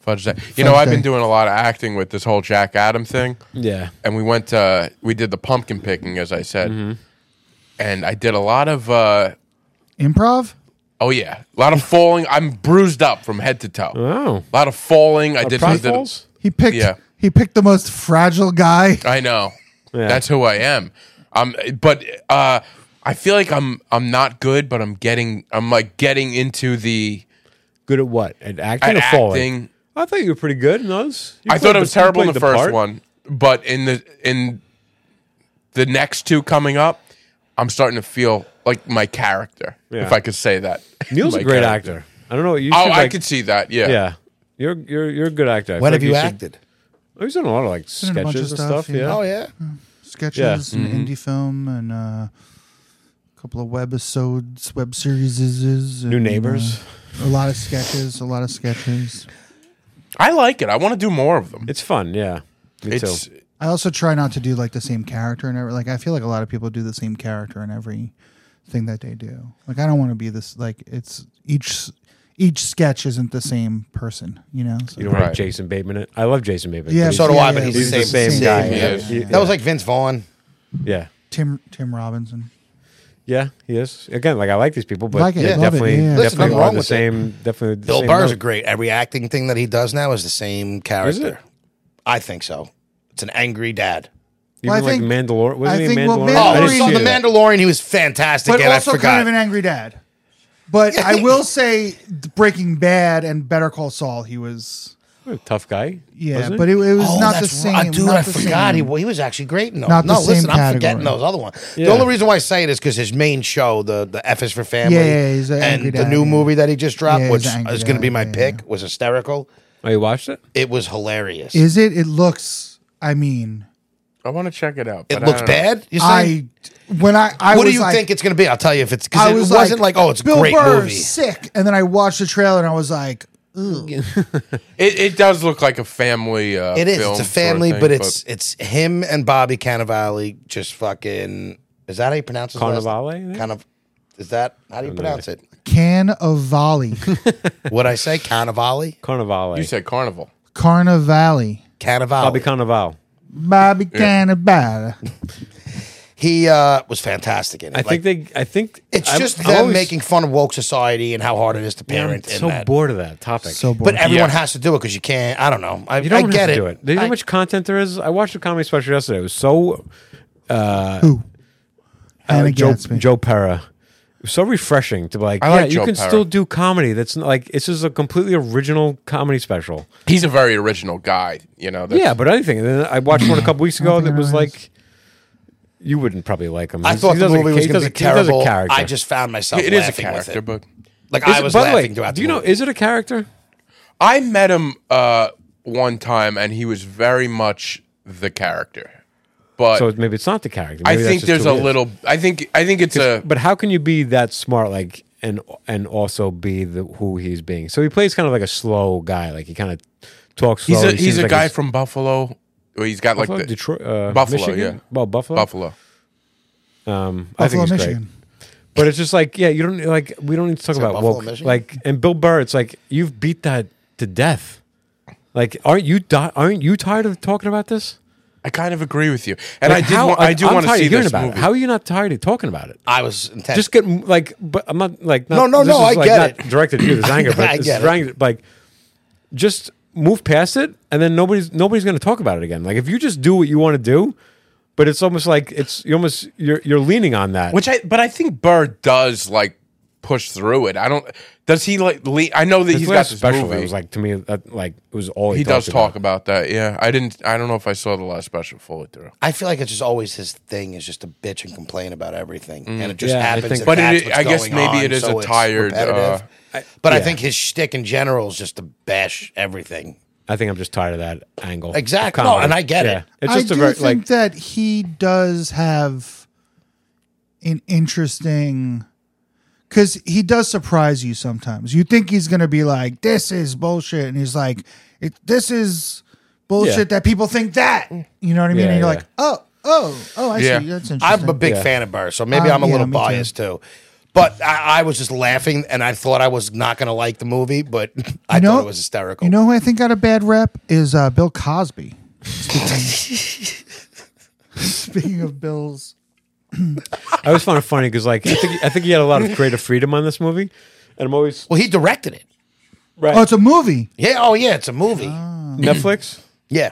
Speaker 2: Fudge day. You know, I've
Speaker 5: day.
Speaker 2: been doing a lot of acting with this whole Jack Adam thing.
Speaker 4: Yeah.
Speaker 2: and we went to we did the pumpkin picking as i said and i did a lot of uh
Speaker 5: Improv?
Speaker 2: oh yeah a lot of falling i'm bruised up from head to toe
Speaker 4: Oh.
Speaker 2: a lot of falling i did, I
Speaker 4: Pride
Speaker 2: did-
Speaker 4: Falls?
Speaker 5: He picked
Speaker 2: Yeah.
Speaker 5: he picked the most fragile guy.
Speaker 2: i know
Speaker 4: Yeah.
Speaker 2: that's who i am um but uh i feel like i'm i'm not good but i'm getting i'm like getting into the
Speaker 4: Good at what? At acting
Speaker 2: At
Speaker 4: or falling?
Speaker 2: acting.
Speaker 4: I thought you were pretty good in those. You
Speaker 2: i
Speaker 4: played
Speaker 2: thought it was
Speaker 4: the- you
Speaker 2: terrible in
Speaker 4: played
Speaker 2: the, first
Speaker 4: part.
Speaker 2: one but in the in the next two coming up i'm starting to feel like my character
Speaker 4: Yeah.
Speaker 2: if i could say that
Speaker 4: Neil's
Speaker 2: My
Speaker 4: a great
Speaker 2: character.
Speaker 4: actor. I don't know. You
Speaker 2: Oh,
Speaker 4: should,
Speaker 2: I
Speaker 4: like-
Speaker 2: could see that. Yeah.
Speaker 4: Yeah. You're you're you're a good actor. I feel
Speaker 3: When
Speaker 4: like
Speaker 3: have you
Speaker 4: should-
Speaker 3: acted?
Speaker 4: Oh, He's done a lot of like
Speaker 5: in a bunch
Speaker 4: sketches
Speaker 5: of
Speaker 4: and
Speaker 5: stuff,
Speaker 4: stuff.
Speaker 5: yeah.
Speaker 4: Yeah.
Speaker 3: Oh yeah,
Speaker 5: Sketches
Speaker 4: Mm-hmm.
Speaker 5: and indie film and uh, a couple of webisodes, web series. uh,
Speaker 4: New neighbors.
Speaker 5: a lot of sketches, a lot of sketches.
Speaker 2: I like it. I want to do more of them.
Speaker 4: It's fun. Yeah. Me
Speaker 2: It's
Speaker 4: too.
Speaker 5: I also try not to do like the same character and every like I feel like a lot of people do the same character in every thing that they do. Like I don't want to be this like it's each each sketch isn't the same person, you know. So,
Speaker 4: You don't have
Speaker 2: Right.
Speaker 4: Jason Bateman. in- I love Jason Bateman.
Speaker 5: Yeah,
Speaker 4: but
Speaker 3: so do
Speaker 5: Yeah,
Speaker 3: I.
Speaker 5: yeah,
Speaker 3: But he's,
Speaker 4: he's the same,
Speaker 5: same
Speaker 4: guy.
Speaker 5: guy,
Speaker 4: Yeah.
Speaker 2: yeah.
Speaker 4: He-
Speaker 3: That was like Vince Vaughn.
Speaker 4: yeah.
Speaker 5: Tim Tim Robinson.
Speaker 4: Yeah, he is. Again, like I like these people, but
Speaker 5: Like it,
Speaker 4: yeah,
Speaker 5: love it,
Speaker 4: definitely,
Speaker 5: yeah.
Speaker 4: definitely
Speaker 3: Listen, nothing
Speaker 4: are
Speaker 3: wrong
Speaker 4: the
Speaker 3: with it.
Speaker 4: same. Definitely, the
Speaker 3: Bill
Speaker 4: same
Speaker 3: Burr's
Speaker 4: note.
Speaker 3: a great. Every acting thing that he does now is the same character.
Speaker 4: it?
Speaker 3: I think so. It's an angry dad.
Speaker 4: Even
Speaker 5: Well, I
Speaker 4: like
Speaker 5: think-
Speaker 4: Mandalorian.
Speaker 5: I
Speaker 4: Wasn't he
Speaker 5: think, well,
Speaker 4: Mandalorian?
Speaker 5: Oh,
Speaker 3: Oh,
Speaker 4: I
Speaker 3: I
Speaker 4: didn't
Speaker 5: Mandalorian-
Speaker 3: saw
Speaker 4: see
Speaker 3: the
Speaker 4: that.
Speaker 3: Mandalorian. He was fantastic,
Speaker 5: But
Speaker 3: and I
Speaker 5: also
Speaker 3: forgot.
Speaker 5: kind of an angry dad. But I will say Breaking Bad and Better Call Saul he was
Speaker 4: What a Tough guy.
Speaker 5: yeah,
Speaker 4: wasn't he?
Speaker 5: but it, it was
Speaker 3: Oh,
Speaker 5: not the
Speaker 3: that's right.
Speaker 5: same.
Speaker 3: dude.
Speaker 5: not
Speaker 3: I
Speaker 5: the
Speaker 3: forgot
Speaker 5: same.
Speaker 3: he he was actually great in those.
Speaker 5: Not the
Speaker 3: no,
Speaker 5: same
Speaker 3: listen, I'm forgetting
Speaker 5: category.
Speaker 3: those other ones.
Speaker 4: Yeah.
Speaker 3: The only reason why I say it is because his main show, the the F is for Family,
Speaker 5: Yeah, yeah, he's an
Speaker 3: and
Speaker 5: angry
Speaker 3: the
Speaker 5: dad,
Speaker 3: new
Speaker 5: yeah.
Speaker 3: movie that he just dropped,
Speaker 5: Yeah, he's
Speaker 3: which
Speaker 5: an angry
Speaker 3: is going to be
Speaker 5: dad,
Speaker 3: my
Speaker 5: yeah,
Speaker 3: pick, was hysterical.
Speaker 4: Oh, you watched it?
Speaker 3: It was hilarious.
Speaker 5: Is it it looks I mean
Speaker 2: I want to check it out.
Speaker 3: it
Speaker 2: but I
Speaker 3: looks
Speaker 2: don't know.
Speaker 3: bad. You say?
Speaker 5: I when I I
Speaker 3: What do
Speaker 5: was
Speaker 3: you
Speaker 5: like,
Speaker 3: think it's going to be? I'll tell you if it's because
Speaker 5: I
Speaker 3: it
Speaker 5: was
Speaker 3: wasn't like, oh, it's a
Speaker 5: Bill
Speaker 3: great
Speaker 5: Burr,
Speaker 3: movie.
Speaker 5: sick. And then I watched the trailer and I was like,
Speaker 2: It, it does look like a family. Uh,
Speaker 3: It is.
Speaker 2: film sort
Speaker 3: It's a
Speaker 2: of
Speaker 3: family,
Speaker 2: thing,
Speaker 3: but it's it's him and Bobby Cannavale just fucking. Is that how you pronounce his last name?
Speaker 4: Cannavale, I think?
Speaker 3: Kind of. Is that how do you pronounce it?
Speaker 5: Cannavale.
Speaker 3: What I say? Cannavale?
Speaker 4: Carnivale.
Speaker 2: You said carnival.
Speaker 5: Carnivale.
Speaker 4: Bobby
Speaker 3: Cannavale.
Speaker 4: Carnival.
Speaker 5: Bobby Cannavale.
Speaker 3: He uh, was fantastic in it.
Speaker 4: I
Speaker 3: Like,
Speaker 4: think they. I think
Speaker 3: it's
Speaker 4: I'm-
Speaker 3: just
Speaker 4: I'm
Speaker 3: them
Speaker 4: always-
Speaker 3: making fun of woke society and how hard it is to
Speaker 4: I'm
Speaker 3: parent. in
Speaker 4: so
Speaker 3: that.
Speaker 4: bored of that topic.
Speaker 5: So bored.
Speaker 3: But everyone
Speaker 2: Yeah.
Speaker 3: has to do it because you can't. I don't know. I,
Speaker 4: you don't
Speaker 3: I
Speaker 4: have
Speaker 3: get
Speaker 4: to
Speaker 3: it.
Speaker 4: do it. Do you know
Speaker 3: I-
Speaker 4: how much content there is? I watched a comedy special yesterday. It was so
Speaker 5: Who?
Speaker 4: uh,
Speaker 5: Hannah
Speaker 4: Joe
Speaker 5: Gatsby.
Speaker 4: Joe Pera. It was So refreshing to be like,
Speaker 2: I
Speaker 4: yeah,
Speaker 2: like
Speaker 4: you
Speaker 2: Joe
Speaker 4: can
Speaker 2: Pera.
Speaker 4: still do comedy. That's not, like it's just a completely original comedy special.
Speaker 2: He's a very original guy. You know. That's,
Speaker 4: yeah, but anything. And then I watched one a couple weeks ago
Speaker 5: think
Speaker 4: that
Speaker 5: I
Speaker 4: was
Speaker 5: realized.
Speaker 4: like, you wouldn't probably like him.
Speaker 3: I
Speaker 4: He's-
Speaker 3: thought
Speaker 4: he
Speaker 3: the
Speaker 4: does a-
Speaker 3: movie was
Speaker 4: he
Speaker 3: going to
Speaker 4: does a-
Speaker 3: be
Speaker 4: he does a
Speaker 3: terrible.
Speaker 4: character.
Speaker 3: I just found myself
Speaker 2: it is a
Speaker 3: laughing with
Speaker 2: character.
Speaker 3: it.
Speaker 2: But
Speaker 3: Like
Speaker 4: Is
Speaker 3: I
Speaker 4: it-
Speaker 3: was
Speaker 4: by the way,
Speaker 3: laughing throughout.
Speaker 4: Do
Speaker 3: the
Speaker 4: you know?
Speaker 3: movie.
Speaker 4: Is it a character?
Speaker 2: I met him uh, one time, and he was very much the character. But
Speaker 4: So maybe it's not the character.
Speaker 2: I
Speaker 4: Maybe that's
Speaker 2: think
Speaker 4: just
Speaker 2: there's
Speaker 4: who
Speaker 2: a
Speaker 4: he is.
Speaker 2: little. I think I think it's a.
Speaker 4: But how can you be that smart, like, and and also be the who he's being? So he plays kind of like a slow guy, like he kind of talks. Slow.
Speaker 2: He's a
Speaker 4: he
Speaker 2: he's
Speaker 4: seems
Speaker 2: a
Speaker 4: like
Speaker 2: guy
Speaker 4: he's-
Speaker 2: from Buffalo. Well, he's got
Speaker 4: Buffalo,
Speaker 2: like the
Speaker 4: Detroit, uh,
Speaker 2: Buffalo,
Speaker 4: Michigan?
Speaker 2: yeah.
Speaker 4: Well, Buffalo,
Speaker 2: Buffalo.
Speaker 4: Um, I
Speaker 5: Buffalo,
Speaker 4: think he's
Speaker 5: Michigan.
Speaker 4: great. But it's just like, yeah, you don't like. We don't need to talk
Speaker 3: it
Speaker 4: about
Speaker 3: Buffalo,
Speaker 4: woke.
Speaker 3: Michigan?
Speaker 4: Like, and Bill Burr, it's like you've beat that to death. Like, aren't you di- aren't you tired of talking about this?
Speaker 2: I kind of agree with you, and
Speaker 4: Like,
Speaker 2: I did.
Speaker 4: how-
Speaker 2: wa- I do
Speaker 4: I'm
Speaker 2: want to
Speaker 4: tired of
Speaker 2: see
Speaker 4: hearing
Speaker 2: this
Speaker 4: about
Speaker 2: movie.
Speaker 4: It. How are you not tired of talking about it?
Speaker 3: I was intense.
Speaker 4: just get like but i'm not like not,
Speaker 3: No, no,
Speaker 4: this
Speaker 3: no,
Speaker 4: is,
Speaker 3: I
Speaker 4: like,
Speaker 3: get
Speaker 4: not
Speaker 3: it.
Speaker 4: directed at you this anger but
Speaker 3: I
Speaker 4: it's
Speaker 3: get it.
Speaker 4: directed- like just move past it and then nobody's nobody's going to talk about it again like if you just do what you want to do but it's almost like it's you almost you're you're leaning on that
Speaker 2: Which I, but I think Burr does like push through it. I don't. Does he like? Le- I know that
Speaker 4: His
Speaker 2: he's got
Speaker 4: last
Speaker 2: this
Speaker 4: special
Speaker 2: movie.
Speaker 4: it was like to me that like it was all he,
Speaker 2: he does
Speaker 4: talked
Speaker 2: talk
Speaker 4: about.
Speaker 2: about that. Yeah, I didn't. I don't know if I saw the last special fully through.
Speaker 3: I feel like it's just always his thing is just to bitch and complain about everything, and it just
Speaker 4: Mm, Yeah, I
Speaker 3: happens.
Speaker 4: think-
Speaker 3: that
Speaker 2: But
Speaker 3: that's
Speaker 2: it-
Speaker 3: what's
Speaker 2: I guess
Speaker 3: going
Speaker 2: maybe
Speaker 3: on,
Speaker 2: it is
Speaker 3: so
Speaker 2: a
Speaker 3: it's
Speaker 2: tired,
Speaker 3: repetitive.
Speaker 4: uh, I-
Speaker 3: but I
Speaker 4: yeah.
Speaker 3: think his shtick in general is just to bash everything.
Speaker 4: i think i'm just tired of that angle of
Speaker 3: Exactly. No,
Speaker 4: comedy.
Speaker 3: and I get it.
Speaker 4: it's
Speaker 5: I
Speaker 4: just
Speaker 5: do
Speaker 4: a very
Speaker 5: think
Speaker 4: like
Speaker 5: that he does have an interesting because he does surprise you sometimes. You think he's gonna be like, "This is bullshit," and he's like, it, "This is bullshit
Speaker 4: Yeah.
Speaker 5: that people think that." You know what I mean?
Speaker 4: Yeah,
Speaker 5: and you're
Speaker 4: yeah.
Speaker 5: like, "Oh, oh, oh, I
Speaker 2: Yeah.
Speaker 5: see. That's interesting."
Speaker 3: I'm a big
Speaker 4: Yeah.
Speaker 3: fan of Burr, so maybe
Speaker 5: Um,
Speaker 3: I'm a
Speaker 5: yeah,
Speaker 3: little
Speaker 5: me too.
Speaker 3: biased too. But I, I was just laughing, and I thought I was not going to like the movie, but I
Speaker 5: You know-
Speaker 3: thought it was hysterical.
Speaker 5: You know who I think got a bad rep is uh, Bill Cosby. Speaking of Bill's,
Speaker 4: i always found it funny because like I think, I think he had a lot of creative freedom on this movie and i'm always
Speaker 3: well, he directed it.
Speaker 4: right
Speaker 5: oh, it's a movie.
Speaker 3: Yeah. Oh, yeah. It's a movie.
Speaker 5: Uh,
Speaker 4: netflix
Speaker 3: yeah.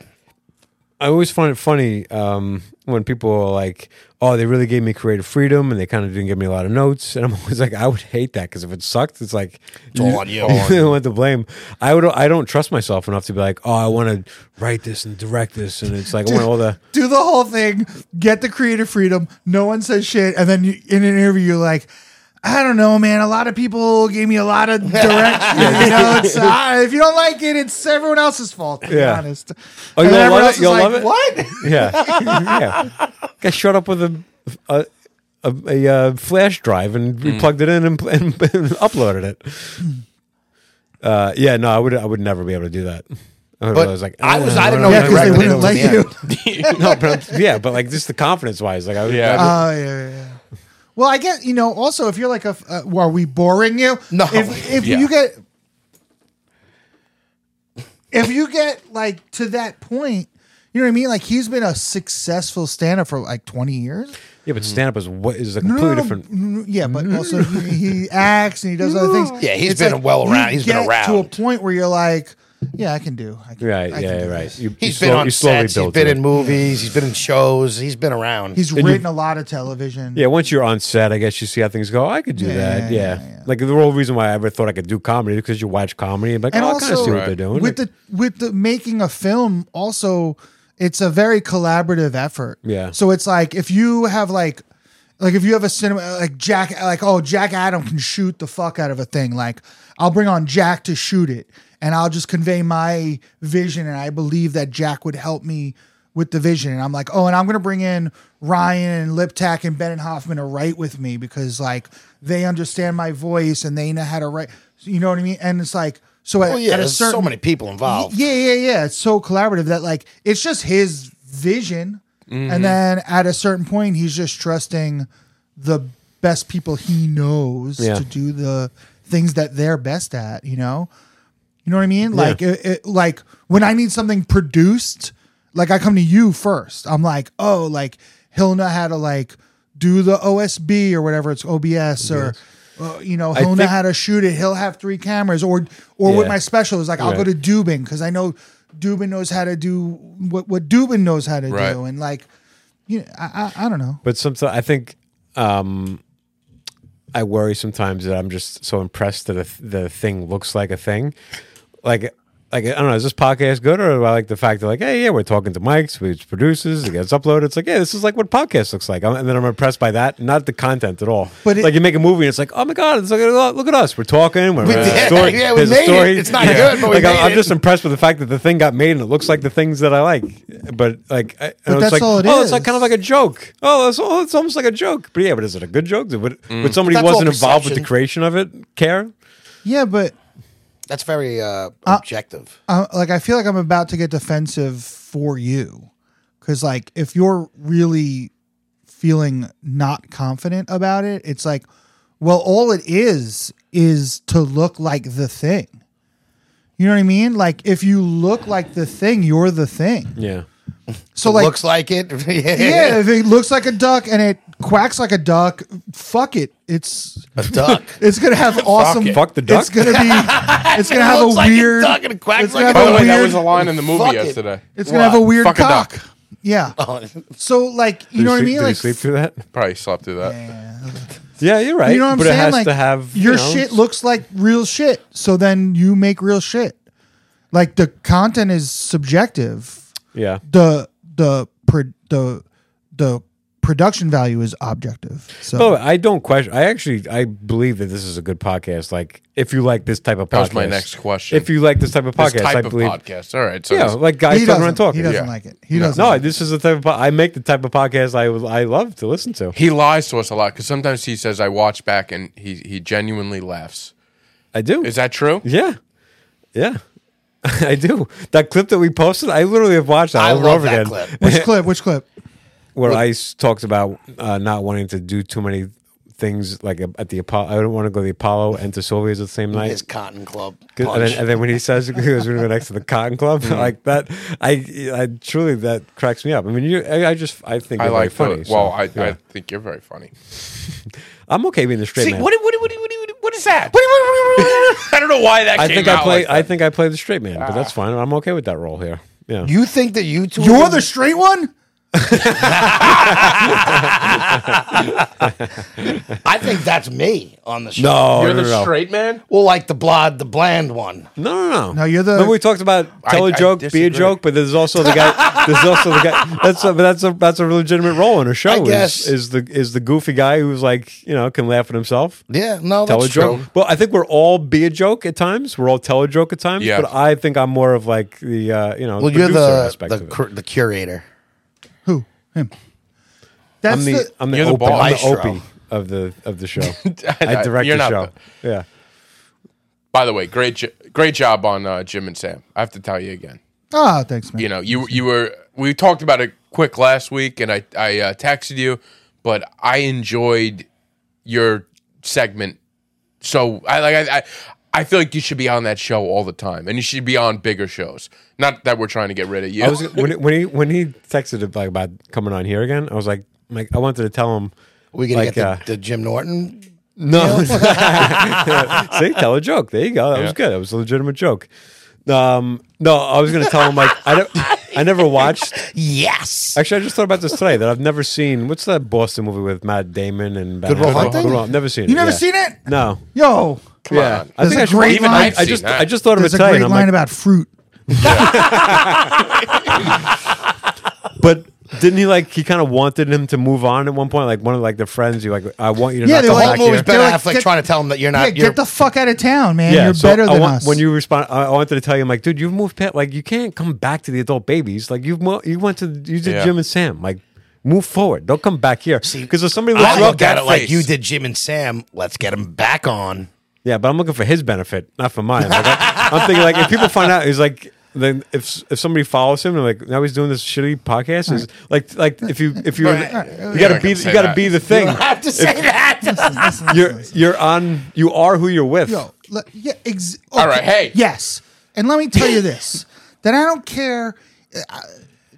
Speaker 4: I always find it funny um, when people are like, "Oh, they really gave me creative freedom, and they kind of didn't give me a lot of notes." And I'm always like, "I would hate that because if it sucked, it's like it's
Speaker 3: all on you. All on
Speaker 4: you don't want to blame." I would. I don't trust myself enough to be like, "Oh, I want to write this and direct this," and it's like, I want all the
Speaker 5: do the whole thing, get the creative freedom. No one says shit, and then you, in an interview, you're like, I don't know, man. A lot of people gave me a lot of direction. you know, it's, uh, if you don't like it, it's everyone else's fault. To
Speaker 4: Yeah.
Speaker 5: be honest.
Speaker 4: Oh,
Speaker 5: And
Speaker 4: you'll
Speaker 5: everyone
Speaker 4: love it?
Speaker 5: else is
Speaker 4: You'll
Speaker 5: like,
Speaker 4: love it?
Speaker 5: What?
Speaker 4: yeah, yeah. Got shot up with a a, a, a, uh flash drive and we plugged it in and, pl- and, and uploaded it. Uh, yeah, no, I would I would never be able to do that. I would
Speaker 3: But
Speaker 4: realize, like, "Uh,
Speaker 3: I was. I didn't know
Speaker 4: don't
Speaker 3: he
Speaker 5: "Ah." Yeah, 'cause they
Speaker 3: directed it
Speaker 5: wouldn't
Speaker 3: until
Speaker 5: let
Speaker 3: the end.
Speaker 5: you.
Speaker 4: no, but I'm- yeah, but like just the confidence wise, like I would,
Speaker 2: Yeah. Uh,
Speaker 4: I would-
Speaker 5: Oh yeah, yeah, yeah. Well, I guess you know. Also, if you're like a, f- uh, well, are we boring you?
Speaker 3: No.
Speaker 5: If, if
Speaker 2: Yeah.
Speaker 5: you get, if you get like to that point, you know what I mean. Like he's been a successful stand-up for like 20 years.
Speaker 4: yeah, but stand up is what is a completely different.
Speaker 5: Mm, Yeah, but also he, he acts and he does other things.
Speaker 3: Yeah, he's
Speaker 5: It's
Speaker 3: been well
Speaker 5: you
Speaker 3: around- he's been
Speaker 5: get to a
Speaker 3: around.
Speaker 5: point where you're like, yeah, I can do. I can,
Speaker 4: Right,
Speaker 5: I can
Speaker 4: yeah,
Speaker 5: do
Speaker 4: right.
Speaker 5: this.
Speaker 4: You,
Speaker 3: He's
Speaker 4: you
Speaker 3: been
Speaker 4: slow-
Speaker 3: on
Speaker 4: you slowly
Speaker 3: sets. He's
Speaker 4: build
Speaker 3: been
Speaker 4: to
Speaker 3: in
Speaker 4: it.
Speaker 3: movies. He's been in shows. He's been around.
Speaker 5: He's
Speaker 4: you-
Speaker 5: written a lot of television.
Speaker 4: Yeah, once you're on set, I guess you see how things go. I could do
Speaker 5: Yeah,
Speaker 4: that.
Speaker 5: yeah,
Speaker 4: Yeah,
Speaker 5: yeah.
Speaker 4: like the whole reason why I ever thought I could do comedy because you watch comedy and be like,
Speaker 5: And
Speaker 4: oh, I kind
Speaker 5: also-
Speaker 4: of see what
Speaker 2: Right.
Speaker 4: they're doing.
Speaker 5: with the with the making a film also it's a very collaborative effort
Speaker 4: Yeah.
Speaker 5: so it's like if you have like like if you have a cinema like jack like oh jack adam can shoot the fuck out of a thing like i'll bring on jack to shoot it and i'll just convey my vision and i believe that jack would help me with the vision and i'm like oh and i'm gonna bring in ryan and liptak and ben and hoffman to write with me because like they understand my voice and they know how to write you know what i mean and it's like so at,
Speaker 3: Well, Oh, yeah.
Speaker 5: at a
Speaker 3: There's
Speaker 5: certain
Speaker 3: so many people involved.
Speaker 5: yeah, yeah, yeah. It's so collaborative that like it's just his
Speaker 3: Mm-hmm.
Speaker 5: vision, and then at a certain point, he's just trusting the best people he knows
Speaker 4: Yeah.
Speaker 5: to do the things that they're best at. You know, you know what I mean? Like, it, it, like when I need something produced, like I come to you first. I'm like, oh, like he'll know how to like do the OSB or whatever it's OBS or. Uh, you know, he'll know
Speaker 4: think-
Speaker 5: how to shoot it. He'll have three cameras, or or with
Speaker 4: Yeah.
Speaker 5: my special is like I'll go
Speaker 4: Right.
Speaker 5: to Dubin because I know Dubin knows how to do what what Dubin knows how to
Speaker 2: Right.
Speaker 5: do, and like you know, I, I I don't know.
Speaker 4: But sometimes I think um, I worry sometimes that I'm just so impressed that a th- the thing looks like a thing. Like, like I don't know, is this podcast good or do I like the fact that like, hey, yeah, we're talking to mics, we producers, it gets uploaded. It's like, yeah, this is like what podcast looks like, I'm, and then I'm impressed by that, not the content at all.
Speaker 5: But
Speaker 4: But
Speaker 5: it-
Speaker 4: like, you make a movie, and it's like, oh my god, it's like, look at us, we're talking, we're
Speaker 3: did.
Speaker 4: yeah, story,
Speaker 3: Yeah, we
Speaker 4: there's a
Speaker 3: made it.
Speaker 4: story.
Speaker 3: It's not good, but we
Speaker 4: like, I'm,
Speaker 3: made
Speaker 4: I'm
Speaker 3: it.
Speaker 4: just impressed with the fact that the thing got made and it looks like the things that I like. But like, I, and it's
Speaker 5: that's
Speaker 4: like,
Speaker 5: all it
Speaker 4: oh, it's like
Speaker 5: is.
Speaker 4: kind of like a joke. Oh, it's, oh, it's almost like a joke. But yeah, but is it a good joke? Would,
Speaker 2: Mm.
Speaker 4: would somebody who
Speaker 3: That's all
Speaker 4: wasn't involved with the
Speaker 3: perception.
Speaker 4: creation of it care?
Speaker 5: Yeah, but
Speaker 3: That's very uh, objective.
Speaker 5: uh, like I feel like I'm about to get defensive for you because like if you're really feeling not confident about it, it's like, well, all it is is to look like the thing. You know what I mean? Like if you look like the thing, you're the thing.
Speaker 4: Yeah.
Speaker 5: So like
Speaker 3: looks like it.
Speaker 5: Yeah, if it looks like a duck and it quacks like a duck, fuck it. It's
Speaker 3: a duck.
Speaker 5: it's gonna have awesome.
Speaker 4: it. Fuck the duck?
Speaker 5: It's gonna be. It's gonna have a
Speaker 3: looks like a
Speaker 5: weird.
Speaker 3: duck and it quacks
Speaker 5: it's gonna
Speaker 3: like
Speaker 5: have
Speaker 2: By the
Speaker 5: a
Speaker 2: way, that
Speaker 5: weird-
Speaker 2: was a line in the movie
Speaker 3: Fuck it.
Speaker 2: yesterday.
Speaker 5: It's gonna have a weird
Speaker 2: Fuck a
Speaker 5: cock.
Speaker 2: duck.
Speaker 5: Yeah. So like, you
Speaker 4: Did
Speaker 5: know what I
Speaker 4: sleep-
Speaker 5: mean?
Speaker 4: Did
Speaker 5: Like,
Speaker 4: you sleep through that?
Speaker 2: Probably slept through that.
Speaker 4: Yeah, you're right.
Speaker 5: you know what I'm
Speaker 4: but
Speaker 5: saying?
Speaker 4: it has
Speaker 5: like,
Speaker 4: to have
Speaker 5: your
Speaker 4: you know,
Speaker 5: shit looks like real shit. So then you make real shit. Like the content is subjective.
Speaker 4: Yeah.
Speaker 5: The the pro, the the production value is objective. So
Speaker 4: Oh, I don't question. I actually I believe that this is a good podcast. Like, if you like this type of podcast,
Speaker 2: That was my next question.
Speaker 4: If you like this type of
Speaker 2: This
Speaker 4: podcast,
Speaker 2: type
Speaker 4: I
Speaker 2: of
Speaker 4: believe.
Speaker 2: podcast. All right. So
Speaker 4: Yeah,
Speaker 2: yeah,
Speaker 4: like guys turn
Speaker 5: he doesn't.
Speaker 4: around
Speaker 5: he
Speaker 4: talking.
Speaker 5: doesn't
Speaker 2: yeah.
Speaker 5: like it. He doesn't.
Speaker 4: No,
Speaker 5: like it.
Speaker 4: this is the type of po- I make the type of podcast I I love to listen to.
Speaker 2: he lies to us a lot because sometimes he says I watch back and he he genuinely laughs.
Speaker 4: I do.
Speaker 2: Is that true?
Speaker 4: yeah, yeah, I do. That clip that we posted, I literally have watched that
Speaker 3: I
Speaker 4: over and
Speaker 3: love
Speaker 4: over
Speaker 3: that
Speaker 4: again.
Speaker 3: clip.
Speaker 5: Which clip? Which clip?
Speaker 4: Where I s- talked about uh, not wanting to do too many things like a- at the Apollo. I don't want to go to the Apollo and to Soviets at the same night.
Speaker 3: His cotton club.
Speaker 4: 'Cause- And
Speaker 3: punch.
Speaker 4: then, and then when he says he was going to go next to the Cotton Club,
Speaker 2: Mm.
Speaker 4: like that, I, I truly that cracks me up. I mean, you, I, I just, I think
Speaker 2: I
Speaker 4: you're
Speaker 2: like funny.
Speaker 4: very funny. so,
Speaker 2: well, I, I
Speaker 4: yeah.
Speaker 2: think you're very funny.
Speaker 4: I'm okay being the straight man.
Speaker 2: what, what, what, what is that? I don't know why that
Speaker 4: I
Speaker 2: came
Speaker 4: think
Speaker 2: out.
Speaker 4: I play.
Speaker 2: like that. Ah.
Speaker 4: I think I play the straight man, but that's fine. I'm okay with that role here. Yeah.
Speaker 3: you think that you two?
Speaker 5: You're the straight one.
Speaker 3: I think that's me on the show.
Speaker 4: no,
Speaker 2: you're the
Speaker 4: no, no, no.
Speaker 2: straight man.
Speaker 3: Well, like the blonde, the bland one.
Speaker 4: No, no, no.
Speaker 5: No, you're the-
Speaker 4: Remember we talked about tell
Speaker 2: I-
Speaker 4: a
Speaker 2: I
Speaker 4: joke, be
Speaker 2: disagree.
Speaker 4: a joke, but there's also the guy. There's also the guy. That's a, that's a that's a legitimate role in a show.
Speaker 3: I
Speaker 4: is-
Speaker 3: guess.
Speaker 4: Is, the is the goofy guy who's like you know can laugh at himself.
Speaker 3: Yeah, no,
Speaker 4: Tell
Speaker 3: that's
Speaker 4: a joke.
Speaker 3: true.
Speaker 4: Well, I think we're all be a joke at times. We're all tell a joke at times.
Speaker 2: Yeah.
Speaker 4: But I think I'm more of like the uh, you know
Speaker 3: Well, you're
Speaker 4: producer
Speaker 3: the
Speaker 4: aspect
Speaker 3: the,
Speaker 4: of it.
Speaker 3: cur- the curator.
Speaker 5: Who? Him.
Speaker 4: I'm
Speaker 5: That's the,
Speaker 4: the I'm the,
Speaker 2: You're the
Speaker 4: open,
Speaker 2: boss.
Speaker 4: I'm the
Speaker 3: Maestro.
Speaker 4: opie of the of the show.
Speaker 2: I-
Speaker 4: I direct
Speaker 2: you're not
Speaker 4: the show. yeah.
Speaker 2: By the way, great jo- great job on uh, Jim and Sam. I have to tell you again.
Speaker 5: ah. Thanks, man.
Speaker 2: You know, you you were we talked about it quick last week, and I I uh, texted you, but I enjoyed your segment. So I like I. I I feel like you should be on that show all the time, and you should be on bigger shows. Not that we're trying to get rid of you.
Speaker 4: I was when, he- when he when he texted it, like, about coming on here again. I was like, like I wanted to tell him.
Speaker 3: We gonna get
Speaker 4: Like,
Speaker 3: the,
Speaker 4: uh,
Speaker 3: the Jim Norton.
Speaker 4: No, see, tell a joke. There you go. That
Speaker 2: Yeah.
Speaker 4: was good. That was a legitimate joke. Um, no, I was gonna tell him like I don't, I never watched.
Speaker 3: Yes.
Speaker 4: Actually, I just thought about this today that I've never seen. What's that Boston movie with Matt Damon and Good
Speaker 3: Will Hunting?
Speaker 4: Never seen.
Speaker 5: You
Speaker 4: it,
Speaker 5: never
Speaker 4: yeah.
Speaker 5: seen it?
Speaker 4: No.
Speaker 5: Yo.
Speaker 2: Come
Speaker 4: yeah,
Speaker 2: on.
Speaker 4: I
Speaker 5: There's
Speaker 4: think
Speaker 5: a
Speaker 4: I should.
Speaker 5: great
Speaker 4: Even I,
Speaker 5: line-
Speaker 4: I just
Speaker 2: I've seen
Speaker 4: I just thought of it
Speaker 5: There's a
Speaker 4: today.
Speaker 5: great
Speaker 4: And I'm
Speaker 5: line
Speaker 4: like,
Speaker 5: about fruit.
Speaker 4: but didn't he like he kind of wanted him to move on at one point? Like one of like the friends, you like I want you to not
Speaker 5: Yeah, they
Speaker 4: come
Speaker 5: were
Speaker 3: The
Speaker 5: like-
Speaker 4: back
Speaker 3: whole
Speaker 4: here.
Speaker 3: movie's Ben
Speaker 5: They're like,
Speaker 3: Affleck
Speaker 5: get-
Speaker 3: trying to tell him that you're
Speaker 5: Yeah,
Speaker 3: not. you're,
Speaker 5: get the fuck out of town, man. You're better
Speaker 4: I
Speaker 5: than
Speaker 4: want-
Speaker 5: us.
Speaker 4: When you respond, I I wanted to tell you, I'm like, dude, you've moved past. Like, you can't come back to the adult babies. Like, you've mo- you went to you did
Speaker 2: Yeah.
Speaker 4: Jim and Sam. Like, move forward. Don't come back here. Because if somebody looks
Speaker 3: I
Speaker 4: you up,
Speaker 3: look at
Speaker 2: that
Speaker 3: it like
Speaker 2: face.
Speaker 3: you did Jim and Sam. Let's get him back on.
Speaker 4: yeah, but I'm looking for his benefit, not for mine. Like, I, am thinking like if people find out, he's like. then if if somebody follows him and like now he's doing this shitty podcast is like like if you if you
Speaker 2: Right.
Speaker 4: you gotta be
Speaker 2: You're not gonna say
Speaker 4: you gotta
Speaker 2: that.
Speaker 4: be the thing
Speaker 3: have to say that.
Speaker 4: you're you're on you are who you're with
Speaker 5: Yo, le- yeah, ex-
Speaker 2: All right, hey.
Speaker 5: Yes. And let me tell you this that I don't care. I,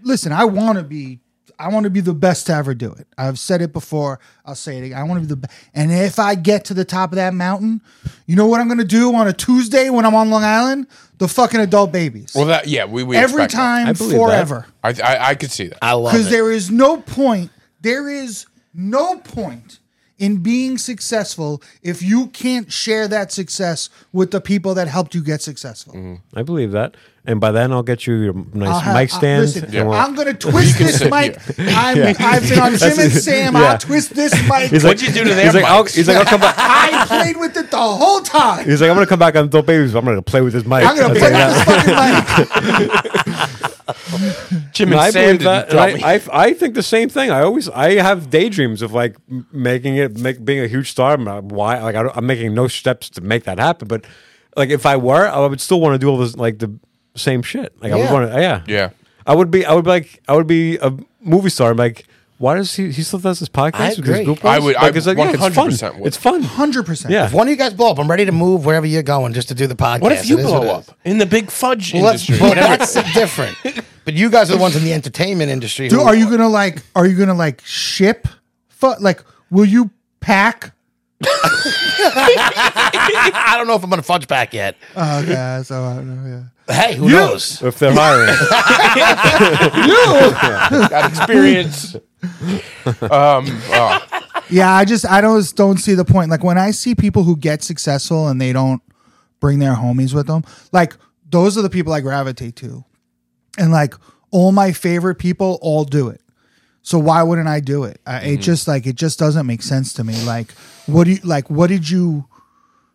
Speaker 5: listen, I want to be. I want to be the best to ever do it. I've said it before. I'll say it again. I want to be the best. And if I get to the top of that mountain, you know what I'm going to do on a Tuesday when I'm on Long Island? The fucking adult babies.
Speaker 2: Well, that yeah, we we
Speaker 5: Every
Speaker 2: expect that.
Speaker 5: time,
Speaker 4: I believe that.
Speaker 5: forever.
Speaker 2: I, I I could see that.
Speaker 3: I love
Speaker 5: Because
Speaker 3: it.
Speaker 5: there is no point. There is no point in being successful if you can't share that success with the people that helped you get successful.
Speaker 4: I believe that and by then I'll get you your nice
Speaker 5: I'll have-
Speaker 4: Mm-hmm. mic
Speaker 5: I'll-
Speaker 4: stand
Speaker 5: listen,
Speaker 4: and we'll-
Speaker 5: I'm going to twist this
Speaker 2: sit
Speaker 5: mic. I'm, I've been on Jim and Sam.
Speaker 4: yeah.
Speaker 5: I'll twist this mic.
Speaker 4: he's like
Speaker 2: What'd you do to their
Speaker 4: he's like, I'll,
Speaker 2: mics?
Speaker 4: he's like I'll come back
Speaker 5: I played with it the whole time.
Speaker 4: he's like I'm gonna come back on Dope Babies but I'm gonna play with his mic
Speaker 5: I'm going
Speaker 4: I'll
Speaker 5: to
Speaker 4: tell
Speaker 5: play
Speaker 4: you that.
Speaker 5: with this fucking
Speaker 2: Jim
Speaker 5: mic.
Speaker 4: No,
Speaker 2: and
Speaker 4: I
Speaker 2: Sam
Speaker 4: believe
Speaker 2: didn't
Speaker 4: that. and
Speaker 2: tell
Speaker 4: I,
Speaker 2: me.
Speaker 4: I, I think the same thing. I always I have daydreams of like m- making it, make, being a huge star. I'm not- why? Like I don't, I'm making no steps to make that happen. But like if I were, I would still want to do all this like the same shit. Like I would
Speaker 3: Yeah.
Speaker 4: want to, yeah,
Speaker 2: Yeah.
Speaker 4: I would be, I would be like, I would be a movie star. I'm like, why does he? He still does this podcast.
Speaker 3: I
Speaker 4: with his
Speaker 3: agree.
Speaker 4: group
Speaker 2: I
Speaker 4: boys?
Speaker 2: would- I
Speaker 4: Like, it's like, yeah, it's fun.
Speaker 2: 100% would.
Speaker 4: It's fun.
Speaker 5: 100%.
Speaker 4: Yeah.
Speaker 3: If one of you guys blow up, I'm ready to move wherever you're going just to do the podcast.
Speaker 2: What if you
Speaker 3: It is
Speaker 2: blow
Speaker 3: it is.
Speaker 2: up in the big fudge
Speaker 3: Well, that's,
Speaker 2: industry?
Speaker 3: well,
Speaker 2: Whatever.
Speaker 3: that's different. But you guys are the ones in the entertainment industry.
Speaker 5: Do,
Speaker 3: who-
Speaker 5: are you going to like, are you going to like ship? Fu- like, will you pack?
Speaker 3: I don't know if I'm going to fudge back yet.
Speaker 5: Oh, yeah. So I don't know. Yeah.
Speaker 3: Hey, who knows?
Speaker 4: If they're hiring,
Speaker 2: Got experience. um, oh,
Speaker 5: Yeah, I just I don't don't see the point. Like when I see people who get successful and they don't bring their homies with them, like those are the people I gravitate to. And like all my favorite people all do it. So why wouldn't I do it? I,
Speaker 4: Mm-hmm.
Speaker 5: It just like it just doesn't make sense to me. Like what do you like what did you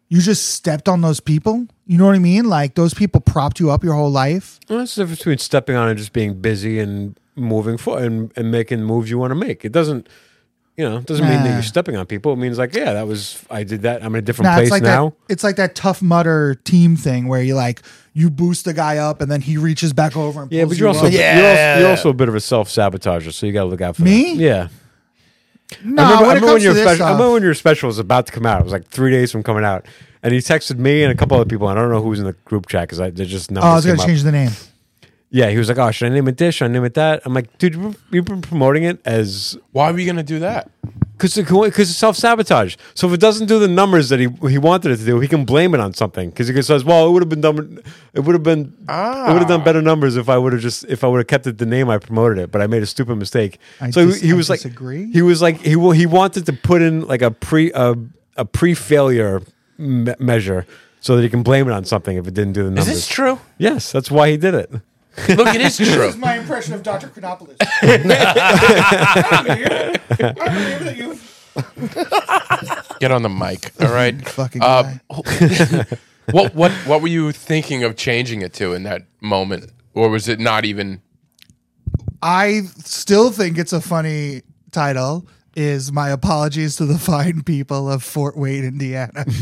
Speaker 5: you just stepped on those people? You know what I mean? Like those people propped you up your whole life.
Speaker 4: what's the difference between stepping on and just being busy and moving forward and, and making moves you want to make? It doesn't, you know, it doesn't mean that
Speaker 5: Nah.
Speaker 4: you're stepping on people. It means like, yeah, that was I did that. I'm in a different
Speaker 5: Nah,
Speaker 4: place
Speaker 5: it's like
Speaker 4: now.
Speaker 5: that. It's like that tough mutter team thing where you like you boost the guy up and then he reaches back over and pulls
Speaker 4: Yeah, but you're
Speaker 5: you
Speaker 4: also,
Speaker 5: up.
Speaker 4: you're
Speaker 3: Yeah,
Speaker 4: also
Speaker 3: yeah,
Speaker 4: you're
Speaker 3: yeah.
Speaker 4: also a bit of a self sabotager, so you got to look out for
Speaker 5: Me?
Speaker 4: That. Yeah.
Speaker 5: No,
Speaker 4: I remember,
Speaker 5: when
Speaker 4: I
Speaker 5: it
Speaker 4: remember when
Speaker 5: comes to
Speaker 4: your
Speaker 5: this
Speaker 4: special, I
Speaker 5: stuff,
Speaker 4: remember when your special was about to come out. It was like three days from coming out, and he texted me and a couple other people. and I don't know who was in the group chat because I they just numbers
Speaker 5: oh, I was
Speaker 4: came
Speaker 5: gonna
Speaker 4: up.
Speaker 5: change the name.
Speaker 4: Yeah, he was like, "Oh, should I name it this? Should I name it that?" I'm like, "Dude, you've- you've been promoting it as
Speaker 2: why are we gonna do that?
Speaker 4: Because because it's self sabotage. So if it doesn't do the numbers that he he wanted it to do, he can blame it on something. Because he can says, "Well, it would have been done. It would have been. It would have
Speaker 5: Ah.
Speaker 4: done better numbers if I would have just if I would have kept it the name I promoted it. But I made a stupid mistake.
Speaker 5: I
Speaker 4: so
Speaker 5: dis-
Speaker 4: he, he
Speaker 5: I
Speaker 4: was like,
Speaker 5: disagree.
Speaker 4: he was like, he wa- he wanted to put in like a pre a, a pre failure me- measure so that he can blame it on something if it didn't do the
Speaker 2: Is
Speaker 4: numbers.
Speaker 2: this true?
Speaker 4: Yes, that's why he did it.
Speaker 2: Look, it is true.
Speaker 5: my impression of Dr. Chronopoulos.
Speaker 2: Get on the mic, all right?
Speaker 5: Fucking
Speaker 2: Uh, what what what were you thinking of changing it to in that moment, or was it not even?
Speaker 5: I still think it's a funny title. Is my apologies to the fine people of Fort Wayne, Indiana.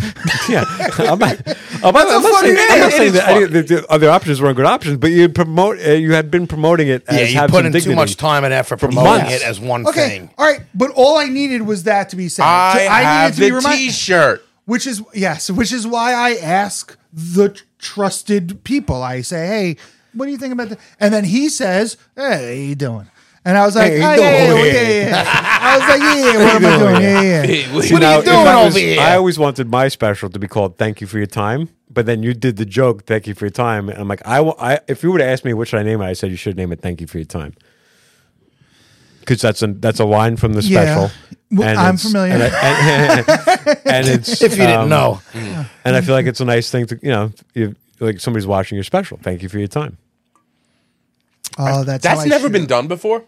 Speaker 4: Yeah, I'm not, I'm not,
Speaker 5: a
Speaker 4: I'm not saying,
Speaker 5: funny
Speaker 4: I'm
Speaker 5: name.
Speaker 4: not
Speaker 5: It
Speaker 4: saying
Speaker 2: is
Speaker 4: that any, the, the other options weren't good options, but you promote uh, you had been promoting it. As
Speaker 3: Yeah, you
Speaker 4: have
Speaker 3: put
Speaker 4: some
Speaker 3: in
Speaker 4: dignity.
Speaker 3: too much time and effort promoting
Speaker 4: months.
Speaker 3: it as one
Speaker 5: okay,
Speaker 3: thing.
Speaker 5: all right, but all I needed was that to be said.
Speaker 2: I,
Speaker 5: So
Speaker 2: have the
Speaker 5: remind-
Speaker 2: T-shirt.
Speaker 5: which is yes, which is why I ask the tr- trusted people. I say, hey, what do you think about that? And then he says, hey, how you doing? And I was like,
Speaker 4: Hey,
Speaker 5: "Ah,
Speaker 4: you
Speaker 5: yeah,
Speaker 4: doing?
Speaker 5: yeah, yeah, yeah." I was like, yeah, yeah, what am I doing? Yeah, yeah, yeah.
Speaker 3: What are you
Speaker 4: if I
Speaker 3: doing
Speaker 4: was-
Speaker 3: over here?
Speaker 4: I always wanted my special to be called "Thank You for Your Time," but then you did the joke "Thank You for Your Time," and I'm like, I, wa- I if you would have asked me what should I name it, I said you should name it "Thank You for Your Time." Because that's a that's a line from the
Speaker 5: Yeah.
Speaker 4: special.
Speaker 5: Well, I'm
Speaker 4: it's-
Speaker 5: familiar.
Speaker 4: and, I- and- and it's
Speaker 3: if you didn't
Speaker 4: um,
Speaker 3: know,
Speaker 4: and I feel like it's a nice thing to you know, you, like somebody's watching your special. Thank you for your time.
Speaker 5: Oh, that's how
Speaker 2: That's
Speaker 5: I
Speaker 2: never
Speaker 5: should-
Speaker 2: been done before.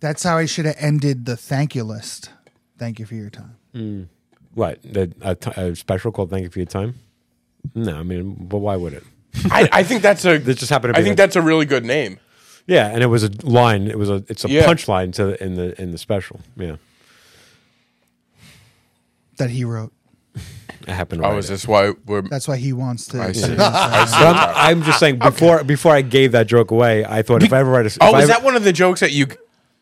Speaker 5: That's how I should have ended the thank you list. Thank you for your time.
Speaker 4: What the, a, t- a special called "Thank You for Your Time"? No, I mean, but why would it?
Speaker 2: I, I think that's a.
Speaker 4: This just happened to
Speaker 2: I
Speaker 4: be
Speaker 2: think
Speaker 4: like-
Speaker 2: that's a really good name.
Speaker 4: Yeah, and it was a line. It was a it's a
Speaker 2: Yeah.
Speaker 4: punchline to the, in the in the special. Yeah,
Speaker 5: That he wrote.
Speaker 4: happen to
Speaker 2: Oh,
Speaker 4: write
Speaker 2: is
Speaker 4: it.
Speaker 2: this why we're?
Speaker 5: That's why he wants to.
Speaker 2: I see.
Speaker 4: But I'm, I'm just saying before before I gave that joke away, I thought if I ever write a,
Speaker 2: Oh,
Speaker 4: if I
Speaker 2: is
Speaker 4: ever-
Speaker 2: that one of the jokes that you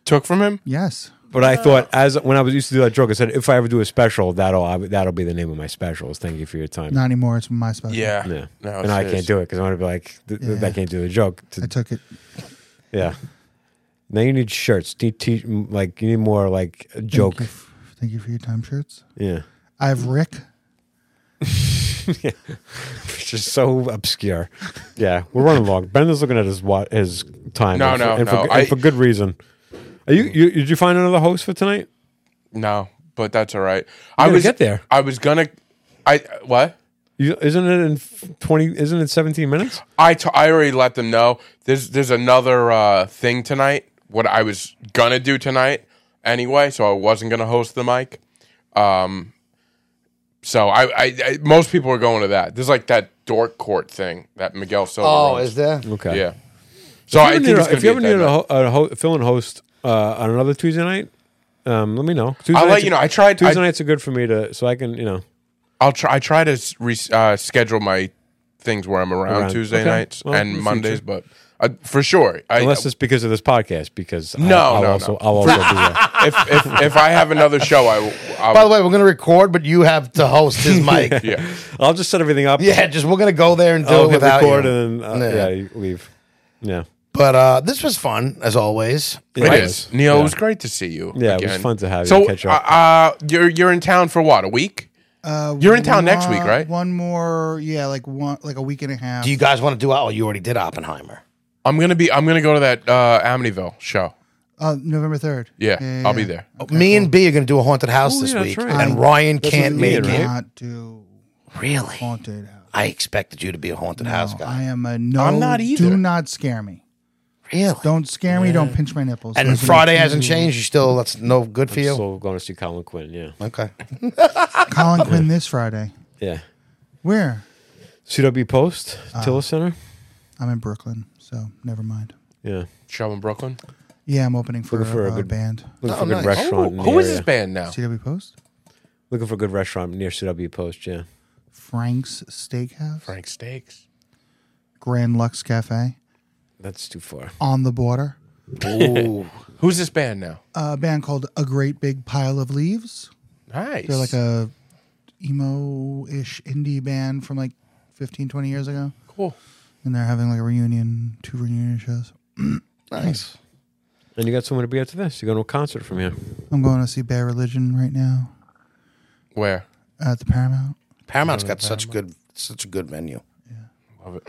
Speaker 2: took from him?
Speaker 5: Yes.
Speaker 4: But I thought as when I was used to do that joke, I said if I ever do a special, that'll I, that'll be the name of my specials. Thank you for your time.
Speaker 5: Not anymore. It's my special.
Speaker 2: Yeah.
Speaker 4: yeah,
Speaker 2: No,
Speaker 4: and I can't do it because I'm gonna be like th- th-
Speaker 5: Yeah.
Speaker 4: I can't do the joke. to-
Speaker 5: I took it.
Speaker 4: yeah. Now you need shirts. You te- like you need more like a joke.
Speaker 5: Thank you, f- thank you for your time, shirts.
Speaker 4: Yeah,
Speaker 5: I have Rick.
Speaker 4: it's just so obscure. Yeah, we're running long. Ben is looking at his what his time.
Speaker 2: No,
Speaker 4: and for,
Speaker 2: no,
Speaker 4: and for,
Speaker 2: no,
Speaker 4: and
Speaker 2: I-
Speaker 4: for good reason. Are you, you did you find another host for tonight?
Speaker 2: No, but that's all right. I
Speaker 4: gotta
Speaker 2: was
Speaker 4: get there.
Speaker 2: I was gonna. I what?
Speaker 4: You, isn't it in f- twenty? Isn't it seventeen minutes?
Speaker 2: I, t- I already let them know there's there's another uh, thing tonight. What I was gonna do tonight anyway, so I wasn't gonna host the mic. Um, so I, I, I most people are going to that. There's like that dork court thing that Miguel Silva.
Speaker 3: Oh,
Speaker 2: runs.
Speaker 3: is there?
Speaker 4: Okay.
Speaker 2: yeah. So I
Speaker 4: If
Speaker 2: think
Speaker 4: you ever
Speaker 2: it's
Speaker 4: need a-
Speaker 2: gonna
Speaker 4: if you
Speaker 2: be
Speaker 4: ever
Speaker 2: at
Speaker 4: need
Speaker 2: that
Speaker 4: a,
Speaker 2: night.
Speaker 4: ho- a ho- fill-in host uh, on another Tuesday night, um, let me know. Tuesday
Speaker 2: I'll let
Speaker 4: nights
Speaker 2: you know.
Speaker 4: are-
Speaker 2: I tried.
Speaker 4: Tuesday
Speaker 2: I,
Speaker 4: nights are good for me to, so I can, you know,
Speaker 2: I'll try. I try to s- re- uh, schedule my things where I'm around,
Speaker 4: Around.
Speaker 2: Tuesday
Speaker 4: Okay.
Speaker 2: nights
Speaker 4: Well, in
Speaker 2: and
Speaker 4: the
Speaker 2: Mondays, but uh, for sure, I,
Speaker 4: unless it's because of this podcast, because
Speaker 2: No,
Speaker 4: I'll, I'll
Speaker 2: no,
Speaker 4: also,
Speaker 2: no.
Speaker 4: I'll also be there.
Speaker 2: if, if if I have another show, I will. I
Speaker 3: By the
Speaker 2: will
Speaker 3: way, we're gonna record, but you have to host his mic. yeah.
Speaker 2: yeah.
Speaker 4: I'll just set everything up.
Speaker 3: just we're gonna go there and do
Speaker 4: I'll
Speaker 3: it
Speaker 4: hit
Speaker 3: without
Speaker 4: record
Speaker 3: you.
Speaker 4: and then, uh,
Speaker 3: Yeah.
Speaker 4: yeah. you leave. Yeah,
Speaker 3: But uh, this was fun as always.
Speaker 4: It
Speaker 2: It
Speaker 4: was.
Speaker 2: is. Neil,
Speaker 4: Yeah.
Speaker 2: it was great to see you.
Speaker 4: Yeah, it was
Speaker 2: again.
Speaker 4: fun to have you
Speaker 2: so,
Speaker 4: catch
Speaker 2: uh,
Speaker 4: up.
Speaker 2: uh, you're you're in town for what? A week?
Speaker 5: Uh,
Speaker 2: You're in town next week,
Speaker 5: one-
Speaker 2: right?
Speaker 5: One more. Yeah, like one, like a week and a half.
Speaker 3: Do you guys want to do? Oh, you already did Oppenheimer.
Speaker 2: I'm gonna be. I'm gonna go to that uh, Amityville show.
Speaker 5: uh, November third.
Speaker 2: Yeah, I'll be there.
Speaker 5: Oh.
Speaker 3: Me and B are gonna do a haunted house
Speaker 4: Oh,
Speaker 3: this
Speaker 4: yeah, that's
Speaker 3: week,
Speaker 4: right.
Speaker 3: and Ryan can't
Speaker 4: what
Speaker 3: make
Speaker 4: you
Speaker 3: it.
Speaker 4: did, right?
Speaker 5: Not do
Speaker 3: Really?
Speaker 5: haunted house.
Speaker 3: I expected you to be a haunted house
Speaker 5: No,
Speaker 3: guy.
Speaker 5: I am a no.
Speaker 2: I'm not either.
Speaker 5: Do not scare me.
Speaker 3: Really?
Speaker 5: Don't scare me. Don't pinch my nipples.
Speaker 3: and
Speaker 5: Those are
Speaker 3: Friday hasn't changed. You still that's no good for you.
Speaker 4: so going to see Colin Quinn. Yeah,
Speaker 3: okay.
Speaker 5: my- Colin Quinn this Friday.
Speaker 4: yeah.
Speaker 5: Where?
Speaker 4: CW Post
Speaker 5: Uh-huh.
Speaker 4: Tiller Center.
Speaker 5: I'm in Brooklyn, so never mind.
Speaker 4: Yeah,
Speaker 2: Show in Brooklyn.
Speaker 5: Yeah, I'm opening for,
Speaker 4: Looking for
Speaker 5: a,
Speaker 4: a
Speaker 5: uh,
Speaker 4: good-
Speaker 5: band.
Speaker 4: looking
Speaker 3: Oh,
Speaker 4: for a good
Speaker 3: nice.
Speaker 4: restaurant. in the
Speaker 2: Who is this
Speaker 4: area.
Speaker 2: band now?
Speaker 5: CW Post,
Speaker 4: Looking for a good restaurant near CW Post. Yeah.
Speaker 5: Frank's Steakhouse,
Speaker 2: Frank Steaks.
Speaker 5: Grand Lux Cafe,
Speaker 4: That's too far.
Speaker 5: on the border.
Speaker 3: Ooh.
Speaker 2: Who's this band now?
Speaker 5: A band called A Great Big Pile of Leaves.
Speaker 2: Nice.
Speaker 5: They're like a emo-ish indie band from like 15, 20 years ago,
Speaker 2: cool.
Speaker 5: and they're having like a reunion, two reunion shows.
Speaker 3: nice.
Speaker 4: And you got someone to be after this. You're going to a concert from here.
Speaker 5: I'm going to see Bad Religion right now
Speaker 2: Where?
Speaker 5: at the Paramount.
Speaker 3: Paramount's got such good such a good menu.
Speaker 2: Love it.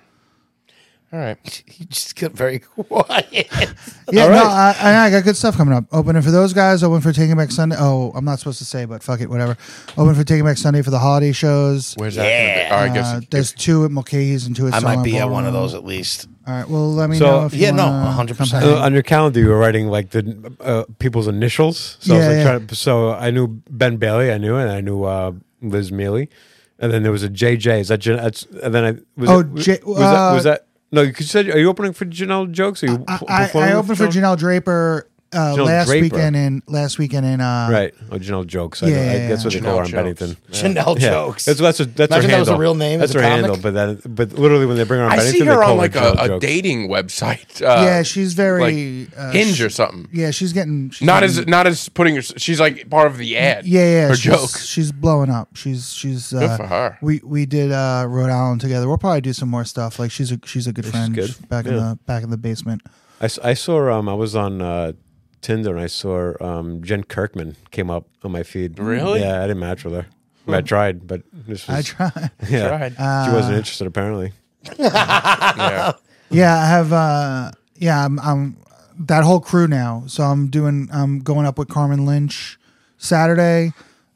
Speaker 2: All right.
Speaker 3: You just get very quiet.
Speaker 5: Yeah, no, I, I, I got good stuff coming up. Opening for those guys. Open for Taking Back Sunday. Oh, I'm not supposed to say, but fuck it, whatever. Open for Taking Back Sunday for the holiday shows.
Speaker 2: Where's
Speaker 3: Yeah.
Speaker 2: that? gonna be? Oh, I
Speaker 5: Uh,
Speaker 2: guess.
Speaker 5: there's two at Mulcahy's and two at.
Speaker 3: I might
Speaker 5: Solomon
Speaker 3: be at
Speaker 5: Ballroom.
Speaker 3: one of those at least.
Speaker 5: All right. Well, let me
Speaker 4: So-
Speaker 5: know. If you
Speaker 3: Yeah, no,
Speaker 5: wanna
Speaker 3: 100%.
Speaker 5: come
Speaker 4: Uh,
Speaker 5: by.
Speaker 4: on your calendar, you were writing like the uh, people's initials. So I was
Speaker 5: Yeah,
Speaker 4: like
Speaker 5: yeah.
Speaker 4: trying to, so I knew Ben Bailey, I knew, and I knew uh, Liz Mealy, and then there was a JJ. Is that Jan- that's, and then I was
Speaker 5: Oh,
Speaker 4: it- was,
Speaker 5: J-
Speaker 4: that, was
Speaker 5: uh,
Speaker 4: that no? You said are you opening for Janelle Jokes? Are you
Speaker 3: Uh,
Speaker 5: I,
Speaker 4: pu-
Speaker 5: I,
Speaker 4: performing
Speaker 5: I
Speaker 4: with
Speaker 5: opened for Janelle Draper uh,
Speaker 4: Janelle
Speaker 5: last
Speaker 4: Draper.
Speaker 5: weekend in last weekend in uh,
Speaker 4: Right, oh Janelle Jokes. I
Speaker 5: Yeah,
Speaker 4: know. I,
Speaker 5: yeah,
Speaker 4: that's what
Speaker 2: yeah.
Speaker 4: they call her
Speaker 2: Janelle
Speaker 4: on
Speaker 2: Jokes.
Speaker 4: Bennington.
Speaker 3: Chanel
Speaker 4: Yeah.
Speaker 3: jokes.
Speaker 4: That's that's her, that's
Speaker 3: Imagine
Speaker 4: her
Speaker 3: that was a
Speaker 4: handle.
Speaker 3: real name
Speaker 4: That's
Speaker 3: as a
Speaker 4: her
Speaker 3: comic?
Speaker 4: handle. But that but literally when they bring her on
Speaker 2: I
Speaker 4: Bennington,
Speaker 2: see
Speaker 4: they
Speaker 2: her
Speaker 4: call
Speaker 2: on like a,
Speaker 4: Janelle
Speaker 2: a
Speaker 4: Jokes.
Speaker 2: dating website. Uh,
Speaker 5: Yeah, she's very
Speaker 2: like
Speaker 5: uh,
Speaker 2: Hinge
Speaker 5: sh-
Speaker 2: or something.
Speaker 5: Yeah, she's getting she's
Speaker 2: Not
Speaker 5: getting-
Speaker 2: as not as putting her. She's like part of the ad.
Speaker 5: Yeah, yeah,
Speaker 2: Her
Speaker 5: she's,
Speaker 2: joke.
Speaker 5: She's blowing up. She's she's uh,
Speaker 2: for her.
Speaker 5: We we did uh, Rhode Island together. We'll probably do some more stuff. Like she's a she's a good friend.
Speaker 4: good.
Speaker 5: She's back in
Speaker 4: Yeah.
Speaker 5: the back in the basement.
Speaker 4: I, s- I saw um I was on uh, Tinder and I saw um, Jen Kirkman came up on my feed.
Speaker 2: Really?
Speaker 4: Yeah, I didn't match with her. I, mean, I tried, but this was,
Speaker 5: I try.
Speaker 4: yeah,
Speaker 2: Tried.
Speaker 4: she wasn't interested apparently.
Speaker 2: Yeah.
Speaker 5: yeah, I have. Uh, yeah, I'm, I'm that whole crew now. So I'm doing. I'm going up with Carmen Lynch Saturday.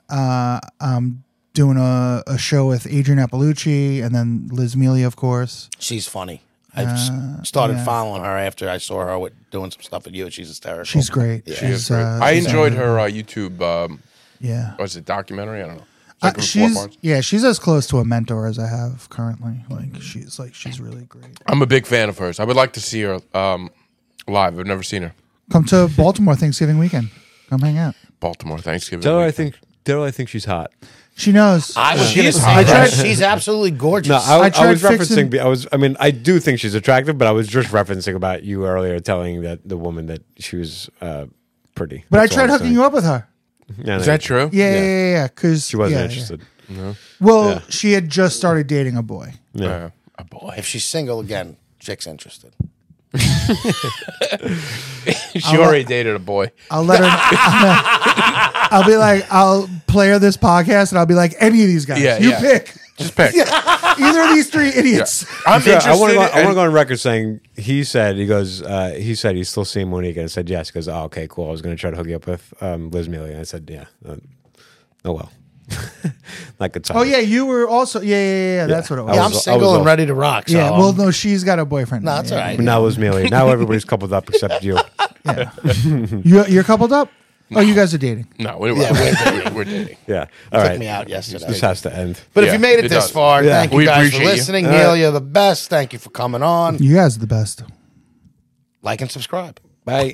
Speaker 5: Uh, I'm doing a, a show with Adrian Appalucci and then Liz Mealy, of course.
Speaker 3: She's funny. I s- started following her after I saw her with, doing some stuff with you. She's hysterical.
Speaker 5: She's great.
Speaker 3: Yeah.
Speaker 5: she's,
Speaker 2: She is great.
Speaker 5: uh,
Speaker 2: I
Speaker 5: she's
Speaker 2: enjoyed
Speaker 5: amazing.
Speaker 2: her uh, YouTube. Um,
Speaker 5: Yeah.
Speaker 2: was it documentary? I don't know. It's
Speaker 5: Uh,
Speaker 2: like from four
Speaker 5: she's
Speaker 2: parts.
Speaker 5: yeah, she's as close to a mentor as I have currently. Like she's like she's really great.
Speaker 2: I'm a big fan of hers. I would like to see her um, live. I've never seen her.
Speaker 5: Come to Baltimore Thanksgiving weekend. Come hang out.
Speaker 2: Baltimore Thanksgiving.
Speaker 4: Tell her I
Speaker 2: weekend.
Speaker 4: think tell her I think she's hot.
Speaker 5: She knows.
Speaker 3: I was
Speaker 2: She
Speaker 3: gonna
Speaker 2: is
Speaker 3: say
Speaker 2: hot.
Speaker 3: that.
Speaker 5: I tried-
Speaker 3: she's absolutely gorgeous.
Speaker 4: No, I,
Speaker 5: I
Speaker 4: I,
Speaker 5: tried
Speaker 4: was
Speaker 5: fixing-
Speaker 4: referencing. I was. I mean, I do think she's attractive, but I was just referencing about you earlier telling that the woman that she was uh, pretty.
Speaker 5: but I tried hooking you up with her.
Speaker 2: Is that true?
Speaker 5: Yeah, yeah,
Speaker 4: Yeah.
Speaker 5: yeah, yeah. Because
Speaker 4: She wasn't interested.
Speaker 5: Well,
Speaker 4: Yeah.
Speaker 5: she had just started dating a boy.
Speaker 2: Uh, a boy.
Speaker 3: if she's single again, chick's interested.
Speaker 2: she already dated a boy.
Speaker 5: I'll let her. I'll be like, I'll play her this podcast, and I'll be like, any of these guys,
Speaker 2: Yeah,
Speaker 5: you
Speaker 2: yeah.
Speaker 5: pick
Speaker 2: Just pick.
Speaker 5: either of these three idiots.
Speaker 2: I'm
Speaker 4: Yeah,
Speaker 2: interested.
Speaker 4: I want to go. I
Speaker 2: in-
Speaker 4: want to go on record saying he said he goes. Uh, he said he's still seeing Monique, and I said yes. He goes, oh, okay, cool. I was going to try to hook you up with um, Liz Mealy, and I said, yeah. Uh, oh well, not good time.
Speaker 5: Oh yeah, you were also yeah yeah yeah. yeah that's what it was.
Speaker 4: I
Speaker 3: Yeah, I'm
Speaker 4: was- I
Speaker 3: single
Speaker 4: was
Speaker 3: and
Speaker 4: off.
Speaker 3: ready to rock. So
Speaker 5: yeah,
Speaker 3: I'm-
Speaker 5: well, no, she's got a boyfriend.
Speaker 3: no,
Speaker 5: now,
Speaker 3: that's
Speaker 5: yeah.
Speaker 3: all right.
Speaker 4: But now Liz Mealy. Now everybody's coupled up except you.
Speaker 5: You, you're coupled up? Oh, you guys are dating.
Speaker 2: No, we-
Speaker 3: Yeah,
Speaker 2: we're,
Speaker 3: we're
Speaker 2: dating. we're dating.
Speaker 4: Yeah. All right.
Speaker 3: Took me out yesterday.
Speaker 4: This has to end.
Speaker 3: But
Speaker 2: Yeah,
Speaker 3: if you made it,
Speaker 2: it
Speaker 3: this
Speaker 2: does.
Speaker 3: far,
Speaker 4: Yeah.
Speaker 3: thank you
Speaker 2: We
Speaker 3: guys for
Speaker 2: appreciate you.
Speaker 3: listening. Neil, you're the best. Thank you for coming on.
Speaker 5: You guys are the best.
Speaker 3: Like and subscribe.
Speaker 4: Bye.